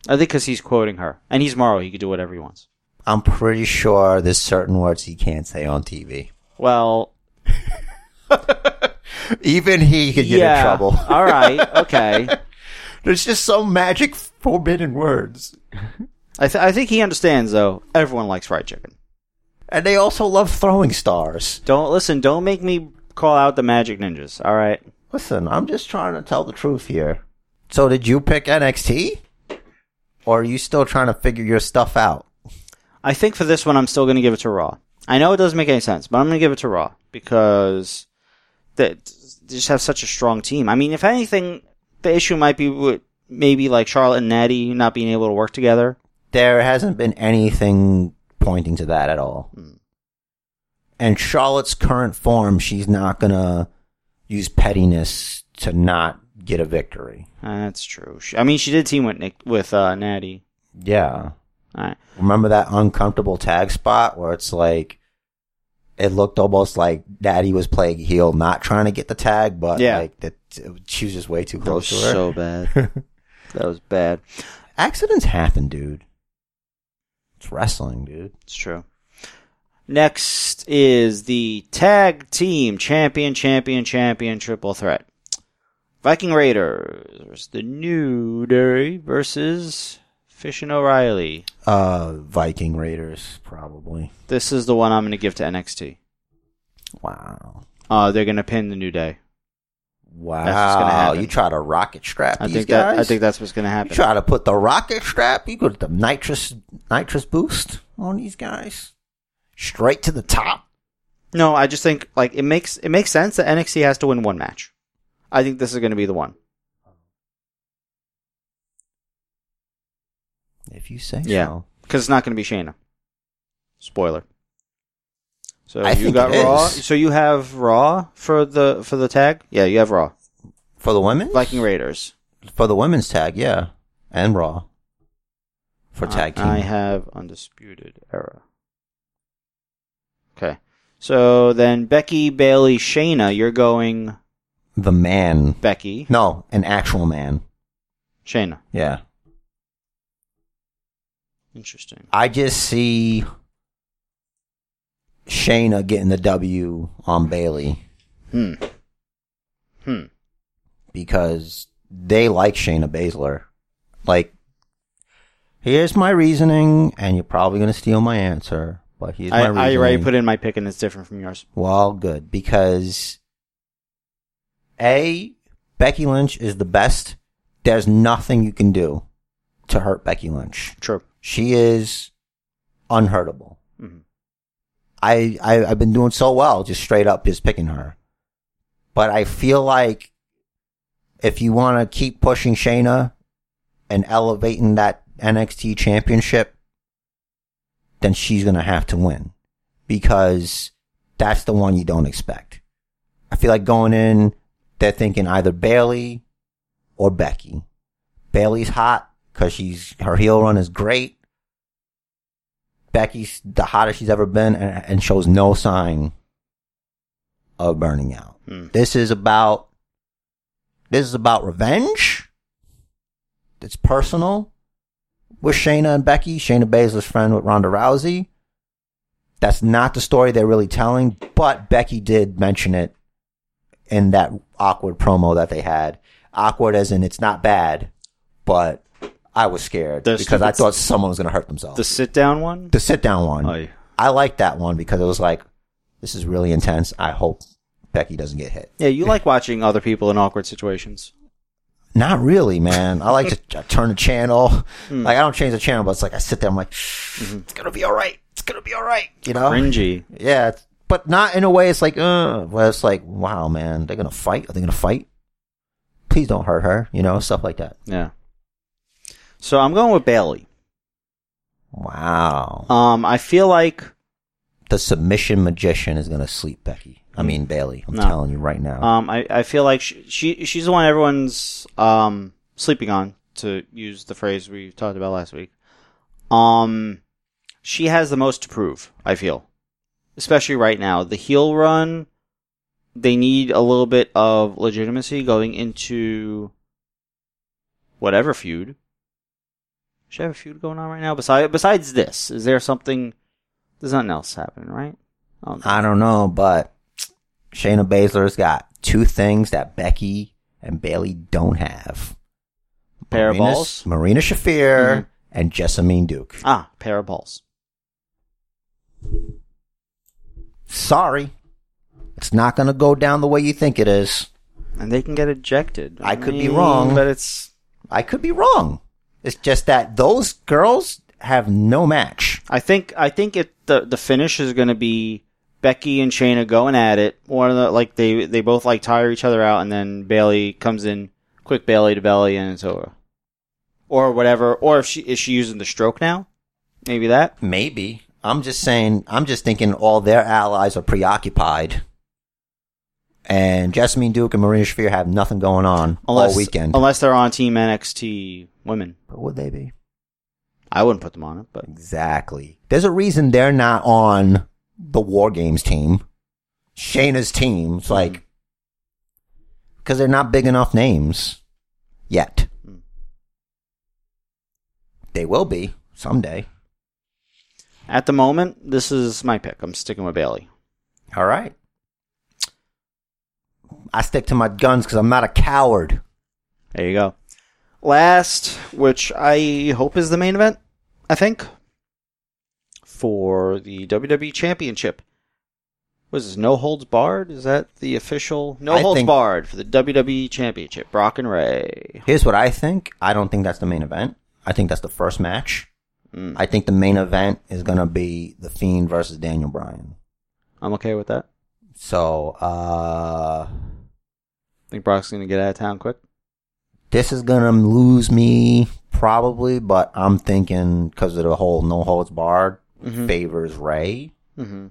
[SPEAKER 3] I think because he's quoting her. And he's Morrow. He can do whatever he wants.
[SPEAKER 1] I'm pretty sure there's certain words he can't say on TV.
[SPEAKER 3] Well,
[SPEAKER 1] Even he could get
[SPEAKER 3] yeah.
[SPEAKER 1] in trouble.
[SPEAKER 3] All right. Okay.
[SPEAKER 1] There's just some magic forbidden words.
[SPEAKER 3] I, th- I think he understands, though. Everyone likes fried chicken.
[SPEAKER 1] And they also love throwing stars.
[SPEAKER 3] Don't listen. Don't make me call out the Magic Ninjas. All right.
[SPEAKER 1] Listen, I'm just trying to tell the truth here. So did you pick NXT? Or are you still trying to figure your stuff out?
[SPEAKER 3] I think for this one, I'm still going to give it to Raw. I know it doesn't make any sense, but I'm going to give it to Raw because they, they just have such a strong team. I mean, if anything, the issue might be with maybe like Charlotte and Natty not being able to work together.
[SPEAKER 1] there hasn't been anything pointing to that at all.
[SPEAKER 3] Hmm.
[SPEAKER 1] And Charlotte's current form, she's not gonna use pettiness to not get a victory.
[SPEAKER 3] That's true. She, I mean, she did team with Nick with uh, Natty.
[SPEAKER 1] Yeah.
[SPEAKER 3] All right.
[SPEAKER 1] Remember that uncomfortable tag spot where it's like it looked almost like Daddy was playing heel, not trying to get the tag, but
[SPEAKER 3] Yeah.
[SPEAKER 1] like that she was just way too
[SPEAKER 3] That was
[SPEAKER 1] close to her.
[SPEAKER 3] so bad. that was bad.
[SPEAKER 1] Accidents happen, dude. It's wrestling, dude.
[SPEAKER 3] It's true. Next is the tag team champion, champion, champion triple threat. Viking Raiders, the New Day versus Fish and O'Reilly.
[SPEAKER 1] Uh Viking Raiders, probably.
[SPEAKER 3] This is the one I'm going to give to NXT.
[SPEAKER 1] Wow.
[SPEAKER 3] Uh, they're going to pin the New Day.
[SPEAKER 1] Wow,
[SPEAKER 3] what's gonna happen.
[SPEAKER 1] you try to rocket strap
[SPEAKER 3] I
[SPEAKER 1] these
[SPEAKER 3] think
[SPEAKER 1] guys.
[SPEAKER 3] that I think that's what's going to
[SPEAKER 1] you
[SPEAKER 3] happen.
[SPEAKER 1] try to put the rocket strap. You go to the nitrous nitrous boost on these guys, straight to the top.
[SPEAKER 3] No, I just think like it makes it makes sense that NXT has to win one match. I think this is going to be the one.
[SPEAKER 1] If you say
[SPEAKER 3] Yeah.
[SPEAKER 1] so.
[SPEAKER 3] because it's not going to be Shayna. Spoiler. So
[SPEAKER 1] I
[SPEAKER 3] you
[SPEAKER 1] think
[SPEAKER 3] got
[SPEAKER 1] it
[SPEAKER 3] Raw.
[SPEAKER 1] is.
[SPEAKER 3] So you have Raw for the for the tag. Yeah, you have Raw.
[SPEAKER 1] For the women,
[SPEAKER 3] Viking Raiders
[SPEAKER 1] for the women's tag, yeah, and Raw for tag team.
[SPEAKER 3] I, I have Undisputed Era. Okay, so then Becky Bailey Shayna. You're going
[SPEAKER 1] the man,
[SPEAKER 3] Becky
[SPEAKER 1] no, an actual man.
[SPEAKER 3] Shayna.
[SPEAKER 1] Yeah,
[SPEAKER 3] Interesting.
[SPEAKER 1] I just see Shayna getting the W on Bailey
[SPEAKER 3] Hmm. Hmm.
[SPEAKER 1] because they like Shayna Baszler. Like, here's my reasoning, and you're probably going to steal my answer, but here's my
[SPEAKER 3] I,
[SPEAKER 1] reasoning.
[SPEAKER 3] I already put in my pick, and it's different from yours.
[SPEAKER 1] Well, good because a Becky Lynch is the best. There's nothing you can do to hurt Becky Lynch.
[SPEAKER 3] True.
[SPEAKER 1] She is unhurtable.
[SPEAKER 3] Mhm.
[SPEAKER 1] I, I I've been doing so well, just straight up just picking her. But I feel like if you want to keep pushing Shayna and elevating that NXT championship, then she's gonna have to win because that's the one you don't expect. I feel like going in, they're thinking either Bailey or Becky. Bailey's hot because she's her heel run is great. Becky's the hottest she's ever been and, and shows no sign of burning out.
[SPEAKER 3] Hmm.
[SPEAKER 1] This is about this is about revenge. It's personal with Shayna and Becky. Shayna Baszler's friend with Ronda Rousey. That's not the story they're really telling, but Becky did mention it in that awkward promo that they had. Awkward as in it's not bad, but I was scared
[SPEAKER 3] The
[SPEAKER 1] because I
[SPEAKER 3] stupid-
[SPEAKER 1] thought someone was going to hurt themselves.
[SPEAKER 3] The sit down one?
[SPEAKER 1] The sit down one.
[SPEAKER 3] Oh, yeah.
[SPEAKER 1] I liked that one because it was like, this is really intense. I hope Becky doesn't get hit.
[SPEAKER 3] Yeah, you like watching other people in awkward situations.
[SPEAKER 1] Not really, man. I like to t- turn the channel. Like I don't change the channel, but it's like I sit there. I'm like, it's gonna be all right. It's gonna be all right. You know?
[SPEAKER 3] Cringy.
[SPEAKER 1] Yeah. it's- But not in a way. It's like, uh, well, it's like, wow, man, they're gonna fight. Are they gonna fight? Please don't hurt her. You know, stuff like that.
[SPEAKER 3] Yeah. So I'm going with Bailey.
[SPEAKER 1] Wow.
[SPEAKER 3] Um, I feel like
[SPEAKER 1] The submission magician is gonna sleep Becky. I mean Bailey. I'm
[SPEAKER 3] No.
[SPEAKER 1] telling you right now.
[SPEAKER 3] Um, I, I feel like she, she she's the one everyone's um sleeping on to use the phrase we talked about last week. Um, she has the most to prove. I feel, especially right now, the heel run. They need a little bit of legitimacy going into whatever feud. Should I have a feud going on right now? Besides besides this, is there something? There's nothing else happening, right? Um,
[SPEAKER 1] I don't know, but Shayna Baszler's got two things that Becky and Bailey don't have.
[SPEAKER 3] Pair of
[SPEAKER 1] Marina,
[SPEAKER 3] balls? Mm-hmm.
[SPEAKER 1] Marina Shafir and Jessamine Duke.
[SPEAKER 3] ah, pair of balls.
[SPEAKER 1] Sorry. It's not going to go down the way you think it is.
[SPEAKER 3] and they can get ejected.
[SPEAKER 1] I could be wrong.
[SPEAKER 3] but it's
[SPEAKER 1] I could be wrong. It's just that those girls have no match.
[SPEAKER 3] I think I think it the the finish is going to be Becky and Shayna going at it. One of the like they they both like tire each other out, and then Bailey comes in quick Bailey to belly, and it's over, or whatever. Or if she is she using the stroke now, maybe that.
[SPEAKER 1] Maybe. I'm just saying, I'm just thinking all their allies are preoccupied. And Jessamine Duke and Marina Shafir have nothing going on all weekend.
[SPEAKER 3] unless they're on Team NXT Women.
[SPEAKER 1] But would they be?
[SPEAKER 3] I wouldn't put them on it, but
[SPEAKER 1] Exactly. There's a reason they're not on the War Games team, Shayna's team. It's
[SPEAKER 3] Mm-hmm.
[SPEAKER 1] like, because they're not big enough names yet.
[SPEAKER 3] Mm.
[SPEAKER 1] They will be someday.
[SPEAKER 3] at the moment, this is my pick. I'm sticking with Bailey.
[SPEAKER 1] All right. I stick to my guns because I'm not a coward.
[SPEAKER 3] There you go. Last, which I hope is the main event, I think, for the WWE Championship. Was this No Holds Barred? Is that the official No
[SPEAKER 1] I
[SPEAKER 3] Holds
[SPEAKER 1] think-
[SPEAKER 3] Barred for the WWE Championship? Brock and Ray.
[SPEAKER 1] Here's what I think. I don't think that's the main event. I think that's the first match.
[SPEAKER 3] Mm,
[SPEAKER 1] I think the main event is going to be The Fiend versus Daniel Bryan.
[SPEAKER 3] I'm okay with that.
[SPEAKER 1] So, uh,
[SPEAKER 3] I think Brock's gonna get out of town quick.
[SPEAKER 1] this is gonna lose me probably, but I'm thinking because of the whole no holds barred
[SPEAKER 3] Mhm.
[SPEAKER 1] favors Ray.
[SPEAKER 3] Mm-hmm.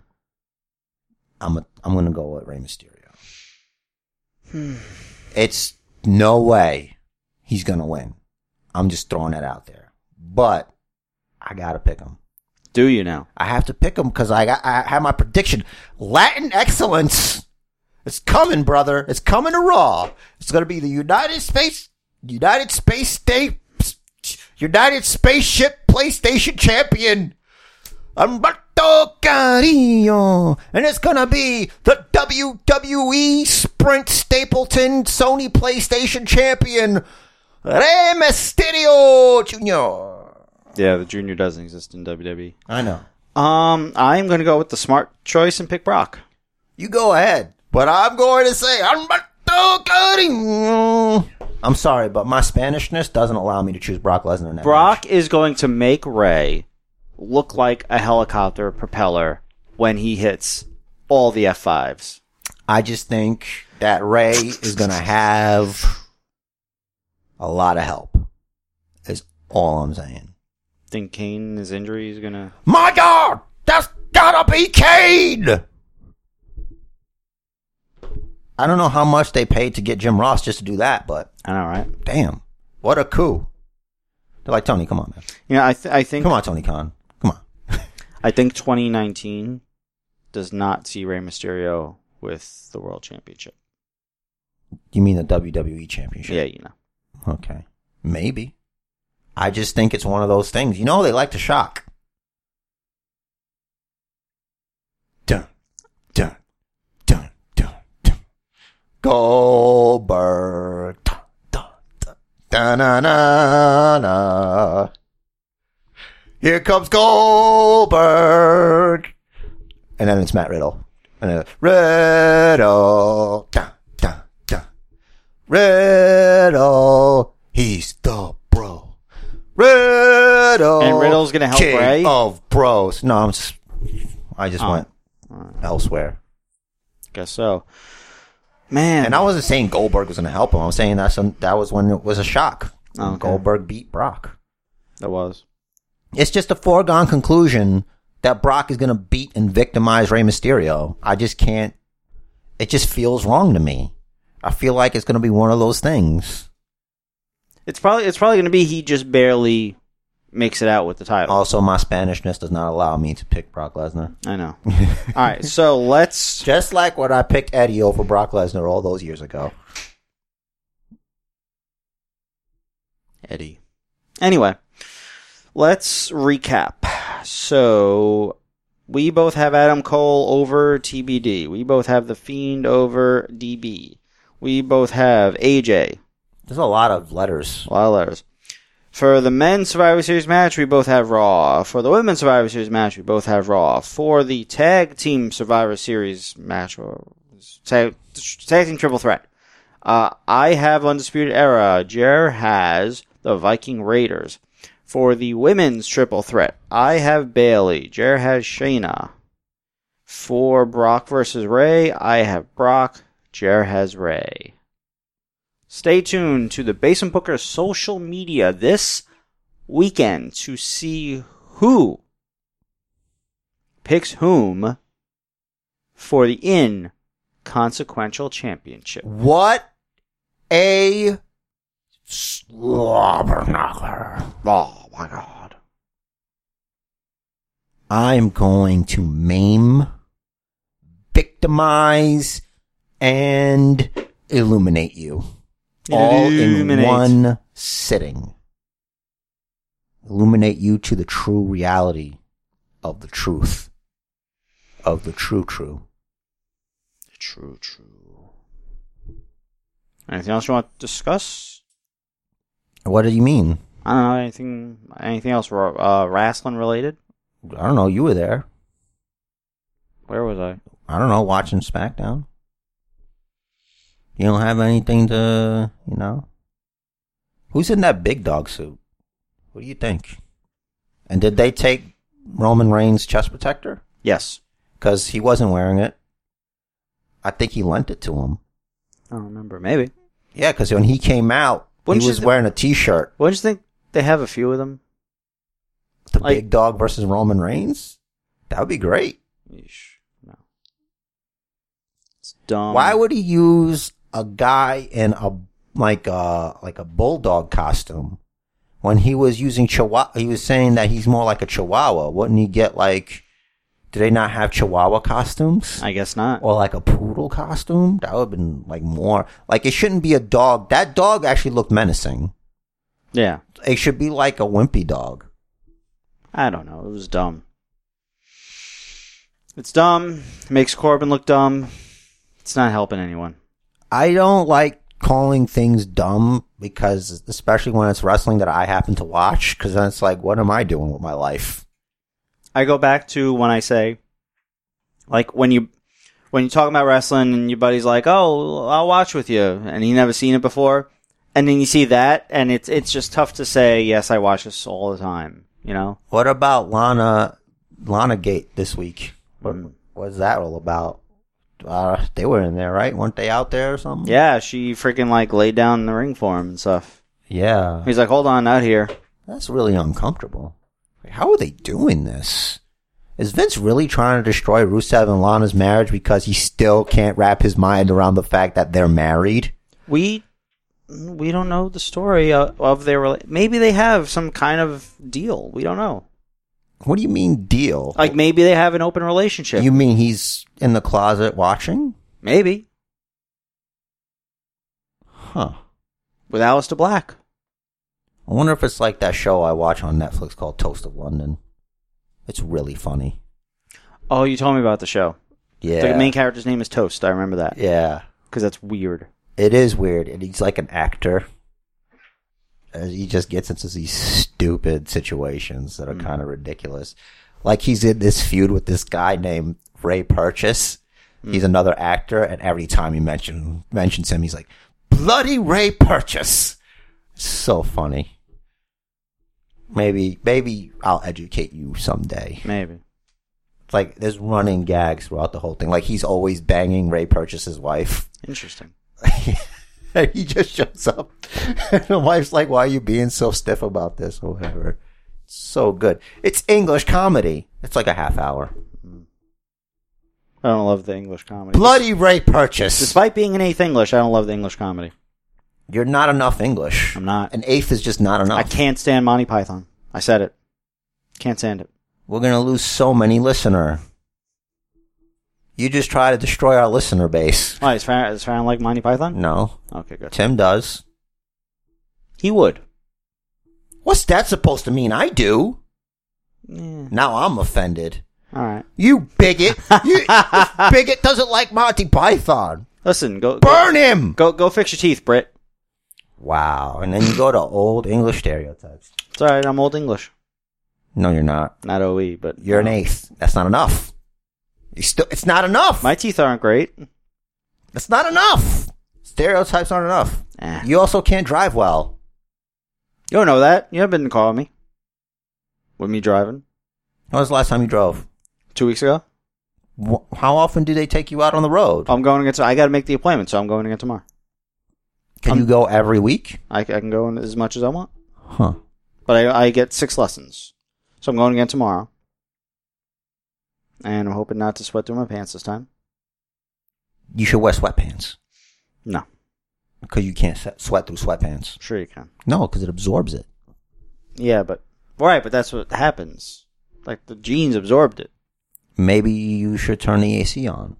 [SPEAKER 1] I'm a, I'm gonna go with Ray Mysterio. it's no way he's gonna win. I'm just throwing that out there, but I gotta pick him.
[SPEAKER 3] Do you now?
[SPEAKER 1] I have to pick him because I got, I have my prediction. Latin excellence. It's coming, brother. It's coming to Raw. It's gonna be the United Space, United Space State, United Spaceship PlayStation Champion, Humberto Carrillo, and it's gonna be the WWE Sprint Stapleton Sony PlayStation Champion, Rey Mysterio Jr.
[SPEAKER 3] Yeah, the junior doesn't exist in WWE.
[SPEAKER 1] I know.
[SPEAKER 3] Um, I'm gonna go with the smart choice and pick Brock.
[SPEAKER 1] You go ahead. But I'm going to say, Humberto Carrillo. I'm sorry, but my Spanishness doesn't allow me to choose Brock Lesnar in that match.
[SPEAKER 3] Brock is going to make Ray look like a helicopter propeller when he hits all the F5s.
[SPEAKER 1] I just think that Ray is going to have a lot of help, is all I'm saying.
[SPEAKER 3] Think Kane, his injury is going to.
[SPEAKER 1] My God! That's gotta be Kane! I don't know how much they paid to get Jim Ross just to do that, but
[SPEAKER 3] I know, right?
[SPEAKER 1] damn. What a coup. They're like, Tony, come on, man.
[SPEAKER 3] You know, I, th- I think
[SPEAKER 1] Come on, Tony Khan. Come on.
[SPEAKER 3] I think 2019 does not see Rey Mysterio with the World Championship.
[SPEAKER 1] You mean the WWE Championship?
[SPEAKER 3] Yeah, you know.
[SPEAKER 1] Okay. Maybe. I just think it's one of those things. You know, they like to shock. Dun, dun, dun, dun, dun. Goldberg. Dun, dun, dun, dun, na, na, na. Here comes Goldberg. And then it's Matt Riddle. And then Riddle. Dun, dun, dun. Riddle, he's the bro. Riddle,
[SPEAKER 3] And Riddle's gonna help
[SPEAKER 1] king
[SPEAKER 3] Ray?
[SPEAKER 1] of bros. No, I'm just, I just
[SPEAKER 3] Oh.
[SPEAKER 1] went elsewhere,
[SPEAKER 3] Guess so. Man,
[SPEAKER 1] and I wasn't saying Goldberg was gonna help him. I'm saying that's some, that was when it was a shock.
[SPEAKER 3] Okay.
[SPEAKER 1] Goldberg beat Brock.
[SPEAKER 3] that was.
[SPEAKER 1] It's just a foregone conclusion that Brock is gonna beat and victimize Rey Mysterio. I just can't. It just feels wrong to me. I feel like it's gonna be one of those things.
[SPEAKER 3] It's probably it's probably going to be he just barely makes it out with the title.
[SPEAKER 1] Also, my Spanishness does not allow me to pick Brock Lesnar.
[SPEAKER 3] I know. All right, so let's
[SPEAKER 1] Just like when I picked Eddie over Brock Lesnar all those years ago.
[SPEAKER 3] Eddie. Anyway, let's recap. So we both have Adam Cole over TBD. We both have the Fiend over DB. We both have AJ.
[SPEAKER 1] There's a lot of letters.
[SPEAKER 3] A lot of letters. For the men's Survivor Series match, we both have Raw. For the women's Survivor Series match, we both have Raw. For the tag team Survivor Series match, or tag, tag team triple threat, uh, I have Undisputed Era. Jer has the Viking Raiders. For the women's triple threat, I have Bailey. Jer has Shayna. For Brock versus Ray, I have Brock. Jer has Ray. Stay tuned to the Basin Booker social media this weekend to see who picks whom for the inconsequential championship.
[SPEAKER 1] What a slobberknocker.
[SPEAKER 3] Oh my god.
[SPEAKER 1] I'm going to maim, victimize, and illuminate you. All in
[SPEAKER 3] Illuminate.
[SPEAKER 1] one sitting. Illuminate you to the true reality of the truth. Of the true true.
[SPEAKER 3] True, true. Anything else you want to discuss?
[SPEAKER 1] What do you mean?
[SPEAKER 3] I don't know, anything anything else uh wrestling related?
[SPEAKER 1] I don't know. You were there.
[SPEAKER 3] Where was I?
[SPEAKER 1] I don't know, watching SmackDown. You don't have anything to, you know? Who's in that big dog suit? What do you think? And did they take Roman Reigns' chest protector?
[SPEAKER 3] Yes.
[SPEAKER 1] Because he wasn't wearing it. I think he lent it to him.
[SPEAKER 3] I don't remember. Maybe.
[SPEAKER 1] Yeah, because when he came out,
[SPEAKER 3] Wouldn't
[SPEAKER 1] he
[SPEAKER 3] you
[SPEAKER 1] was
[SPEAKER 3] th-
[SPEAKER 1] wearing a t shirt.
[SPEAKER 3] Wouldn't you think they have a few of them?
[SPEAKER 1] The
[SPEAKER 3] Like-
[SPEAKER 1] big dog versus Roman Reigns? That would be great.
[SPEAKER 3] Yeesh. No. It's dumb.
[SPEAKER 1] Why would he use a guy in a like a like a bulldog costume when he was using chihuahua? He was saying that he's more like a chihuahua. Wouldn't he get like? Do they not have chihuahua costumes
[SPEAKER 3] I guess not.
[SPEAKER 1] or like a poodle costume? That would have been like more like it shouldn't be a dog. That dog actually looked menacing.
[SPEAKER 3] yeah.
[SPEAKER 1] It should be like a wimpy dog.
[SPEAKER 3] I don't know. It was dumb. It's dumb. It makes Corbin look dumb. It's not helping anyone.
[SPEAKER 1] I don't like calling things dumb because especially when it's wrestling that I happen to watch because then it's like, what am I doing with my life?
[SPEAKER 3] I go back to when I say, like when you when you talk about wrestling and your buddy's like, "Oh, I'll watch with you," and he never seen it before, and then you see that, and it's it's just tough to say, "Yes, I watch this all the time." You know?
[SPEAKER 1] What about Lana Lana Gate this week? What
[SPEAKER 3] Mm.
[SPEAKER 1] what's that all about? Uh, they were in there, right? Weren't they out there or something?
[SPEAKER 3] Yeah, she freaking like laid down in the ring for him and stuff.
[SPEAKER 1] Yeah.
[SPEAKER 3] He's like, "Hold on, out here."
[SPEAKER 1] That's really uncomfortable. Like, How are they doing this? Is Vince really trying to destroy Rusev and Lana's marriage because he still can't wrap his mind around the fact that they're married?
[SPEAKER 3] We we don't know the story of, of their rela- maybe they have some kind of deal. We don't know.
[SPEAKER 1] What do you mean deal?
[SPEAKER 3] Like maybe they have an open relationship.
[SPEAKER 1] You mean he's in the closet watching?
[SPEAKER 3] maybe
[SPEAKER 1] Huh.
[SPEAKER 3] with Alistair Black.
[SPEAKER 1] I wonder if it's like that show I watch on Netflix called Toast of London. It's really funny.
[SPEAKER 3] Oh, you told me about the show.
[SPEAKER 1] Yeah.
[SPEAKER 3] The main character's name is Toast. I remember that
[SPEAKER 1] yeah.
[SPEAKER 3] because that's weird.
[SPEAKER 1] It is weird, and he's like an actor. And he just gets into these stupid situations that are kind of ridiculous. Like he's in this feud with this guy named Ray Purchase. He's another actor, and every time he mention, mentions him, he's like, "Bloody Ray Purchase!" So funny. Maybe, maybe I'll educate you someday.
[SPEAKER 3] Maybe.
[SPEAKER 1] It's like there's running gags throughout the whole thing. Like he's always banging Ray Purchase's wife.
[SPEAKER 3] Interesting.
[SPEAKER 1] And he just shows up. And the wife's like, why are you being so stiff about this or whatever? It's so good. It's English comedy. It's like a half hour.
[SPEAKER 3] I don't love the English comedy.
[SPEAKER 1] Bloody Ray Purchase.
[SPEAKER 3] Despite being an eighth English, I don't love the English comedy.
[SPEAKER 1] You're not enough English.
[SPEAKER 3] I'm not.
[SPEAKER 1] An eighth is just not enough.
[SPEAKER 3] I can't stand Monty Python. I said it. Can't stand it.
[SPEAKER 1] We're going to lose so many listener. You just try to destroy our listener base.
[SPEAKER 3] Why is Farron, is Farron like Monty Python?
[SPEAKER 1] No.
[SPEAKER 3] Okay, good.
[SPEAKER 1] Tim does.
[SPEAKER 3] He would.
[SPEAKER 1] What's that supposed to mean? I do.
[SPEAKER 3] Yeah.
[SPEAKER 1] Now I'm offended.
[SPEAKER 3] All right.
[SPEAKER 1] You bigot. You, this bigot doesn't like Monty Python.
[SPEAKER 3] Listen, go go,
[SPEAKER 1] Burn him.
[SPEAKER 3] go go fix your teeth, Britt.
[SPEAKER 1] Wow. And then you go to old English stereotypes.
[SPEAKER 3] It's all right. I'm old English,
[SPEAKER 1] No, you're not.
[SPEAKER 3] not OE, but
[SPEAKER 1] You're an eighth. That's not enough. You still, it's not enough.
[SPEAKER 3] My teeth aren't great.
[SPEAKER 1] That's not enough. Stereotypes aren't enough.
[SPEAKER 3] Eh. You
[SPEAKER 1] You also can't drive well.
[SPEAKER 3] don't know that. You haven't been calling me. With me driving
[SPEAKER 1] When was the last time you drove?
[SPEAKER 3] two weeks ago.
[SPEAKER 1] Wh- How often do they take you out on the road?
[SPEAKER 3] I'm going again. To, I got to make the appointment, so I'm going again tomorrow.
[SPEAKER 1] Can
[SPEAKER 3] I'm-
[SPEAKER 1] you go every week?
[SPEAKER 3] I, I can go in as much as I want,
[SPEAKER 1] Huh.
[SPEAKER 3] but I, I get six lessons, so I'm going again tomorrow. And I'm hoping not to sweat through my pants this time.
[SPEAKER 1] You should wear sweatpants
[SPEAKER 3] No,
[SPEAKER 1] because you can't se- sweat through sweatpants.
[SPEAKER 3] sure you can.
[SPEAKER 1] No, because it absorbs it.
[SPEAKER 3] Yeah, but all right, but that's what happens. Like the genes absorbed it.
[SPEAKER 1] Maybe you should turn the AC on.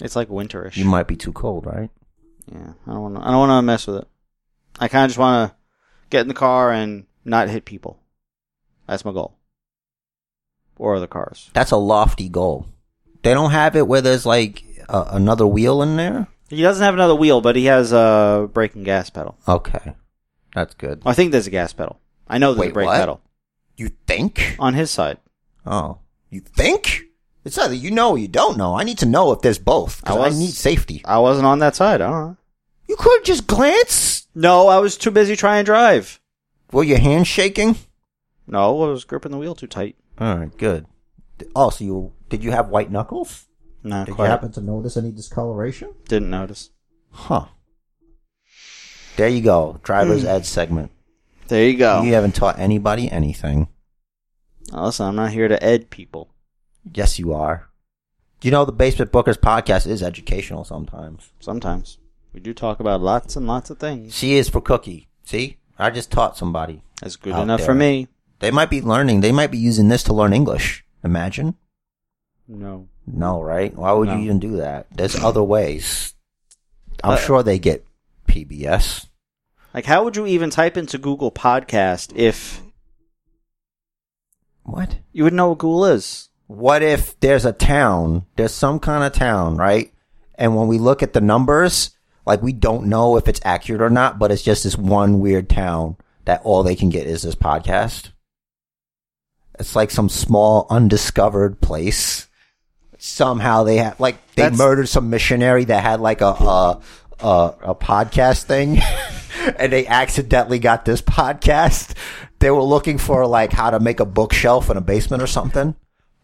[SPEAKER 3] It's like winterish.
[SPEAKER 1] You might be too cold, right?
[SPEAKER 3] Yeah, I don't want to. I don't want to mess with it. I kind of just want to get in the car and not hit people. That's my goal. Or other cars.
[SPEAKER 1] That's a lofty goal. They don't have it where there's like a, another wheel in there.
[SPEAKER 3] He doesn't have another wheel, but he has a brake and gas pedal.
[SPEAKER 1] Okay, that's good.
[SPEAKER 3] I think there's a gas pedal. I know there's
[SPEAKER 1] Wait,
[SPEAKER 3] a brake
[SPEAKER 1] what?
[SPEAKER 3] pedal
[SPEAKER 1] You think?
[SPEAKER 3] on his side.
[SPEAKER 1] Oh, you think? It's either you know or you don't know. I need to know if there's both. 'cause
[SPEAKER 3] I
[SPEAKER 1] I,
[SPEAKER 3] was-
[SPEAKER 1] need safety.
[SPEAKER 3] I wasn't on that side. I don't know.
[SPEAKER 1] You could just glance.
[SPEAKER 3] No, I was too busy trying to drive.
[SPEAKER 1] Were your hands shaking?
[SPEAKER 3] No, I was gripping the wheel too tight.
[SPEAKER 1] All right, good. Oh, so you did you have white knuckles?
[SPEAKER 3] Not
[SPEAKER 1] Did you
[SPEAKER 3] quite.
[SPEAKER 1] happen to notice any discoloration?
[SPEAKER 3] Didn't notice.
[SPEAKER 1] Huh. Hmm. There you go, driver's ed segment.
[SPEAKER 3] There you go.
[SPEAKER 1] You haven't taught anybody anything.
[SPEAKER 3] Now, Listen, I'm not here to ed people.
[SPEAKER 1] Yes, you are. You know, the Basement Bookers podcast is educational sometimes.
[SPEAKER 3] Sometimes we do talk about lots and lots of things.
[SPEAKER 1] C is for cookie. See? I just taught somebody.
[SPEAKER 3] That's good
[SPEAKER 1] Out
[SPEAKER 3] enough
[SPEAKER 1] there.
[SPEAKER 3] for me.
[SPEAKER 1] They might be learning. They might be using this to learn English. Imagine?
[SPEAKER 3] No.
[SPEAKER 1] No, right? Why would
[SPEAKER 3] No.
[SPEAKER 1] you even do that? There's other ways. I'm
[SPEAKER 3] Uh,
[SPEAKER 1] sure they get PBS.
[SPEAKER 3] Like, how would you even type into Google podcast if
[SPEAKER 1] What?
[SPEAKER 3] you would know what Google is?
[SPEAKER 1] What if there's a town? There's some kind of town, right? And when we look at the numbers, like we don't know if it's accurate or not, but it's just this one weird town that all they can get is this podcast. It's like some small undiscovered place. Somehow they have like they
[SPEAKER 3] That's-
[SPEAKER 1] murdered some missionary that had like a a a, a podcast thing, and they accidentally got this podcast. They were looking for like how to make a bookshelf in a basement or something.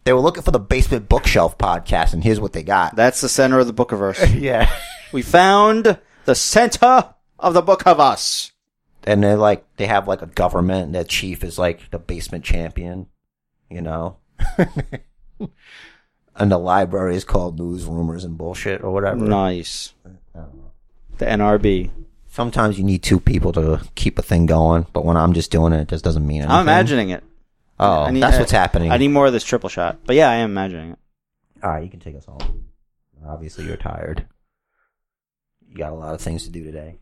[SPEAKER 1] They were looking for the basement bookshelf podcast, and here's what they got.
[SPEAKER 3] That's the center of the Bookiverse.
[SPEAKER 1] Yeah.
[SPEAKER 3] we found the center of the Book of Us.
[SPEAKER 1] and they're like they have like a government and their chief is like the basement champion you know and the library is called news rumors and bullshit or whatever
[SPEAKER 3] Nice. The NRB.
[SPEAKER 1] sometimes you need two people to keep a thing going but when i'm just doing it it just doesn't mean anything
[SPEAKER 3] I'm imagining it.
[SPEAKER 1] Oh,
[SPEAKER 3] I need-
[SPEAKER 1] that's
[SPEAKER 3] I-
[SPEAKER 1] what's happening.
[SPEAKER 3] I need more of this triple shot. But yeah, I am imagining it.
[SPEAKER 1] All right, you can take us home. Obviously, you're tired. You got a lot of things to do today.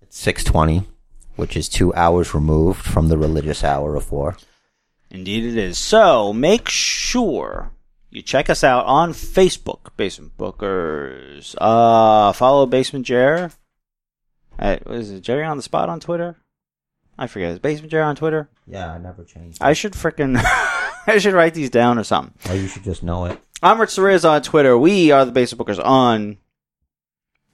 [SPEAKER 1] It's six twenty, which is two hours removed from the religious hour of four.
[SPEAKER 3] Indeed, it is. So make sure you check us out on Facebook, Basement Bookers. Uh, follow Basement Jer. At, what is it Jerry on the Spot on Twitter? I forget. Is Basement Jer on Twitter?
[SPEAKER 1] Yeah, I never changed.
[SPEAKER 3] I should freaking. I should write these down or something.
[SPEAKER 1] Oh, you should just know it.
[SPEAKER 3] I'm Rich Cerez on Twitter. We are the Basic Bookers on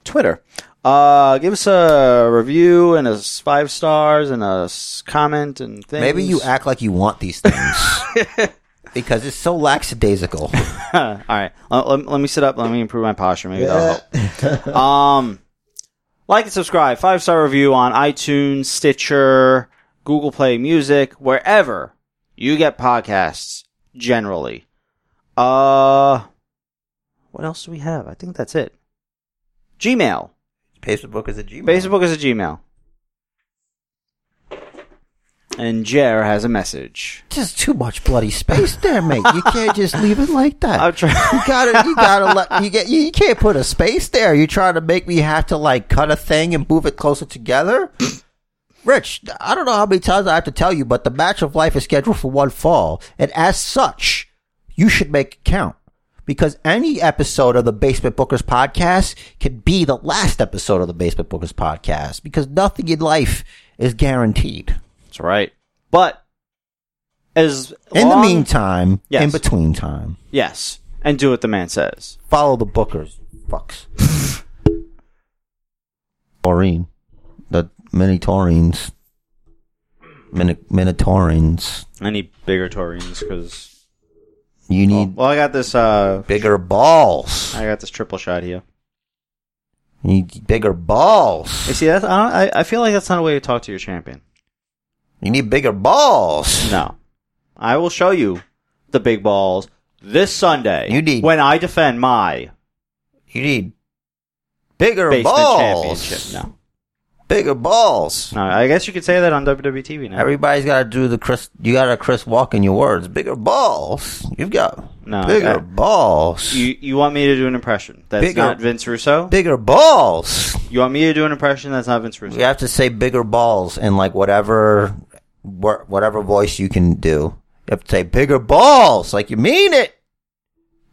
[SPEAKER 3] Twitter. Uh, give us a review and a s- five stars and a s- comment and things.
[SPEAKER 1] Maybe you act like you want these things because it's so lackadaisical.
[SPEAKER 3] All right. Let, let- let me sit up. Let me improve my posture. Maybe that'll help. Um, like and subscribe. Five star review on iTunes, Stitcher, Google Play Music, wherever you get podcasts generally. Uh, what else do we have? I think that's it. Gmail.
[SPEAKER 1] Facebook is a Gmail.
[SPEAKER 3] Facebook is a Gmail. And Jer has a message.
[SPEAKER 1] Just too much bloody space there, mate. You can't just leave it like that.
[SPEAKER 3] I'm trying.
[SPEAKER 1] you gotta, you gotta let you get. You, you can't put a space there. You're trying to make me have to like cut a thing and move it closer together. Rich, I don't know how many times I have to tell you, but the match of life is scheduled for one fall, and as such, you should make it count because any episode of the Basement Bookers podcast could be the last episode of the Basement Bookers podcast because nothing in life is guaranteed.
[SPEAKER 3] That's right. But as
[SPEAKER 1] In the
[SPEAKER 3] long-
[SPEAKER 1] meantime,
[SPEAKER 3] Yes.
[SPEAKER 1] in between time,
[SPEAKER 3] yes, and do what the man says.
[SPEAKER 1] follow the bookers, fucks. Taurine. The mini taurines. Mini, minotaurines.
[SPEAKER 3] I need bigger taurines because
[SPEAKER 1] You
[SPEAKER 3] well,
[SPEAKER 1] need
[SPEAKER 3] well, I got this. Uh,
[SPEAKER 1] bigger balls.
[SPEAKER 3] I got this triple shot here.
[SPEAKER 1] You need bigger balls.
[SPEAKER 3] You see, that's, I, don't, I I feel like that's not a way to talk to your champion.
[SPEAKER 1] you need bigger balls.
[SPEAKER 3] No, I will show you the big balls this Sunday.
[SPEAKER 1] You need-
[SPEAKER 3] when I defend my
[SPEAKER 1] You need bigger
[SPEAKER 3] basement
[SPEAKER 1] balls.
[SPEAKER 3] championship. No.
[SPEAKER 1] Bigger balls.
[SPEAKER 3] no, I guess you could say that on WWE TV now.
[SPEAKER 1] Everybody's got to do the Chris. You got to Chris Walk in your words. Bigger balls. You've got
[SPEAKER 3] No,
[SPEAKER 1] bigger
[SPEAKER 3] I-
[SPEAKER 1] balls.
[SPEAKER 3] You you want me to do an impression that's
[SPEAKER 1] Bigger.
[SPEAKER 3] not Vince Russo?
[SPEAKER 1] bigger balls.
[SPEAKER 3] You want me to do an impression that's not Vince Russo?
[SPEAKER 1] You have to say bigger balls in like whatever wh- whatever voice you can do. You have to say bigger balls, like you mean it.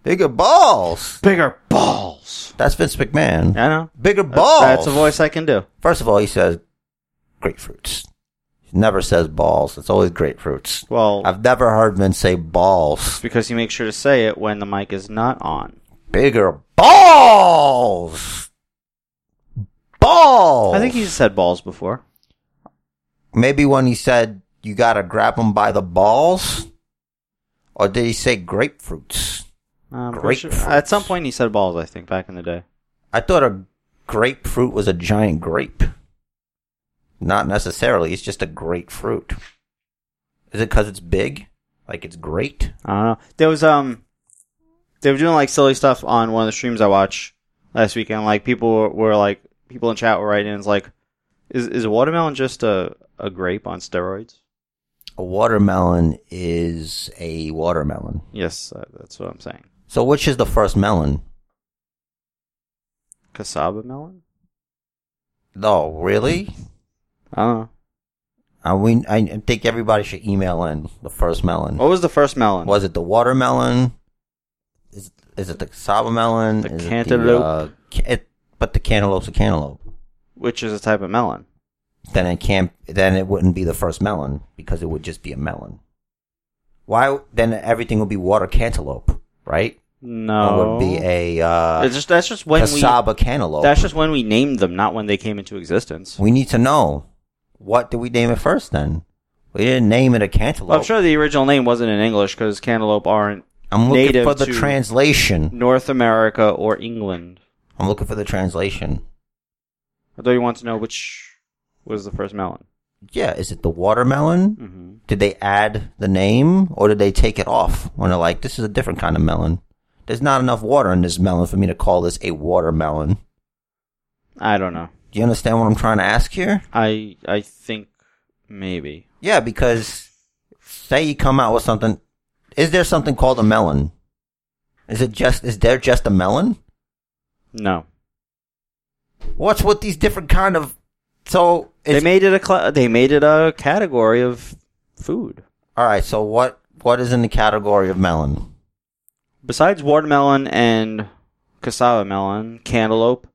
[SPEAKER 1] Bigger balls.
[SPEAKER 3] Bigger balls.
[SPEAKER 1] That's Vince McMahon.
[SPEAKER 3] I know.
[SPEAKER 1] Bigger
[SPEAKER 3] That-
[SPEAKER 1] balls.
[SPEAKER 3] That's a voice I can do.
[SPEAKER 1] First of all, he says grapefruits. He never says balls. It's always grapefruits.
[SPEAKER 3] Well,
[SPEAKER 1] I've never heard Vince say balls.
[SPEAKER 3] because he makes sure to say it when the mic is not on.
[SPEAKER 1] Bigger balls. Balls.
[SPEAKER 3] I think he's said balls before.
[SPEAKER 1] maybe when he said you gotta grab him by the balls, or did he say grapefruits?
[SPEAKER 3] Um, pretty sure-
[SPEAKER 1] Grapefruits.
[SPEAKER 3] at some point, he said balls. I think back in the day.
[SPEAKER 1] I thought a grapefruit was a giant grape. Not necessarily. It's just a grapefruit. Is it because it's big? Like it's great?
[SPEAKER 3] I don't know. There was um, they were doing like silly stuff on one of the streams I watched last weekend. Like people were, were like people in chat were writing, and it's like, is is a watermelon just a a grape on steroids?
[SPEAKER 1] A watermelon is a watermelon.
[SPEAKER 3] Yes, uh, that's what I'm saying.
[SPEAKER 1] So which is the first melon?
[SPEAKER 3] Cassava melon?
[SPEAKER 1] No, Oh, really?
[SPEAKER 3] I don't know.
[SPEAKER 1] I mean, I think everybody should email in the first melon.
[SPEAKER 3] What was the first melon?
[SPEAKER 1] Was it the watermelon? Is is it the cassava melon?
[SPEAKER 3] The
[SPEAKER 1] Is it
[SPEAKER 3] cantaloupe.
[SPEAKER 1] uh, ca- it, but the cantaloupe's a cantaloupe.
[SPEAKER 3] Which is a type of melon.
[SPEAKER 1] Then it can't. Then it wouldn't be the first melon because it would just be a melon. Why? Then everything would be water cantaloupe, right?
[SPEAKER 3] No,
[SPEAKER 1] It would be a uh,
[SPEAKER 3] It's just that's just Oh. when
[SPEAKER 1] cassava
[SPEAKER 3] we
[SPEAKER 1] cantaloupe.
[SPEAKER 3] that's just when we named them, not when they came into existence.
[SPEAKER 1] we need to know what did we name it first? Then we didn't name it a cantaloupe.
[SPEAKER 3] Well, I'm sure the original name wasn't in English because cantaloupe aren't
[SPEAKER 1] I'm looking
[SPEAKER 3] native
[SPEAKER 1] for the
[SPEAKER 3] to-
[SPEAKER 1] translation.
[SPEAKER 3] North America or England.
[SPEAKER 1] I'm looking for the translation.
[SPEAKER 3] Although you want to know which was the first melon.
[SPEAKER 1] Yeah, is it the watermelon?
[SPEAKER 3] Mm-hmm.
[SPEAKER 1] did they add the name or did they take it off when they're like this is a different kind of melon there's not enough water in this melon for me to call this a watermelon
[SPEAKER 3] I don't know.
[SPEAKER 1] do you understand what i'm trying to ask here
[SPEAKER 3] I I think Maybe.
[SPEAKER 1] Yeah, because say you come out with something. Is there something called a melon? Is it just? Is there just a melon?
[SPEAKER 3] No.
[SPEAKER 1] What's with these different kind of? So
[SPEAKER 3] they
[SPEAKER 1] it's,
[SPEAKER 3] made it a cla they made it a category of food.
[SPEAKER 1] all right. So what? What is in the category of melon?
[SPEAKER 3] Besides watermelon and cassava melon, cantaloupe.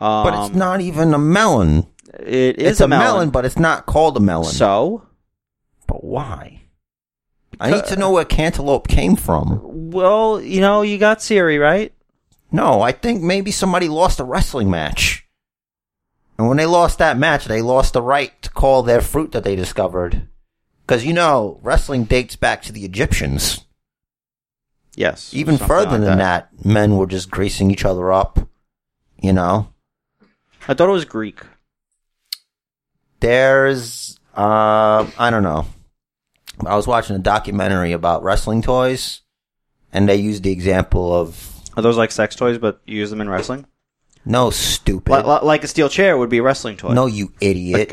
[SPEAKER 3] Um,
[SPEAKER 1] but it's not even a melon.
[SPEAKER 3] It is
[SPEAKER 1] it's a melon. but it's not called a melon.
[SPEAKER 3] So
[SPEAKER 1] but why? I need to know where cantaloupe came from.
[SPEAKER 3] well, you know, you got Siri right.
[SPEAKER 1] No, I think maybe somebody lost a wrestling match. And when they lost that match, they lost the right to call their fruit that they discovered. Because, you know, wrestling dates back to the Egyptians.
[SPEAKER 3] Yes.
[SPEAKER 1] Even
[SPEAKER 3] something
[SPEAKER 1] further
[SPEAKER 3] like
[SPEAKER 1] than that. men were just greasing each other up. You know?
[SPEAKER 3] I thought it was Greek.
[SPEAKER 1] There's, uh, I don't know. I was watching a documentary about wrestling toys, and they used the example of,
[SPEAKER 3] Are those like sex toys, but you use them in wrestling?
[SPEAKER 1] no, stupid.
[SPEAKER 3] Li- li- like a steel chair would be a wrestling toy.
[SPEAKER 1] no, you idiot.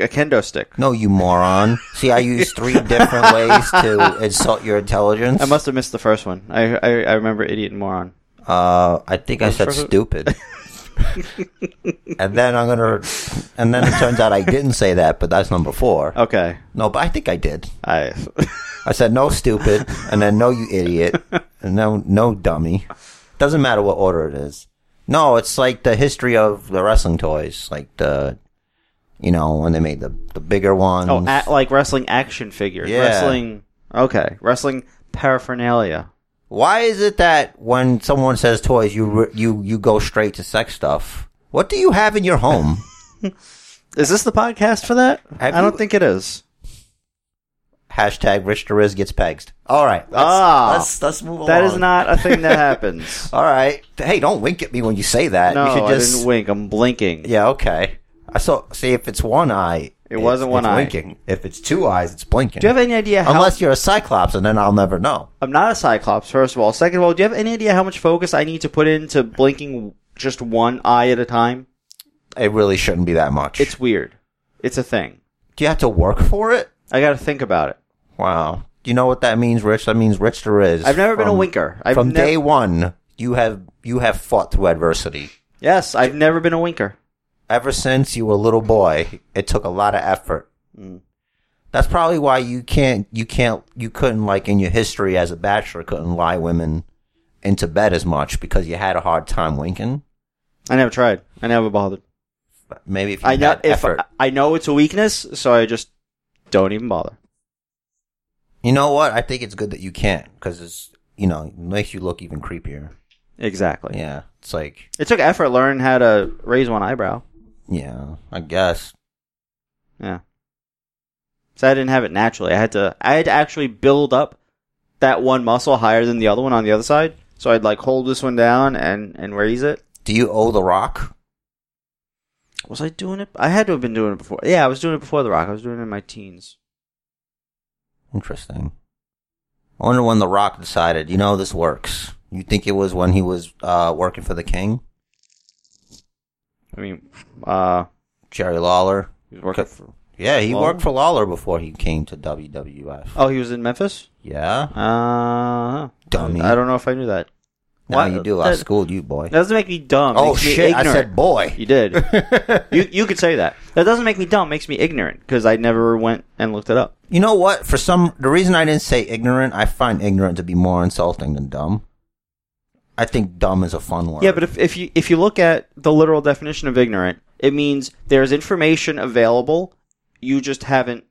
[SPEAKER 3] like a kendo stick.
[SPEAKER 1] No, you moron. See, I use three different ways to insult your intelligence.
[SPEAKER 3] I must have missed the first one. I I, I remember idiot and moron.
[SPEAKER 1] Uh, I think I said stupid. and then I'm gonna, and then it turns out I didn't say that, but that's number four.
[SPEAKER 3] Okay.
[SPEAKER 1] No, but I think I did.
[SPEAKER 3] I
[SPEAKER 1] I said no, stupid, and then no, you idiot, and no, no, dummy. Doesn't matter what order it is. No, it's like the history of the wrestling toys, like the, you know, when they made the the bigger ones.
[SPEAKER 3] oh a, like wrestling action figures.
[SPEAKER 1] Mm. Yeah.
[SPEAKER 3] Wrestling. Okay. Wrestling paraphernalia.
[SPEAKER 1] Why is it that when someone says toys, you re- you you go straight to sex stuff? What do you have in your home?
[SPEAKER 3] Is this the podcast for that?
[SPEAKER 1] Have
[SPEAKER 3] I don't
[SPEAKER 1] you-
[SPEAKER 3] think it is.
[SPEAKER 1] Hashtag Rich Riz gets pegged. All right, let's,
[SPEAKER 3] Ah.
[SPEAKER 1] let's let's move along.
[SPEAKER 3] That is not a thing that happens.
[SPEAKER 1] All right, hey, don't wink at me when you say that.
[SPEAKER 3] no,
[SPEAKER 1] you should
[SPEAKER 3] I
[SPEAKER 1] just
[SPEAKER 3] didn't wink. I'm blinking.
[SPEAKER 1] yeah, okay. I saw. See if it's one eye. it's-
[SPEAKER 3] wasn't one
[SPEAKER 1] it's
[SPEAKER 3] eye.
[SPEAKER 1] Blinking. If it's two eyes, it's blinking.
[SPEAKER 3] Do you have any idea how?
[SPEAKER 1] Unless you're a cyclops, and then I'll never know.
[SPEAKER 3] I'm not a cyclops. First of all, second of all, do you have any idea how much focus I need to put into blinking just one eye at a time?
[SPEAKER 1] It really shouldn't be that much.
[SPEAKER 3] It's weird. It's a thing.
[SPEAKER 1] Do you have to work for it?
[SPEAKER 3] I got to think about it.
[SPEAKER 1] Wow. Do you know what that means, Rich? That means Rich there is.
[SPEAKER 3] I've never been a
[SPEAKER 1] from-
[SPEAKER 3] winker. I've
[SPEAKER 1] from
[SPEAKER 3] nev-
[SPEAKER 1] day one, you have you have fought through adversity.
[SPEAKER 3] Yes, I've never been a winker.
[SPEAKER 1] Ever since you were a little boy, it took a lot of effort.
[SPEAKER 3] Mm.
[SPEAKER 1] That's probably why you can't you can't you couldn't like in your history as a bachelor couldn't lie women into bed as much because you had a hard time winking.
[SPEAKER 3] I never tried. I never bothered.
[SPEAKER 1] But maybe if you
[SPEAKER 3] I know
[SPEAKER 1] had
[SPEAKER 3] if
[SPEAKER 1] effort.
[SPEAKER 3] I, I know it's a weakness, so I just don't even bother.
[SPEAKER 1] you know what? I think it's good that you can't because it's you know it makes you look even creepier.
[SPEAKER 3] Exactly.
[SPEAKER 1] Yeah, it's like
[SPEAKER 3] It took effort learning how to raise one eyebrow.
[SPEAKER 1] yeah, I guess.
[SPEAKER 3] Yeah. So I didn't have it naturally. I had to I had to actually build up that one muscle higher than the other one on the other side. So I'd like hold this one down and and raise it.
[SPEAKER 1] Do you owe the Rock?
[SPEAKER 3] Was I doing it? I had to have been doing it before. Yeah, I was doing it before the rock. I was doing it in my teens.
[SPEAKER 1] Interesting. I wonder when The Rock decided, you know, this works. You think it was when he was uh, working for the King,
[SPEAKER 3] I mean, uh,
[SPEAKER 1] Jerry Lawler?
[SPEAKER 3] he was working
[SPEAKER 1] Okay.
[SPEAKER 3] for.
[SPEAKER 1] Yeah, he
[SPEAKER 3] Lawler?
[SPEAKER 1] worked for Lawler before he came to WWF.
[SPEAKER 3] Oh, he was in Memphis.
[SPEAKER 1] Yeah,
[SPEAKER 3] Uh,
[SPEAKER 1] Dummy.
[SPEAKER 3] I don't know if I knew that.
[SPEAKER 1] now
[SPEAKER 3] Why-
[SPEAKER 1] you do. I
[SPEAKER 3] that-
[SPEAKER 1] schooled you, boy.
[SPEAKER 3] That doesn't make me dumb. It
[SPEAKER 1] oh
[SPEAKER 3] makes me
[SPEAKER 1] shit! I
[SPEAKER 3] ignorant.
[SPEAKER 1] said boy.
[SPEAKER 3] You did. you you could say that. That doesn't make me dumb. Makes me ignorant because I never went and looked it up.
[SPEAKER 1] You know what? For some, the reason I didn't say ignorant, I find ignorant to be more insulting than dumb. I think dumb is a fun word.
[SPEAKER 3] Yeah, but if, if you if you look at the literal definition of ignorant, it means there's information available, you just haven't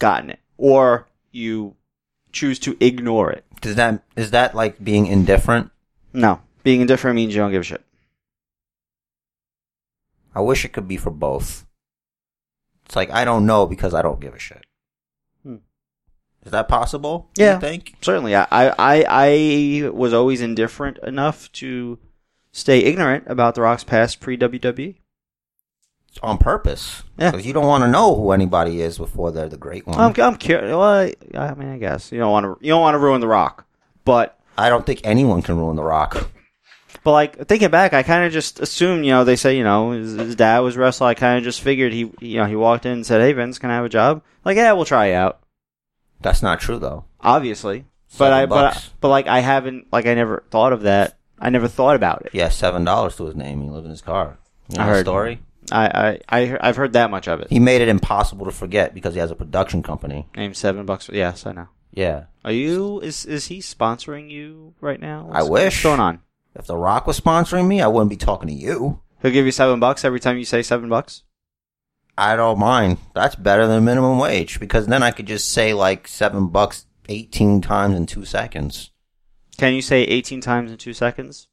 [SPEAKER 3] gotten it, or you choose to ignore it.
[SPEAKER 1] does that is that like being indifferent?
[SPEAKER 3] No, being indifferent means you don't give a shit.
[SPEAKER 1] I wish it could be for both. It's like I don't know because I don't give a shit.
[SPEAKER 3] Hmm.
[SPEAKER 1] Is that possible?
[SPEAKER 3] Yeah.
[SPEAKER 1] You think?
[SPEAKER 3] Certainly, I I I, I was always indifferent enough to stay ignorant about the Rock's past E. pre WWE.
[SPEAKER 1] It's on purpose.
[SPEAKER 3] Yeah. Um,
[SPEAKER 1] Because you don't want to know who anybody is before they're the great one.
[SPEAKER 3] I'm I'm curious. Well, I, I mean, I guess you don't want to you don't want to ruin the Rock, but
[SPEAKER 1] I don't think anyone can ruin The Rock.
[SPEAKER 3] But like thinking back, I kind of just assumed, you know, they say, you know, his, his dad was wrestler. I kind of just figured he, you know, he walked in and said, "Hey Vince, can I have a job?" Like, yeah, we'll try you out.
[SPEAKER 1] That's not true though.
[SPEAKER 3] Obviously, but
[SPEAKER 1] Seven
[SPEAKER 3] I, but I,
[SPEAKER 1] bucks.
[SPEAKER 3] but like I haven't, like I never thought of that. I never thought about it.
[SPEAKER 1] He has seven dollars to his name. He lived in his car. You know
[SPEAKER 3] I
[SPEAKER 1] the
[SPEAKER 3] heard.
[SPEAKER 1] story.
[SPEAKER 3] I, I, I, I've heard that much of it.
[SPEAKER 1] He made it impossible to forget because he has a production company.
[SPEAKER 3] Name seven bucks. For, yes, I know.
[SPEAKER 1] Yeah.
[SPEAKER 3] Are you? Is is he sponsoring you right now?
[SPEAKER 1] I
[SPEAKER 3] What's- What's
[SPEAKER 1] wish.
[SPEAKER 3] going on?
[SPEAKER 1] If The Rock was sponsoring me, I wouldn't be talking to you.
[SPEAKER 3] He'll give you seven bucks every time you say seven bucks.
[SPEAKER 1] I don't mind. That's better than minimum wage because then I could just say like seven bucks eighteen times in two seconds.
[SPEAKER 3] Can you say eighteen times in two seconds?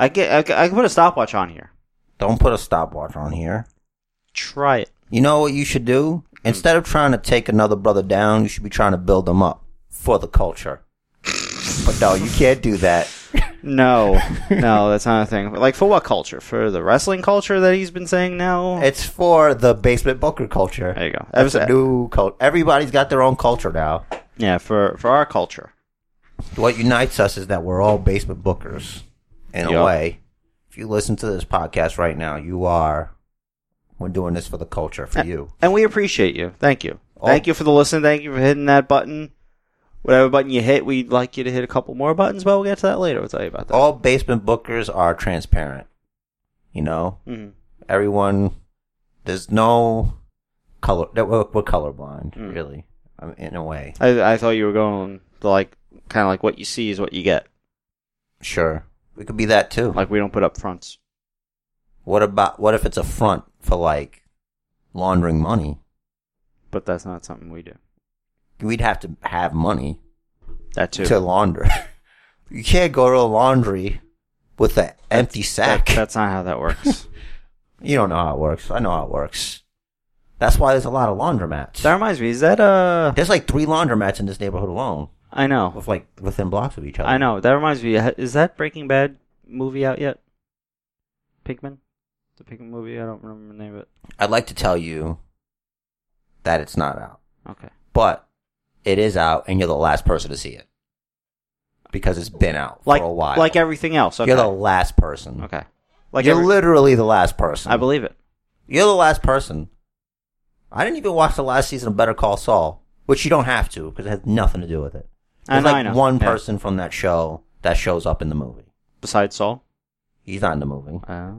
[SPEAKER 3] I get. I, ca- I can put a stopwatch on here.
[SPEAKER 1] Don't put a stopwatch on here.
[SPEAKER 3] Try it.
[SPEAKER 1] You know what you should do? Instead of trying to take another brother down, you should be trying to build them up for the culture. but no, you can't do that.
[SPEAKER 3] No, no, that's not a thing. Like for what culture? For the wrestling culture that he's been saying now.
[SPEAKER 1] It's for the basement booker culture.
[SPEAKER 3] there you go.
[SPEAKER 1] That's a
[SPEAKER 3] Episode-
[SPEAKER 1] new culture. Everybody's got their own culture now.
[SPEAKER 3] yeah, for for our culture.
[SPEAKER 1] What unites us is that we're all basement bookers in a
[SPEAKER 3] Yup.
[SPEAKER 1] way. If you listen to this podcast right now, you are. We're doing this for the culture,
[SPEAKER 3] Eh.
[SPEAKER 1] for you.
[SPEAKER 3] And we appreciate you. Thank you.
[SPEAKER 1] Oh.
[SPEAKER 3] Thank you for the listen. Thank you for hitting that button. Whatever button you hit, we'd like you to hit a couple more buttons, but we'll get to that later. We'll tell you about that.
[SPEAKER 1] All basement bookers are transparent. You know,
[SPEAKER 3] Mhm.
[SPEAKER 1] everyone there's no color that we're, we're colorblind
[SPEAKER 3] Mm.
[SPEAKER 1] really I mean, in a way
[SPEAKER 3] I, I thought you were going to like kind of like what you see is what you get.
[SPEAKER 1] sure we could be that too
[SPEAKER 3] Like we don't put up fronts.
[SPEAKER 1] what about what if it's a front for like laundering money
[SPEAKER 3] But that's not something we do.
[SPEAKER 1] we'd have to have money
[SPEAKER 3] That too.
[SPEAKER 1] to launder you can't go to a laundry with an empty
[SPEAKER 3] That-
[SPEAKER 1] sack
[SPEAKER 3] that's not how that works.
[SPEAKER 1] you don't know how it works i know how it works that's why there's a lot of laundromats
[SPEAKER 3] that reminds me. Is that uh?
[SPEAKER 1] there's like three laundromats in this neighborhood alone
[SPEAKER 3] I know.
[SPEAKER 1] with like within blocks of each other
[SPEAKER 3] I know. That reminds me. ha- Is that Breaking Bad movie out yet? Pigman. The Pigman movie. I don't remember the name of it.
[SPEAKER 1] I'd like to tell you that it's not out,
[SPEAKER 3] Okay.
[SPEAKER 1] but it is out, and you're the last person to see it because it's been out
[SPEAKER 3] Like
[SPEAKER 1] for a while.
[SPEAKER 3] like everything else. Okay.
[SPEAKER 1] you're the last person.
[SPEAKER 3] okay.
[SPEAKER 1] Like
[SPEAKER 3] Like
[SPEAKER 1] you're
[SPEAKER 3] every-
[SPEAKER 1] literally the last person.
[SPEAKER 3] I believe it.
[SPEAKER 1] you're the last person. I didn't even watch the last season of Better Call Saul, which you don't have to because it has nothing to do with it.
[SPEAKER 3] I
[SPEAKER 1] There's
[SPEAKER 3] know,
[SPEAKER 1] like
[SPEAKER 3] I know.
[SPEAKER 1] one
[SPEAKER 3] Yeah.
[SPEAKER 1] person from that show that shows up in the movie.
[SPEAKER 3] Besides Saul.
[SPEAKER 1] He's not in the movie.
[SPEAKER 3] Uh,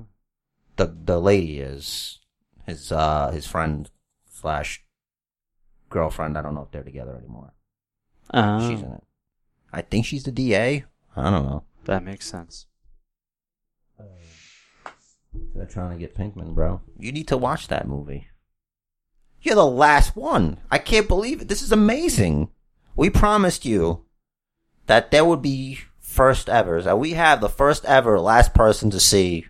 [SPEAKER 1] The the lady is his uh his friend slash girlfriend. I don't know if they're together anymore.
[SPEAKER 3] uh,
[SPEAKER 1] She's in it. I think she's the DA. I don't know.
[SPEAKER 3] that makes sense.
[SPEAKER 1] They're trying to get Pinkman, bro. You need to watch that movie. You're the last one. I can't believe it. This is amazing. We promised you that there would be first evers, and we have the first ever last person to see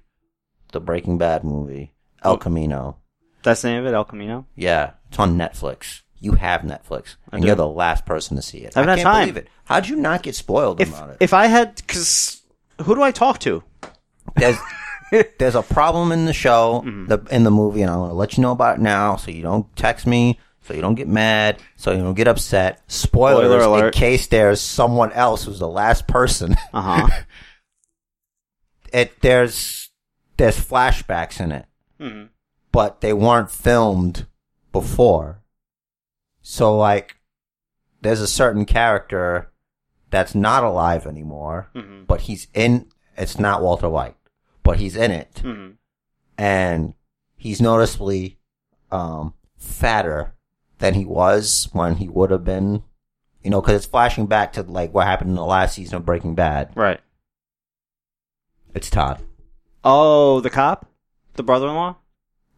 [SPEAKER 1] the Breaking Bad movie, El Camino.
[SPEAKER 3] That's the name of it. El Camino.
[SPEAKER 1] Yeah, it's on Netflix. You have Netflix,
[SPEAKER 3] I
[SPEAKER 1] and
[SPEAKER 3] do.
[SPEAKER 1] you're the last person to see it.
[SPEAKER 3] I haven't
[SPEAKER 1] I
[SPEAKER 3] had
[SPEAKER 1] can't
[SPEAKER 3] time.
[SPEAKER 1] believe it. How'd you not get spoiled
[SPEAKER 3] If
[SPEAKER 1] about it?
[SPEAKER 3] if I had, because who do I talk to?
[SPEAKER 1] there's there's a problem in the show,
[SPEAKER 3] Mm-hmm.
[SPEAKER 1] the in the movie, and I'm gonna let you know about it now, so you don't text me, so you don't get mad, so you don't get upset. Spoilers
[SPEAKER 3] Spoiler alert.
[SPEAKER 1] in case there's someone else who's the last person.
[SPEAKER 3] Uh huh.
[SPEAKER 1] It there's there's flashbacks in it,
[SPEAKER 3] hmm
[SPEAKER 1] but they weren't filmed before, so like there's a certain character that's not alive anymore,
[SPEAKER 3] Mhm.
[SPEAKER 1] but he's in. It's not Walter White, but he's in it.
[SPEAKER 3] hmm
[SPEAKER 1] and he's noticeably um, fatter than he was when he would have been. You know, because it's flashing back to like what happened in the last season of Breaking Bad.
[SPEAKER 3] Right.
[SPEAKER 1] It's Todd,
[SPEAKER 3] Oh, the cop, the brother-in-law.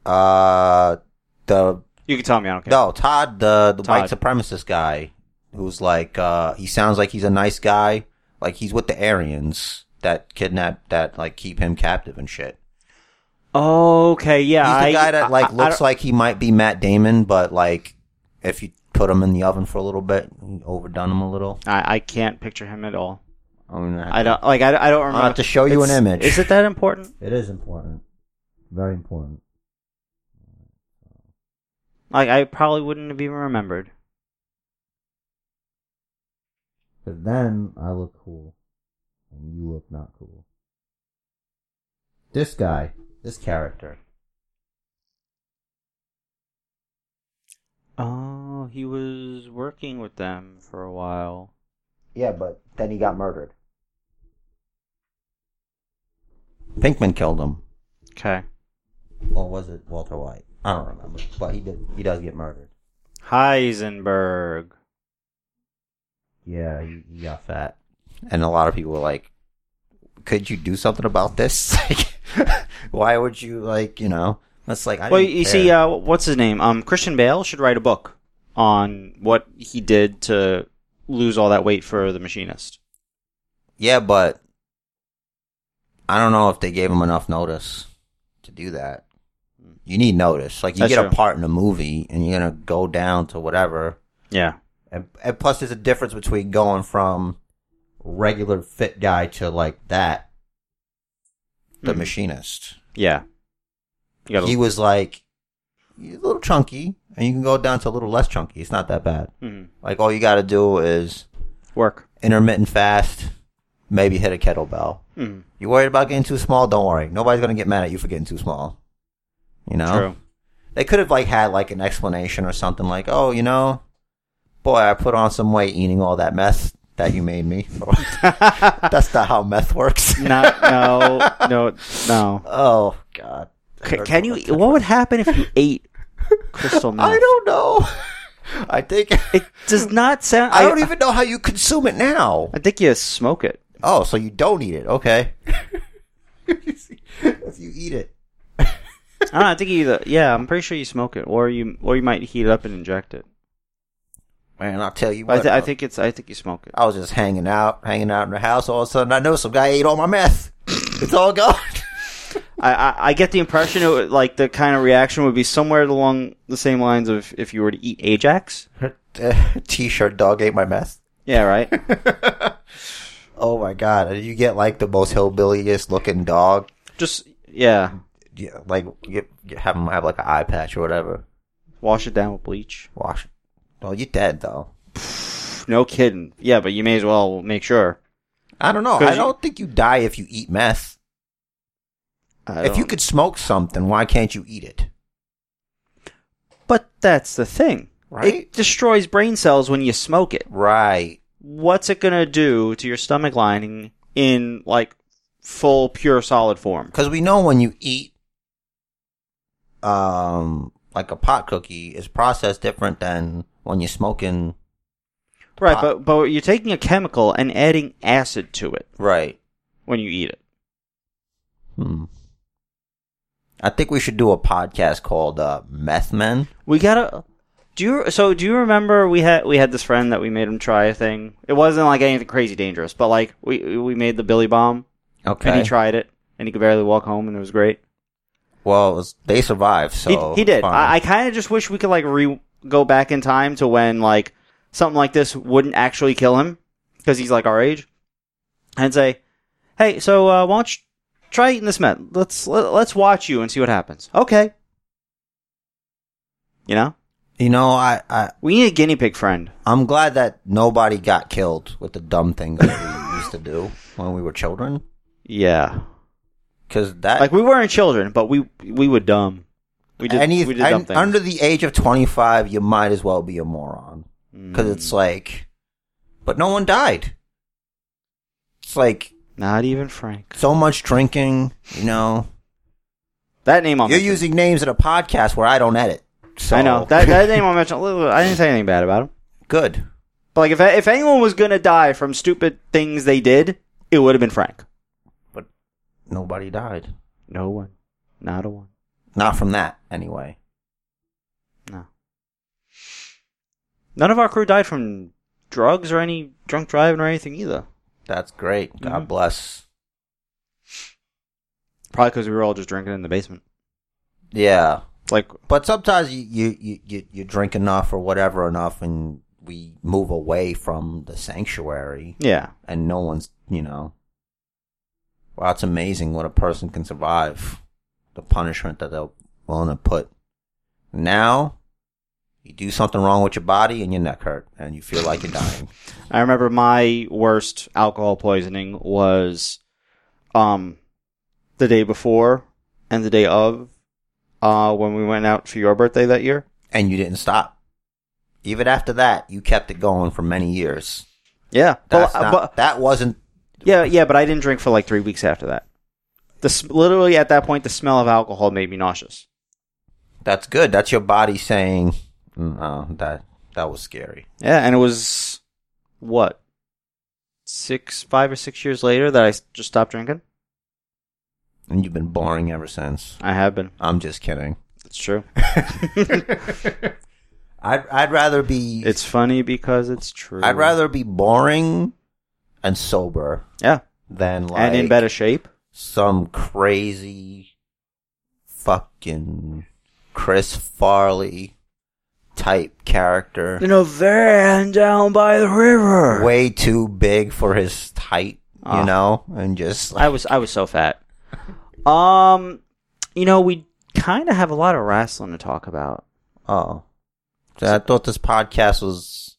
[SPEAKER 1] uh, the
[SPEAKER 3] You can tell me. I don't care.
[SPEAKER 1] no Todd, the the white
[SPEAKER 3] Todd.
[SPEAKER 1] supremacist guy, who's like uh, he sounds like he's a nice guy, like he's with the Aryans that kidnap that like keep him captive and shit.
[SPEAKER 3] Okay. Yeah.
[SPEAKER 1] he's the
[SPEAKER 3] I,
[SPEAKER 1] guy that like
[SPEAKER 3] I- I
[SPEAKER 1] looks
[SPEAKER 3] don't-
[SPEAKER 1] like he might be Matt Damon, but like if you put him in the oven for a little bit, you overdone him a little.
[SPEAKER 3] I, I can't picture him at all.
[SPEAKER 1] I'm gonna have
[SPEAKER 3] I don't like. I, I don't remember.
[SPEAKER 1] have to show you an
[SPEAKER 3] It's-
[SPEAKER 1] image.
[SPEAKER 3] Is it that important?
[SPEAKER 1] It is important, very important.
[SPEAKER 3] Like I probably wouldn't have even remembered.
[SPEAKER 1] Because then I look cool, and you look not cool. this guy, this character.
[SPEAKER 3] Oh, he was working with them for a while.
[SPEAKER 1] Yeah, but then he got murdered. Pinkman killed him.
[SPEAKER 3] Okay.
[SPEAKER 1] Or was it Walter White? I don't remember. But he did he does get murdered.
[SPEAKER 3] Heisenberg.
[SPEAKER 1] Yeah, he, he got fat. And a lot of people were like, Could you do something about this? like why would you like, you know? That's like I
[SPEAKER 3] well,
[SPEAKER 1] didn't
[SPEAKER 3] you
[SPEAKER 1] care.
[SPEAKER 3] see, uh, what's his name? Um, Christian Bale should write a book on what he did to lose all that weight for the machinist.
[SPEAKER 1] Yeah, but I don't know if they gave him enough notice to do that. You need notice. Like you
[SPEAKER 3] That's
[SPEAKER 1] get
[SPEAKER 3] true.
[SPEAKER 1] a part in a movie and you're gonna go down to whatever.
[SPEAKER 3] Yeah.
[SPEAKER 1] And, and plus, there's a difference between going from regular fit guy to like that, the
[SPEAKER 3] Mhm.
[SPEAKER 1] machinist.
[SPEAKER 3] Yeah. You gotta,
[SPEAKER 1] He was like "You're a little chunky, and you can go down to a little less chunky. It's not that bad.
[SPEAKER 3] Mhm.
[SPEAKER 1] Like all you got to do is
[SPEAKER 3] work.
[SPEAKER 1] intermittent fast, maybe hit a kettlebell.
[SPEAKER 3] Mhm.
[SPEAKER 1] You worried about getting too small? Don't worry. Nobody's gonna get mad at you for getting too small. You know.
[SPEAKER 3] True.
[SPEAKER 1] They could have like had like an explanation or something like, "Oh, you know, boy, I put on some weight eating all that meth that you made me." That's not how meth works.
[SPEAKER 3] Not, no, no, no.
[SPEAKER 1] Oh God.
[SPEAKER 3] C- can you? e-, What would happen if you ate crystal meth?
[SPEAKER 1] I don't know. I think
[SPEAKER 3] It does not sound.
[SPEAKER 1] I don't e-, even know how you consume it now.
[SPEAKER 3] I think you smoke it.
[SPEAKER 1] Oh, so you don't eat it? Okay. if you eat it,
[SPEAKER 3] I don't know, I think you either. Yeah, I'm pretty sure you smoke it, or you, or you might heat it up and inject it.
[SPEAKER 1] man, I'll tell you
[SPEAKER 3] But
[SPEAKER 1] what.
[SPEAKER 3] I, th- I think it's. I think you smoke it.
[SPEAKER 1] I was just hanging out, hanging out in the house. All of a sudden, I know some guy ate all my meth. It's all gone.
[SPEAKER 3] I, I, I get the impression it would, like the kind of reaction would be somewhere along the same lines of if you were to eat Ajax.
[SPEAKER 1] T-shirt dog ate my meth.
[SPEAKER 3] Yeah, right.
[SPEAKER 1] Oh my god! And you get like the most hillbillyest looking dog.
[SPEAKER 3] Just yeah,
[SPEAKER 1] Yeah, like you, you have him have like an eye patch or whatever.
[SPEAKER 3] wash it down with bleach.
[SPEAKER 1] Wash. Oh, you're dead though.
[SPEAKER 3] No kidding. Yeah, but you may as well make sure.
[SPEAKER 1] I don't know.
[SPEAKER 3] 'Cause
[SPEAKER 1] I
[SPEAKER 3] you-
[SPEAKER 1] don't think you die if you eat meth.
[SPEAKER 3] I
[SPEAKER 1] If you
[SPEAKER 3] don't-
[SPEAKER 1] could smoke something, why can't you eat it?
[SPEAKER 3] but that's the thing.
[SPEAKER 1] Right?
[SPEAKER 3] It destroys brain cells when you smoke it.
[SPEAKER 1] Right.
[SPEAKER 3] What's it gonna do to your stomach lining in like full pure solid form?
[SPEAKER 1] Because we know when you eat, um, like a pot cookie, it's processed different than when you're smoking.
[SPEAKER 3] Right,
[SPEAKER 1] pot.
[SPEAKER 3] but but you're taking a chemical and adding acid to it
[SPEAKER 1] Right.
[SPEAKER 3] when you eat it.
[SPEAKER 1] Hmm. I think we should do a podcast called uh, Meth Men.
[SPEAKER 3] We gotta. Do you so? Do you remember we had we had this friend that we made him try a thing? It wasn't like anything crazy dangerous, but like we we made the Billy Bomb
[SPEAKER 1] Okay.
[SPEAKER 3] and he tried it and he could barely walk home and it was great.
[SPEAKER 1] well, it was- they survived, so
[SPEAKER 3] he, he did.
[SPEAKER 1] fine.
[SPEAKER 3] I, I kind of just wish we could like re go back in time to when like something like this wouldn't actually kill him because he's like our age, and say, "Hey, so uh, why don't you try eating this meth? Let's let, let's watch you and see what happens." Okay. You know,
[SPEAKER 1] you know, I, I
[SPEAKER 3] we need a guinea pig friend.
[SPEAKER 1] I'm glad that nobody got killed with the dumb thing that we used to do when we were children.
[SPEAKER 3] Yeah,
[SPEAKER 1] Because that
[SPEAKER 3] like we weren't children, but we we were dumb. We did
[SPEAKER 1] Any-
[SPEAKER 3] we did
[SPEAKER 1] un-
[SPEAKER 3] dumb things.
[SPEAKER 1] under the age of 25 you might as well be a moron because
[SPEAKER 3] Mm,
[SPEAKER 1] it's like but no one died it's like
[SPEAKER 3] Not even Frank.
[SPEAKER 1] so much drinking you know
[SPEAKER 3] That name I'm
[SPEAKER 1] you're
[SPEAKER 3] mentioning.
[SPEAKER 1] using names in a podcast where i don't edit so
[SPEAKER 3] I know that that name I'm mentioning. I didn't say anything bad about him.
[SPEAKER 1] good
[SPEAKER 3] But like, if if anyone was gonna die from stupid things they did, it would have been Frank.
[SPEAKER 1] nobody died
[SPEAKER 3] No one, not a one.
[SPEAKER 1] not from that anyway
[SPEAKER 3] No. None of our crew died from drugs or any drunk driving or anything either.
[SPEAKER 1] that's great god
[SPEAKER 3] Mhm.
[SPEAKER 1] bless
[SPEAKER 3] Probably because we were all just drinking in the basement.
[SPEAKER 1] yeah
[SPEAKER 3] Like,
[SPEAKER 1] but sometimes you you, you, you you drink enough or whatever enough and we move away from the sanctuary
[SPEAKER 3] yeah,
[SPEAKER 1] and no one's, you know. Wow, it's amazing what a person can survive the punishment that they're willing to put. Now, you do something wrong with your body and your neck hurt and you feel like you're dying.
[SPEAKER 3] I remember my worst alcohol poisoning was, um, the day before and the day of uh, when we went out for your birthday that year.
[SPEAKER 1] And you didn't stop. Even after that, you kept it going for many years.
[SPEAKER 3] Yeah.
[SPEAKER 1] That's
[SPEAKER 3] But- uh,
[SPEAKER 1] not,
[SPEAKER 3] but-
[SPEAKER 1] that wasn't.
[SPEAKER 3] yeah, yeah, but I didn't drink for like three weeks after that. The s- literally at that point, the smell of alcohol made me nauseous.
[SPEAKER 1] That's good. That's your body saying, "No, that that was scary."
[SPEAKER 3] Yeah, and it was what six, five or six years later that I s- just stopped drinking.
[SPEAKER 1] And you've been boring ever since.
[SPEAKER 3] I have been.
[SPEAKER 1] I'm just kidding.
[SPEAKER 3] It's true.
[SPEAKER 1] I'd I'd rather be
[SPEAKER 3] It's funny because it's true.
[SPEAKER 1] I'd rather be boring and sober
[SPEAKER 3] Yeah,
[SPEAKER 1] than like
[SPEAKER 3] and in better shape.
[SPEAKER 1] some crazy fucking Chris Farley type character.
[SPEAKER 3] In a van down by the river.
[SPEAKER 1] Way too big for his height, you
[SPEAKER 3] Ah.
[SPEAKER 1] know? And just like
[SPEAKER 3] I was I was so fat. Um, you know we kind of have a lot of wrestling to talk about.
[SPEAKER 1] oh. So I thought this podcast was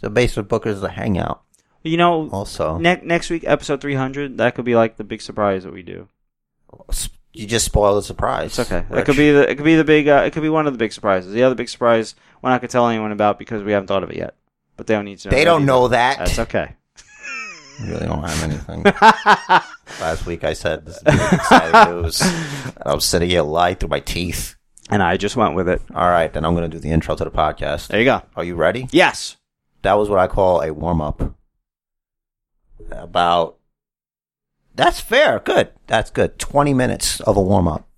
[SPEAKER 1] so basement bookers a hangout
[SPEAKER 3] You know,
[SPEAKER 1] also.
[SPEAKER 3] next next week episode three hundred that could be like the big surprise that we do.
[SPEAKER 1] S- You just spoiled the surprise.
[SPEAKER 3] It's okay. It
[SPEAKER 1] Rich.
[SPEAKER 3] could be the it could be the big uh, it could be one of the big surprises. The other big surprise we're not gonna tell anyone about because we haven't thought of it yet. But they don't need to. know
[SPEAKER 1] They
[SPEAKER 3] that
[SPEAKER 1] don't
[SPEAKER 3] either.
[SPEAKER 1] know that.
[SPEAKER 3] That's okay.
[SPEAKER 1] really don't have anything. Last week I said this is really exciting news. And I'm sitting here lying through my teeth.
[SPEAKER 3] And I just went with it.
[SPEAKER 1] All right, then I'm going to do the intro to the podcast.
[SPEAKER 3] There you go.
[SPEAKER 1] Are you ready?
[SPEAKER 3] Yes.
[SPEAKER 1] That was what I call a warm up. About. That's fair. Good. That's good. 20 minutes of a warm up.